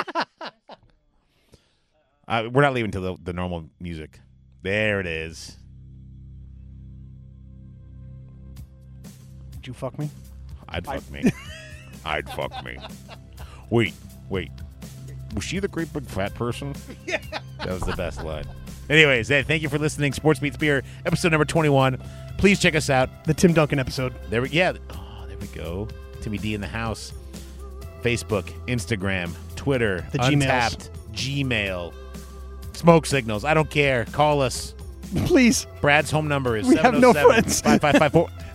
Speaker 1: uh, we're not leaving till the, the normal music. There it is.
Speaker 2: Did you fuck me?
Speaker 1: I'd fuck me. I'd fuck me. Wait, wait. Was she the great big fat person? That was the best line. Anyways, hey, thank you for listening. Sports Beats Beer, episode number 21. Please check us out.
Speaker 2: The Tim Duncan episode. *laughs*
Speaker 1: There we yeah. Oh, there we go. Timmy D in the house. Facebook, Instagram, Twitter,
Speaker 2: The Gmails.
Speaker 1: Untapped, Gmail, Smoke Signals. I don't care. Call us.
Speaker 2: Please.
Speaker 1: Brad's home number is
Speaker 2: We have no
Speaker 1: 707
Speaker 2: friends.
Speaker 1: 5554.